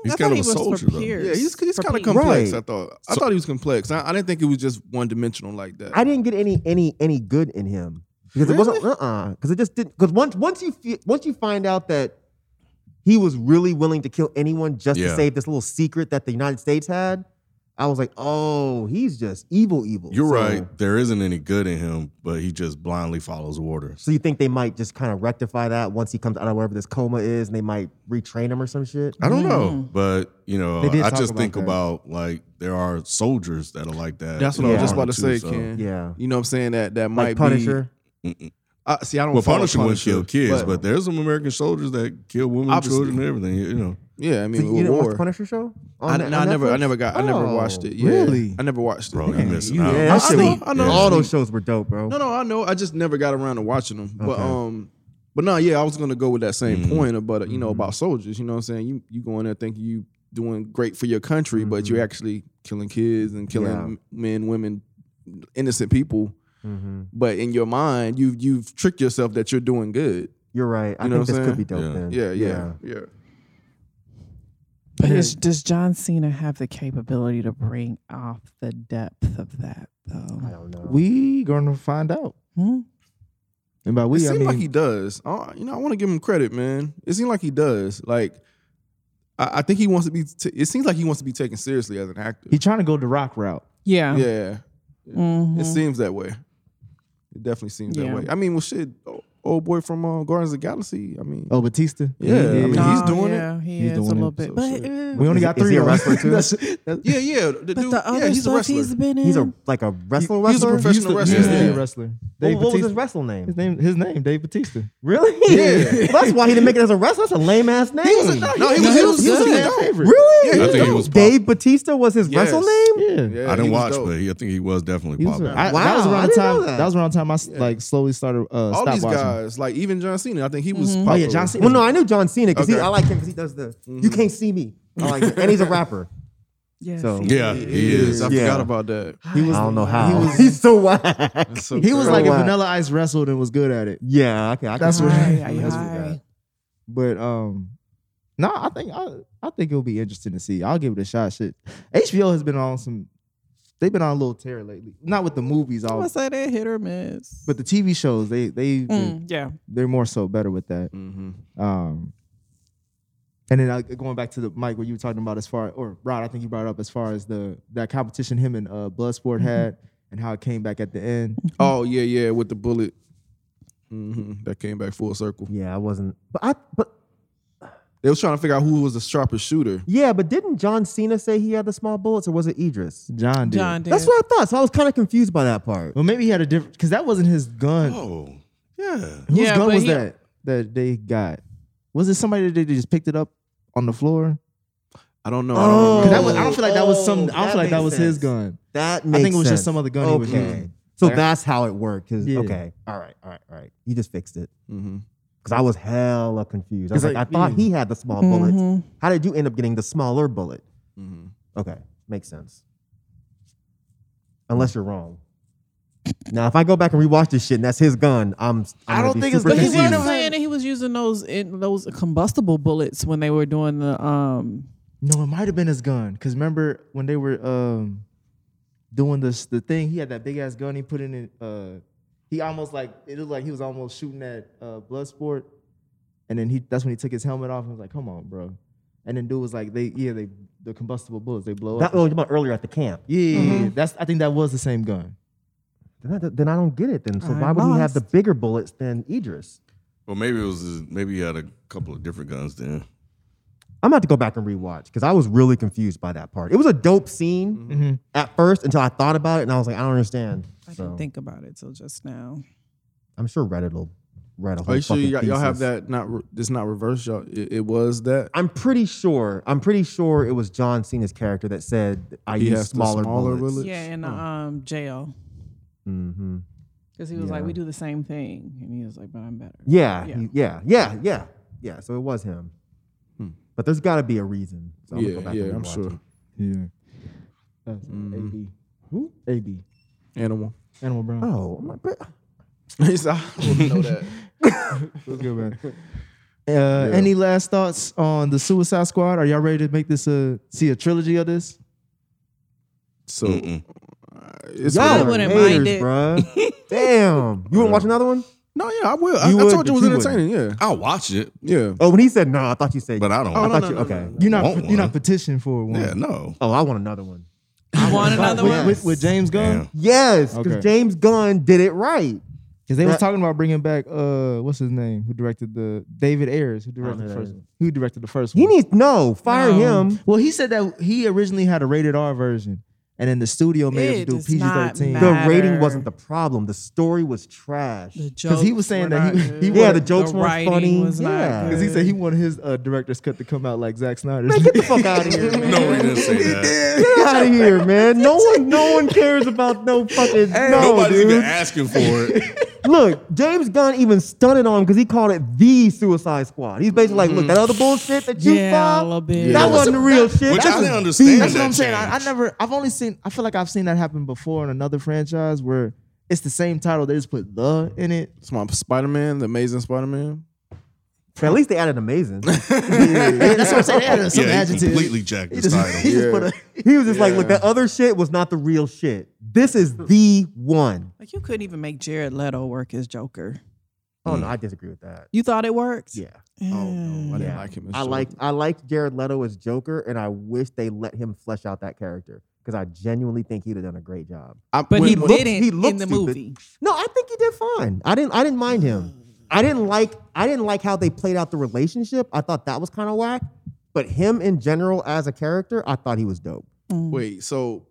[SPEAKER 1] He's
[SPEAKER 11] I thought
[SPEAKER 1] kind of
[SPEAKER 11] he
[SPEAKER 1] a
[SPEAKER 11] was
[SPEAKER 1] soldier,
[SPEAKER 11] for
[SPEAKER 1] though.
[SPEAKER 11] Pierce.
[SPEAKER 12] Yeah, he's he's
[SPEAKER 11] For
[SPEAKER 12] kind of
[SPEAKER 11] Pete.
[SPEAKER 12] complex.
[SPEAKER 10] Right.
[SPEAKER 12] I thought I thought he was complex. I, I didn't think it was just one dimensional like that.
[SPEAKER 10] I didn't get any any any good in him because it wasn't uh uh because it just didn't because once once you fe- once you find out that he was really willing to kill anyone just
[SPEAKER 1] Yeah.
[SPEAKER 10] to save this little secret that the United States had, I was like, oh, he's just evil, evil.
[SPEAKER 1] You're
[SPEAKER 10] So-
[SPEAKER 1] right. There isn't any good in him, but he just blindly follows orders.
[SPEAKER 10] So you think they might just kind of rectify that once he comes out of whatever this coma is, and they might retrain him or some shit?
[SPEAKER 1] I don't know, but you know,
[SPEAKER 10] Hmm. They did
[SPEAKER 1] I
[SPEAKER 10] talk
[SPEAKER 1] just
[SPEAKER 10] about
[SPEAKER 1] think
[SPEAKER 10] that.
[SPEAKER 1] about like there are soldiers that are like that.
[SPEAKER 12] That's what
[SPEAKER 1] in
[SPEAKER 12] I was just
[SPEAKER 1] Marvel
[SPEAKER 12] about to
[SPEAKER 1] too,
[SPEAKER 12] say,
[SPEAKER 1] so-
[SPEAKER 12] Ken.
[SPEAKER 10] Yeah,
[SPEAKER 12] You know what I'm saying? That that
[SPEAKER 10] like
[SPEAKER 12] might
[SPEAKER 10] Punisher.
[SPEAKER 1] Mm-mm.
[SPEAKER 12] be. I see, I don't.
[SPEAKER 1] Well,
[SPEAKER 12] follow
[SPEAKER 1] Punisher wouldn't kill kids, but,
[SPEAKER 12] but
[SPEAKER 1] there's some American soldiers that kill women,
[SPEAKER 12] Obviously.
[SPEAKER 1] children, and everything. You know,
[SPEAKER 12] yeah, I
[SPEAKER 10] So
[SPEAKER 12] mean,
[SPEAKER 10] you
[SPEAKER 12] with
[SPEAKER 10] didn't watch
[SPEAKER 12] war.
[SPEAKER 10] the Punisher show?
[SPEAKER 12] I,
[SPEAKER 10] On-
[SPEAKER 12] no,
[SPEAKER 10] on
[SPEAKER 12] I never, I
[SPEAKER 10] Netflix?
[SPEAKER 12] never got, I never
[SPEAKER 10] Oh,
[SPEAKER 12] watched it. Yeah.
[SPEAKER 9] really?
[SPEAKER 12] I never watched it.
[SPEAKER 1] bro,
[SPEAKER 12] yeah.
[SPEAKER 1] you missing
[SPEAKER 10] Yeah,
[SPEAKER 1] out.
[SPEAKER 10] that
[SPEAKER 12] I
[SPEAKER 10] shit
[SPEAKER 12] know,
[SPEAKER 10] was-
[SPEAKER 12] I know.
[SPEAKER 10] All those shows were dope, bro.
[SPEAKER 12] No, no, I know. I just never got around to watching them. But
[SPEAKER 10] Okay.
[SPEAKER 12] um, but no, yeah, I was gonna go with that same point about you know about soldiers. You know what I'm saying? You you go in there thinking you doing great for your country, but you're actually killing kids and killing
[SPEAKER 10] Yeah.
[SPEAKER 12] m- men, women, innocent people.
[SPEAKER 10] Mhm.
[SPEAKER 12] But in your mind, you you've tricked yourself that you're doing good.
[SPEAKER 10] You're right. I
[SPEAKER 12] You know what
[SPEAKER 10] think this
[SPEAKER 12] I'm
[SPEAKER 10] could be
[SPEAKER 12] saying?
[SPEAKER 10] dope.
[SPEAKER 1] Yeah.
[SPEAKER 10] Then.
[SPEAKER 12] Yeah, yeah, yeah.
[SPEAKER 11] But is, does John Cena have the capability to bring off the depth of that, though?
[SPEAKER 10] I don't know.
[SPEAKER 9] We gonna find out.
[SPEAKER 11] Hmm?
[SPEAKER 9] And by
[SPEAKER 12] It
[SPEAKER 9] we, I
[SPEAKER 12] seemed
[SPEAKER 9] mean
[SPEAKER 12] like he does. I, you know, I want to give him credit, man. It seemed like he does. Like, I, I think he wants to be. T- it seems like he wants to be taken seriously as an actor.
[SPEAKER 9] he trying to go the rock route.
[SPEAKER 11] Yeah.
[SPEAKER 12] Yeah.
[SPEAKER 11] Mhm.
[SPEAKER 12] Mm-hmm. It seems that way. It definitely seems
[SPEAKER 11] Yeah.
[SPEAKER 12] that way. I mean, well, shit, o- old boy from uh, Guardians of the Galaxy. I mean,
[SPEAKER 9] Oh, Batista.
[SPEAKER 12] Yeah, I mean, he's
[SPEAKER 11] Oh,
[SPEAKER 12] doing it.
[SPEAKER 11] yeah, He Yeah, it's a little bit, but uh,
[SPEAKER 10] We only got three of us. That's-
[SPEAKER 12] yeah, yeah. The dude,
[SPEAKER 11] the
[SPEAKER 12] yeah,
[SPEAKER 11] other
[SPEAKER 12] he's a
[SPEAKER 11] stuff
[SPEAKER 12] wrestler.
[SPEAKER 11] he's been in,
[SPEAKER 10] He's a like a wrestler.
[SPEAKER 12] He- he's a
[SPEAKER 10] wrestler?
[SPEAKER 12] professional
[SPEAKER 10] Used to-
[SPEAKER 12] wrestler.
[SPEAKER 10] used to be
[SPEAKER 12] Yeah.
[SPEAKER 10] a wrestler.
[SPEAKER 9] Dave
[SPEAKER 10] what was
[SPEAKER 9] Batista.
[SPEAKER 10] his wrestler name?
[SPEAKER 9] His name, his name, Dave Batista.
[SPEAKER 10] Really?
[SPEAKER 9] Yeah.
[SPEAKER 10] Well, that's why he didn't make it as a wrestler. That's a lame ass
[SPEAKER 12] no,
[SPEAKER 10] name.
[SPEAKER 12] Oh, he was- he was- he was
[SPEAKER 10] a
[SPEAKER 12] dope.
[SPEAKER 10] fan favorite. Really?
[SPEAKER 1] Yeah, he I was think he dope. was pop-
[SPEAKER 10] Dave Batista was his
[SPEAKER 1] Yes.
[SPEAKER 10] wrestle name.
[SPEAKER 9] Yeah.
[SPEAKER 1] I
[SPEAKER 12] he
[SPEAKER 1] didn't
[SPEAKER 12] was
[SPEAKER 1] watch,
[SPEAKER 12] dope.
[SPEAKER 1] but he, I think he was definitely
[SPEAKER 9] He was a-
[SPEAKER 1] popular.
[SPEAKER 9] I- that was
[SPEAKER 10] Wow, I
[SPEAKER 9] around the
[SPEAKER 10] didn't know
[SPEAKER 9] time.
[SPEAKER 10] that.
[SPEAKER 9] That. was around the time I s- like slowly started uh,
[SPEAKER 12] All
[SPEAKER 9] stop
[SPEAKER 12] these
[SPEAKER 9] watching.
[SPEAKER 12] guys, like even John Cena, I think he was.
[SPEAKER 9] Mhm.
[SPEAKER 12] Popular.
[SPEAKER 9] Oh, yeah, John Cena.
[SPEAKER 10] Well, no, I knew John Cena because
[SPEAKER 12] Okay. Mm-hmm.
[SPEAKER 10] I like him because he does the "You can't see me," I like him. and he's a rapper.
[SPEAKER 11] Yeah,
[SPEAKER 10] So
[SPEAKER 1] Yeah, he is.
[SPEAKER 12] I
[SPEAKER 10] Yeah.
[SPEAKER 12] forgot about that.
[SPEAKER 9] He was.
[SPEAKER 10] I don't know how.
[SPEAKER 9] He was-
[SPEAKER 10] he's so whack.
[SPEAKER 12] So
[SPEAKER 9] He was
[SPEAKER 10] So
[SPEAKER 9] like if
[SPEAKER 10] why?
[SPEAKER 9] Vanilla Ice wrestled and was good at it.
[SPEAKER 10] Yeah, okay. I
[SPEAKER 9] That's
[SPEAKER 10] can-
[SPEAKER 9] what.
[SPEAKER 11] Aye, aye,
[SPEAKER 9] that's what
[SPEAKER 11] aye.
[SPEAKER 9] got. But um, no, I think I, I think it'll be interesting to see. I'll give it a shot. Shit, HBO has been on some. They've been on a little tear lately. Not with the movies,
[SPEAKER 11] I
[SPEAKER 9] all,
[SPEAKER 11] would say that hit or miss.
[SPEAKER 9] but the TV shows. They they
[SPEAKER 11] Mm, yeah,
[SPEAKER 9] they're more so better with that.
[SPEAKER 12] Mhm.
[SPEAKER 9] Um, and then I, going back to the Mike, what you were talking about as far, or Rod, I think you brought up as far as the that competition him and uh, Bloodsport had, and how it came back at the end.
[SPEAKER 12] Oh yeah, yeah, with the bullet Mhm. that came back full circle.
[SPEAKER 10] Yeah, I wasn't. But I. But
[SPEAKER 12] They was trying to figure out who was the sharpest shooter.
[SPEAKER 10] yeah, but didn't John Cena say he had the small bullets, or was it Idris?
[SPEAKER 9] John did.
[SPEAKER 11] John did.
[SPEAKER 10] That's what I thought. So I was kind of confused by that part.
[SPEAKER 9] Well, maybe he had a different because that wasn't his gun.
[SPEAKER 1] Oh, yeah.
[SPEAKER 9] Whose
[SPEAKER 11] Yeah,
[SPEAKER 9] gun
[SPEAKER 11] but
[SPEAKER 9] was
[SPEAKER 11] he-
[SPEAKER 9] that that they got? Was it somebody that they just picked it up on the floor?
[SPEAKER 12] I don't know.
[SPEAKER 10] Oh.
[SPEAKER 12] I
[SPEAKER 9] 'Cause
[SPEAKER 12] don't
[SPEAKER 9] that
[SPEAKER 12] remember.
[SPEAKER 9] was, I don't feel like that was some.
[SPEAKER 10] Oh,
[SPEAKER 9] I don't
[SPEAKER 10] that
[SPEAKER 9] feel like that
[SPEAKER 10] makes
[SPEAKER 9] was his
[SPEAKER 10] sense.
[SPEAKER 9] gun.
[SPEAKER 10] That
[SPEAKER 9] I
[SPEAKER 10] makes
[SPEAKER 9] think it was just
[SPEAKER 10] sense.
[SPEAKER 9] some other gun he
[SPEAKER 10] okay.
[SPEAKER 9] was using.
[SPEAKER 10] So
[SPEAKER 9] Like-
[SPEAKER 10] that's how it worked. 'cause-
[SPEAKER 9] Yeah.
[SPEAKER 10] Okay. All right. All right. All right. You just fixed it.
[SPEAKER 12] Mhm.
[SPEAKER 10] Because I was hella confused. I was
[SPEAKER 9] 'Cause
[SPEAKER 10] like,
[SPEAKER 9] like- mm. Mm-hmm.
[SPEAKER 10] I thought
[SPEAKER 9] yeah.
[SPEAKER 10] he had the small bullet. How did you end up getting the smaller bullet?
[SPEAKER 9] Mm-hmm.
[SPEAKER 12] Mhm.
[SPEAKER 10] Okay. Makes sense. Unless you're wrong. Now, if I go back and rewatch this shit and that's his gun, I'm. I'm
[SPEAKER 9] I
[SPEAKER 10] gonna
[SPEAKER 9] don't
[SPEAKER 10] be
[SPEAKER 9] think it's
[SPEAKER 10] super
[SPEAKER 11] But he
[SPEAKER 10] confused.
[SPEAKER 11] was saying that he was using those in those combustible bullets when they were doing the um.
[SPEAKER 9] No, it might have been his gun. Cause remember when they were um doing this the thing, he had that big ass gun. He put in it. Uh, he almost like it looked like he was almost shooting at uh, Bloodsport, and then he that's when he took his helmet off and was like, "Come on, bro." And then dude was like, "They yeah, they the combustible bullets they blow
[SPEAKER 10] That
[SPEAKER 9] up."
[SPEAKER 10] was about earlier at the camp.
[SPEAKER 9] Yeah, that's I think that was the same gun.
[SPEAKER 10] Then I, then I don't get it. Then so why
[SPEAKER 11] I
[SPEAKER 10] would he have the
[SPEAKER 11] lost.
[SPEAKER 10] bigger bullets than Idris?
[SPEAKER 1] Well, maybe it was his, maybe he had a couple of different guns then.
[SPEAKER 10] I'm about to go back and rewatch because I was really confused by that part. It was a dope scene
[SPEAKER 12] Mm-hmm.
[SPEAKER 10] at first until I thought about it and I was like, I don't understand.
[SPEAKER 11] I
[SPEAKER 10] So,
[SPEAKER 11] didn't think about it till just now.
[SPEAKER 10] I'm sure Reddit will write a whole.
[SPEAKER 12] Are you sure
[SPEAKER 10] fucking
[SPEAKER 12] y'all, y'all have
[SPEAKER 10] thesis.
[SPEAKER 12] that? Not re- it's not reversed. Y'all, it, it was that.
[SPEAKER 10] I'm pretty sure. I'm pretty sure it was John Cena's character that said, "I
[SPEAKER 12] He
[SPEAKER 10] use
[SPEAKER 12] has the
[SPEAKER 10] smaller,
[SPEAKER 12] smaller
[SPEAKER 10] bullets."
[SPEAKER 12] bullet?
[SPEAKER 11] Yeah, in the um jail
[SPEAKER 10] hmm
[SPEAKER 11] because he was like,
[SPEAKER 10] Yeah.
[SPEAKER 11] "We do the same thing," and he was like, "But I'm better."
[SPEAKER 10] Yeah,
[SPEAKER 11] Yeah.
[SPEAKER 10] he- yeah, yeah, yeah, yeah. So it was him.
[SPEAKER 12] Hmm.
[SPEAKER 10] But there's got to be a reason. So I'm gonna
[SPEAKER 12] yeah,
[SPEAKER 10] go back
[SPEAKER 12] yeah,
[SPEAKER 10] and
[SPEAKER 12] I'm
[SPEAKER 10] rewatch
[SPEAKER 12] sure. Mm-hmm.
[SPEAKER 10] it.
[SPEAKER 9] Yeah. That's AB. Who? AB.
[SPEAKER 12] Animal.
[SPEAKER 9] Animal Brown.
[SPEAKER 10] Oh, my, but
[SPEAKER 12] He's- I don't know that.
[SPEAKER 9] What's good, man? Uh, Any last thoughts on the Suicide Squad? Are y'all ready to make this a see a trilogy of this?
[SPEAKER 12] So
[SPEAKER 1] Mm-mm.
[SPEAKER 12] uh, it's
[SPEAKER 10] y'all
[SPEAKER 11] I
[SPEAKER 10] are
[SPEAKER 11] wouldn't
[SPEAKER 10] haters,
[SPEAKER 11] mind it.
[SPEAKER 10] bruh. Damn, you wouldn't watch another one?
[SPEAKER 12] no, yeah, I will. I,
[SPEAKER 10] You
[SPEAKER 12] I
[SPEAKER 10] would,
[SPEAKER 12] told you it
[SPEAKER 10] but
[SPEAKER 12] was
[SPEAKER 10] you wouldn't.
[SPEAKER 12] entertaining. Yeah,
[SPEAKER 1] I'll watch it,
[SPEAKER 12] yeah.
[SPEAKER 10] Oh, when he said no, I thought you said.
[SPEAKER 1] but I don't.
[SPEAKER 12] Oh,
[SPEAKER 10] I
[SPEAKER 12] no,
[SPEAKER 10] thought
[SPEAKER 12] no,
[SPEAKER 10] you
[SPEAKER 12] no,
[SPEAKER 10] okay.
[SPEAKER 12] no, no.
[SPEAKER 9] You're not
[SPEAKER 1] Want
[SPEAKER 9] you're not
[SPEAKER 1] one.
[SPEAKER 9] petitioning for one.
[SPEAKER 1] Yeah, no.
[SPEAKER 10] Oh, I want another one.
[SPEAKER 11] You want another
[SPEAKER 9] With,
[SPEAKER 11] one?
[SPEAKER 9] with, with James Gunn,
[SPEAKER 1] Damn.
[SPEAKER 10] Yes, because
[SPEAKER 9] Okay.
[SPEAKER 10] James Gunn did it right.
[SPEAKER 9] because they was
[SPEAKER 10] That-
[SPEAKER 9] talking about bringing back uh, what's his name? Who directed the David Ayers? Who
[SPEAKER 10] know
[SPEAKER 9] directed the
[SPEAKER 10] that
[SPEAKER 9] first?
[SPEAKER 10] either.
[SPEAKER 9] One? Who directed the first
[SPEAKER 10] He
[SPEAKER 9] one?
[SPEAKER 10] needs no fire
[SPEAKER 11] No.
[SPEAKER 10] him.
[SPEAKER 9] well, he said that he originally had a rated R version, and then the studio made
[SPEAKER 11] It
[SPEAKER 9] him do
[SPEAKER 11] does
[SPEAKER 9] PG
[SPEAKER 11] not
[SPEAKER 9] thirteen.
[SPEAKER 10] The
[SPEAKER 11] matter.
[SPEAKER 10] rating wasn't the problem. The story was trash.
[SPEAKER 11] The
[SPEAKER 9] Because he was
[SPEAKER 11] jokes
[SPEAKER 9] saying
[SPEAKER 11] were
[SPEAKER 9] that
[SPEAKER 11] not
[SPEAKER 9] he- he
[SPEAKER 11] good.
[SPEAKER 9] wanted-
[SPEAKER 10] Yeah, the jokes weren't
[SPEAKER 11] writing
[SPEAKER 10] funny.
[SPEAKER 11] Was not
[SPEAKER 10] Yeah.
[SPEAKER 9] Because he
[SPEAKER 11] good.
[SPEAKER 9] said he wanted his uh, director's cut to come out like Zack Snyder's.
[SPEAKER 10] Get the fuck out of here, man.
[SPEAKER 1] No, he didn't say that.
[SPEAKER 10] Get out of here, man. No one, no one cares about no fucking. no,
[SPEAKER 1] Nobody's
[SPEAKER 10] Oh, dude.
[SPEAKER 1] even asking for it.
[SPEAKER 10] Look, James Gunn even stunted on him because he called it the Suicide Squad. He's basically like, look, that other bullshit that you
[SPEAKER 11] Mm. Yeah,
[SPEAKER 10] saw,
[SPEAKER 11] a little bit.
[SPEAKER 1] Yeah.
[SPEAKER 10] that wasn't the real shit.
[SPEAKER 1] Which
[SPEAKER 10] That
[SPEAKER 1] I
[SPEAKER 10] was
[SPEAKER 1] didn't understand.
[SPEAKER 9] That's what
[SPEAKER 1] that
[SPEAKER 9] I'm saying. I, I
[SPEAKER 1] change.
[SPEAKER 9] never. I've only seen. I feel like I've seen that happen before in another franchise where it's the same title. They just put the in it.
[SPEAKER 12] It's my Spider Man, the Amazing Spider Man.
[SPEAKER 10] the- At least they added amazing.
[SPEAKER 9] That's what I'm saying. They added some
[SPEAKER 1] yeah, he
[SPEAKER 9] adjective.
[SPEAKER 1] completely jacked
[SPEAKER 9] He
[SPEAKER 1] his
[SPEAKER 9] just, he
[SPEAKER 1] title.
[SPEAKER 9] just put a.
[SPEAKER 10] He was just like, look, that other shit was not the real shit. This is the one.
[SPEAKER 11] like you couldn't even make Jared Leto work as Joker.
[SPEAKER 10] Oh no, I disagree with that.
[SPEAKER 11] You thought it worked?
[SPEAKER 10] Yeah.
[SPEAKER 12] Oh no, I didn't
[SPEAKER 10] Yeah.
[SPEAKER 12] like him. as
[SPEAKER 10] I
[SPEAKER 12] Joker.
[SPEAKER 10] like I like Jared Leto as Joker, and I wish they let him flesh out that character because I genuinely think he'd have done a great job.
[SPEAKER 12] I,
[SPEAKER 11] But
[SPEAKER 12] when-
[SPEAKER 11] he
[SPEAKER 12] when-
[SPEAKER 10] looked-
[SPEAKER 11] didn't
[SPEAKER 10] he
[SPEAKER 11] in
[SPEAKER 10] looked
[SPEAKER 11] the
[SPEAKER 10] stupid.
[SPEAKER 11] movie.
[SPEAKER 10] No, I think he did fine. I didn't I didn't
[SPEAKER 9] Mm.
[SPEAKER 10] mind him. I didn't like I didn't like how they played out the relationship. I thought that was kind of whack. But him in general as a character, I thought he was dope.
[SPEAKER 12] Wait, so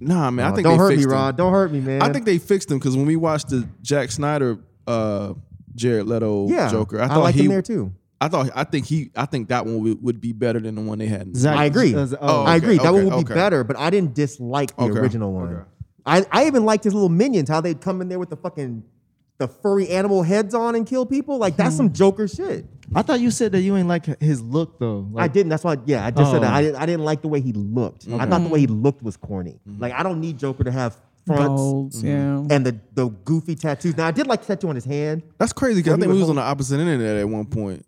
[SPEAKER 12] nah, man.
[SPEAKER 10] Oh,
[SPEAKER 12] I think
[SPEAKER 10] don't
[SPEAKER 12] they
[SPEAKER 10] hurt
[SPEAKER 12] fixed
[SPEAKER 10] me, Rod.
[SPEAKER 12] Him.
[SPEAKER 10] Don't hurt me, man.
[SPEAKER 12] I think they fixed him because when we watched the Jack Snyder, uh, Jared Leto
[SPEAKER 10] Yeah,
[SPEAKER 12] Joker,
[SPEAKER 10] I
[SPEAKER 12] I thought
[SPEAKER 10] liked
[SPEAKER 12] he
[SPEAKER 10] him there, too.
[SPEAKER 12] I thought I think he I think that one would, would be better than the one they had. in-
[SPEAKER 10] I agree.
[SPEAKER 9] oh,
[SPEAKER 10] I agree. that one
[SPEAKER 12] okay,
[SPEAKER 10] would be
[SPEAKER 12] okay.
[SPEAKER 10] better, but I didn't dislike the
[SPEAKER 12] Okay,
[SPEAKER 10] original one. I, I even liked his little minions, how they'd come in there with the fucking the furry animal heads on and kill people. Like that's
[SPEAKER 9] Hmm.
[SPEAKER 10] some Joker shit.
[SPEAKER 9] I thought you said that you ain't like his look though.
[SPEAKER 10] I
[SPEAKER 9] Like-
[SPEAKER 10] didn't. That's why. Yeah, I just said that.
[SPEAKER 9] Oh.
[SPEAKER 10] I didn't. I didn't like the way he looked. I
[SPEAKER 9] Okay. Hmm.
[SPEAKER 10] thought the way he looked was corny.
[SPEAKER 12] Hmm.
[SPEAKER 10] Like I don't need Joker to have fronts
[SPEAKER 11] Golds, yeah.
[SPEAKER 10] and the the goofy tattoos. Now I did like the tattoo on his hand.
[SPEAKER 12] That's crazy. 'cause I think we was on the opposite end of that at one point.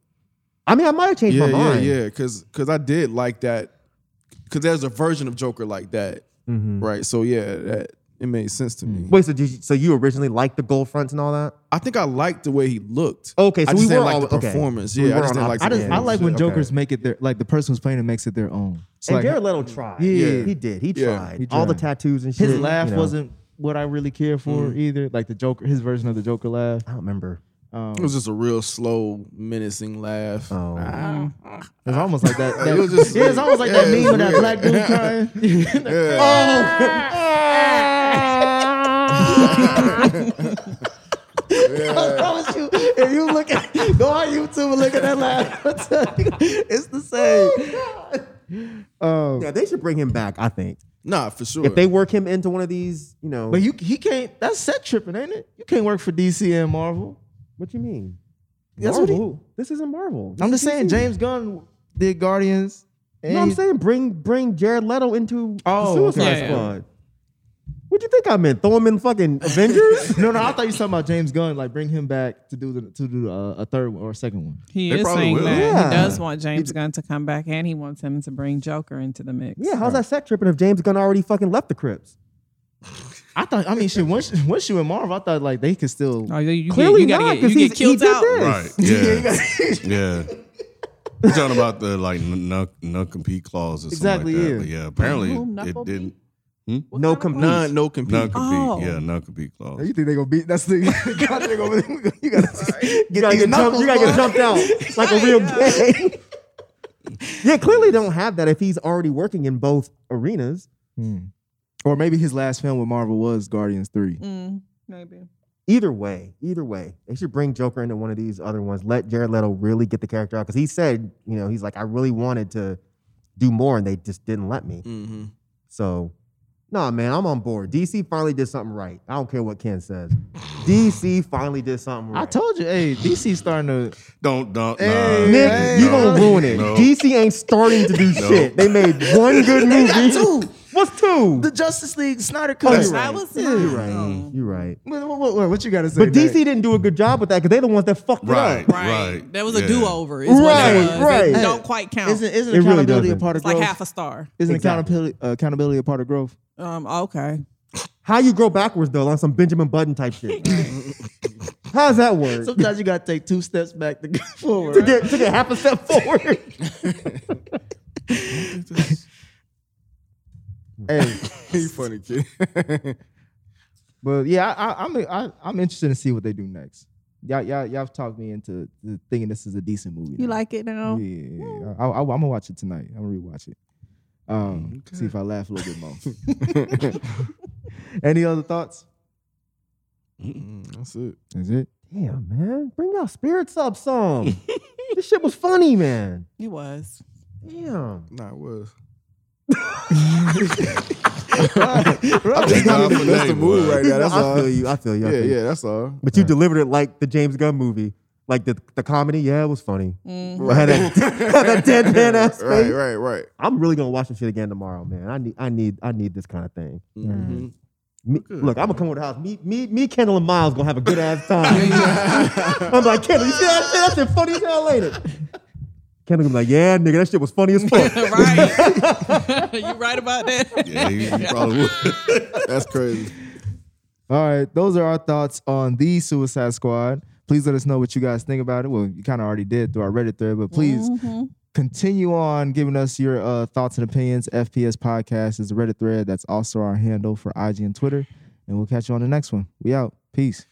[SPEAKER 10] I mean, I might have changed
[SPEAKER 12] yeah,
[SPEAKER 10] my mind.
[SPEAKER 12] Yeah, yeah, because because I did like that. Because there's a version of Joker like that,
[SPEAKER 10] Mhm.
[SPEAKER 12] right? So yeah, that it made sense to me.
[SPEAKER 10] Wait, so did you, so you originally liked the gold fronts and all that?
[SPEAKER 12] I think I liked the way he looked.
[SPEAKER 10] Okay, so
[SPEAKER 12] I just
[SPEAKER 10] we
[SPEAKER 12] didn't
[SPEAKER 10] were
[SPEAKER 12] like the
[SPEAKER 10] all- okay.
[SPEAKER 12] performance.
[SPEAKER 10] We
[SPEAKER 12] Yeah, I
[SPEAKER 10] were
[SPEAKER 12] just
[SPEAKER 10] on
[SPEAKER 12] didn't like.
[SPEAKER 10] opposite
[SPEAKER 12] the
[SPEAKER 9] I just I
[SPEAKER 12] performance.
[SPEAKER 9] like when
[SPEAKER 12] Yeah.
[SPEAKER 9] Jokers make it their like the person who's playing it makes it their own. It's
[SPEAKER 10] and
[SPEAKER 9] like-
[SPEAKER 10] Jared Leto tried.
[SPEAKER 9] Yeah.
[SPEAKER 10] he did. He
[SPEAKER 9] Yeah.
[SPEAKER 10] tried.
[SPEAKER 9] He
[SPEAKER 10] All the
[SPEAKER 9] tried.
[SPEAKER 10] tattoos and shit.
[SPEAKER 9] His laugh
[SPEAKER 10] you know.
[SPEAKER 9] wasn't what I really cared for
[SPEAKER 10] Mhm.
[SPEAKER 9] either. Like the Joker, his version of the Joker laugh.
[SPEAKER 10] I don't remember.
[SPEAKER 9] Um,
[SPEAKER 12] It was just a real slow, menacing laugh.
[SPEAKER 10] Oh.
[SPEAKER 9] it's almost like that. that
[SPEAKER 12] It was just
[SPEAKER 9] yeah, it's almost like that
[SPEAKER 12] weird.
[SPEAKER 9] meme of that
[SPEAKER 12] Yeah,
[SPEAKER 9] black
[SPEAKER 12] it's
[SPEAKER 9] dude crying.
[SPEAKER 14] I promise you, if you look at go on YouTube and look at that laugh, I'll tell you, it's the
[SPEAKER 12] Oh,
[SPEAKER 14] same.
[SPEAKER 10] yeah, they should bring him back. I think
[SPEAKER 12] Nah, for sure.
[SPEAKER 10] if they work him into one of these, you know.
[SPEAKER 9] But you, he can't. That's set tripping, ain't it? You can't work for DC and Marvel.
[SPEAKER 10] What you mean?
[SPEAKER 9] That's what
[SPEAKER 10] Marvel. This isn't Marvel.
[SPEAKER 9] he, I'm just
[SPEAKER 10] This is
[SPEAKER 9] saying.
[SPEAKER 10] DC.
[SPEAKER 9] James Gunn did Guardians.
[SPEAKER 10] No, I'm
[SPEAKER 9] and-
[SPEAKER 10] saying bring bring Jared Leto into the
[SPEAKER 9] Oh,
[SPEAKER 10] Suicide
[SPEAKER 9] okay. Yeah, yeah.
[SPEAKER 10] Squad. What you think I meant? Throw him in fucking Avengers?
[SPEAKER 9] no, no, I thought you were talking about James Gunn. Like bring him back to do the to do uh, a third one or a second one.
[SPEAKER 11] He is saying that he does want James Gunn to come back, and he wants him to bring Joker into the mix.
[SPEAKER 10] yeah, how's that set tripping if James Gunn already fucking left the Crips?
[SPEAKER 9] I thought. I mean, shit. Once once you and Marvel, I thought like they could still.
[SPEAKER 11] Oh, you, you
[SPEAKER 10] Clearly
[SPEAKER 11] get, you gotta
[SPEAKER 10] not,
[SPEAKER 11] get,
[SPEAKER 10] 'cause
[SPEAKER 11] you
[SPEAKER 10] he's-
[SPEAKER 11] get
[SPEAKER 10] he
[SPEAKER 11] killed
[SPEAKER 10] did
[SPEAKER 11] out.
[SPEAKER 10] this.
[SPEAKER 1] Right. Yeah. yeah. You're talking about the like no no compete clause or
[SPEAKER 12] Exactly,
[SPEAKER 1] something like that.
[SPEAKER 12] yeah.
[SPEAKER 1] But yeah, apparently
[SPEAKER 12] Who,
[SPEAKER 1] it,
[SPEAKER 12] knuckle
[SPEAKER 1] it didn't. Hmm?
[SPEAKER 10] No compete.
[SPEAKER 12] None, no compete.
[SPEAKER 1] Non compete.
[SPEAKER 12] Oh.
[SPEAKER 1] Yeah, non compete clause.
[SPEAKER 9] You think they gonna beat? That's the God, they gonna, you gotta
[SPEAKER 10] You gotta,
[SPEAKER 14] these
[SPEAKER 10] get jumped, you
[SPEAKER 14] knuckles,
[SPEAKER 10] gotta get
[SPEAKER 14] boy.
[SPEAKER 10] jumped out like a real gang. yeah, clearly they don't have that if he's already working in both arenas.
[SPEAKER 9] Or maybe his last film with Marvel was Guardians Three.
[SPEAKER 11] Mm, maybe.
[SPEAKER 10] Either way, either way, they should bring Joker into one of these other ones. Let Jared Leto really get the character out because he said, you know, he's like, I really wanted to do more and they just didn't let me.
[SPEAKER 12] Mm-hmm.
[SPEAKER 10] So, nah, man, I'm on board. DC finally did something right. I don't care what Ken says. DC finally did something right.
[SPEAKER 9] I told you, hey, DC's starting to.
[SPEAKER 1] Don't don't.
[SPEAKER 9] Hey,
[SPEAKER 10] Nick,
[SPEAKER 9] hey,
[SPEAKER 10] you
[SPEAKER 9] no,
[SPEAKER 10] gonna ruin it.
[SPEAKER 1] no.
[SPEAKER 10] DC ain't starting to do
[SPEAKER 1] No.
[SPEAKER 10] shit. They made one good
[SPEAKER 14] They
[SPEAKER 10] movie.
[SPEAKER 14] got two.
[SPEAKER 10] What's two?
[SPEAKER 14] The Justice League Snyder
[SPEAKER 10] Oh,
[SPEAKER 14] Cut.
[SPEAKER 10] you're right.
[SPEAKER 14] Yeah.
[SPEAKER 10] You're right. You're right.
[SPEAKER 9] What, what- what- what you gotta say?
[SPEAKER 10] But DC didn't do a good job with that because they're the ones that fucked
[SPEAKER 1] Right,
[SPEAKER 10] it up.
[SPEAKER 1] right.
[SPEAKER 11] That was a
[SPEAKER 1] Yeah.
[SPEAKER 11] do-over. Is right, what
[SPEAKER 10] Right,
[SPEAKER 11] that was. Right.
[SPEAKER 10] right.
[SPEAKER 11] don't quite count.
[SPEAKER 9] Isn't, isn't
[SPEAKER 10] It really
[SPEAKER 9] accountability a
[SPEAKER 10] doesn't.
[SPEAKER 9] part of
[SPEAKER 11] it's like
[SPEAKER 9] growth?
[SPEAKER 11] half a star.
[SPEAKER 9] Isn't
[SPEAKER 10] Exactly.
[SPEAKER 9] accountability uh, accountability a part of growth?
[SPEAKER 11] Um. Okay.
[SPEAKER 10] How you grow backwards though on some Benjamin Button type shit? How's that work?
[SPEAKER 9] Sometimes you gotta take two steps back to go forward.
[SPEAKER 10] to get to get half a step forward.
[SPEAKER 9] hey,
[SPEAKER 12] He funny kid.
[SPEAKER 9] but yeah, I, I, I'm I, I'm interested to see what they do next. Y'all, y'all, y'all have talked me into the- thinking this is a decent movie.
[SPEAKER 11] You
[SPEAKER 9] now.
[SPEAKER 11] like it now?
[SPEAKER 9] Yeah, I, I, am gonna watch it tonight. I'm gonna rewatch it. Um, see if I laugh a little bit more. Any other thoughts?
[SPEAKER 12] Mm-mm, that's it.
[SPEAKER 9] Is it?
[SPEAKER 10] Damn, man. Bring y'all spirits up some. this shit was funny, man.
[SPEAKER 11] It was.
[SPEAKER 10] Damn.
[SPEAKER 12] Nah, it was.
[SPEAKER 9] I'm
[SPEAKER 12] just
[SPEAKER 10] Nah,
[SPEAKER 12] not in
[SPEAKER 10] for
[SPEAKER 12] the best
[SPEAKER 10] name,
[SPEAKER 12] of mood
[SPEAKER 10] boy.
[SPEAKER 12] right now. That's
[SPEAKER 10] I
[SPEAKER 12] all.
[SPEAKER 10] feel you. I feel you. I
[SPEAKER 12] Yeah,
[SPEAKER 10] feel you.
[SPEAKER 12] yeah, that's all.
[SPEAKER 10] But you delivered it like the James Gunn movie. Like the, the comedy, yeah, it was funny. I had that, had that deadpan ass face.
[SPEAKER 12] Right, right, right.
[SPEAKER 10] I'm really gonna watch this shit again tomorrow, man. I need I need I need this kind of thing.
[SPEAKER 12] Mm-hmm.
[SPEAKER 10] Me- look, I'm gonna come over the house. Me, me, me, Kendall and Miles gonna have a good ass time. I'm like, Kendall, you see that shit? That shit funny as hell ain't it? Kendall gonna be like, yeah, nigga, that shit was funny as fuck.
[SPEAKER 11] right. you right about that?
[SPEAKER 1] Yeah, you, you probably would.
[SPEAKER 12] That's crazy.
[SPEAKER 9] All right, those are our thoughts on the Suicide Squad. Please let us know what you guys think about it. Well, you kind of already did through our Reddit thread, but please continue on giving us your uh, thoughts and opinions. FPS Podcast is the Reddit thread. That's also our handle for IG and Twitter. And we'll catch you on the next one. We out. Peace.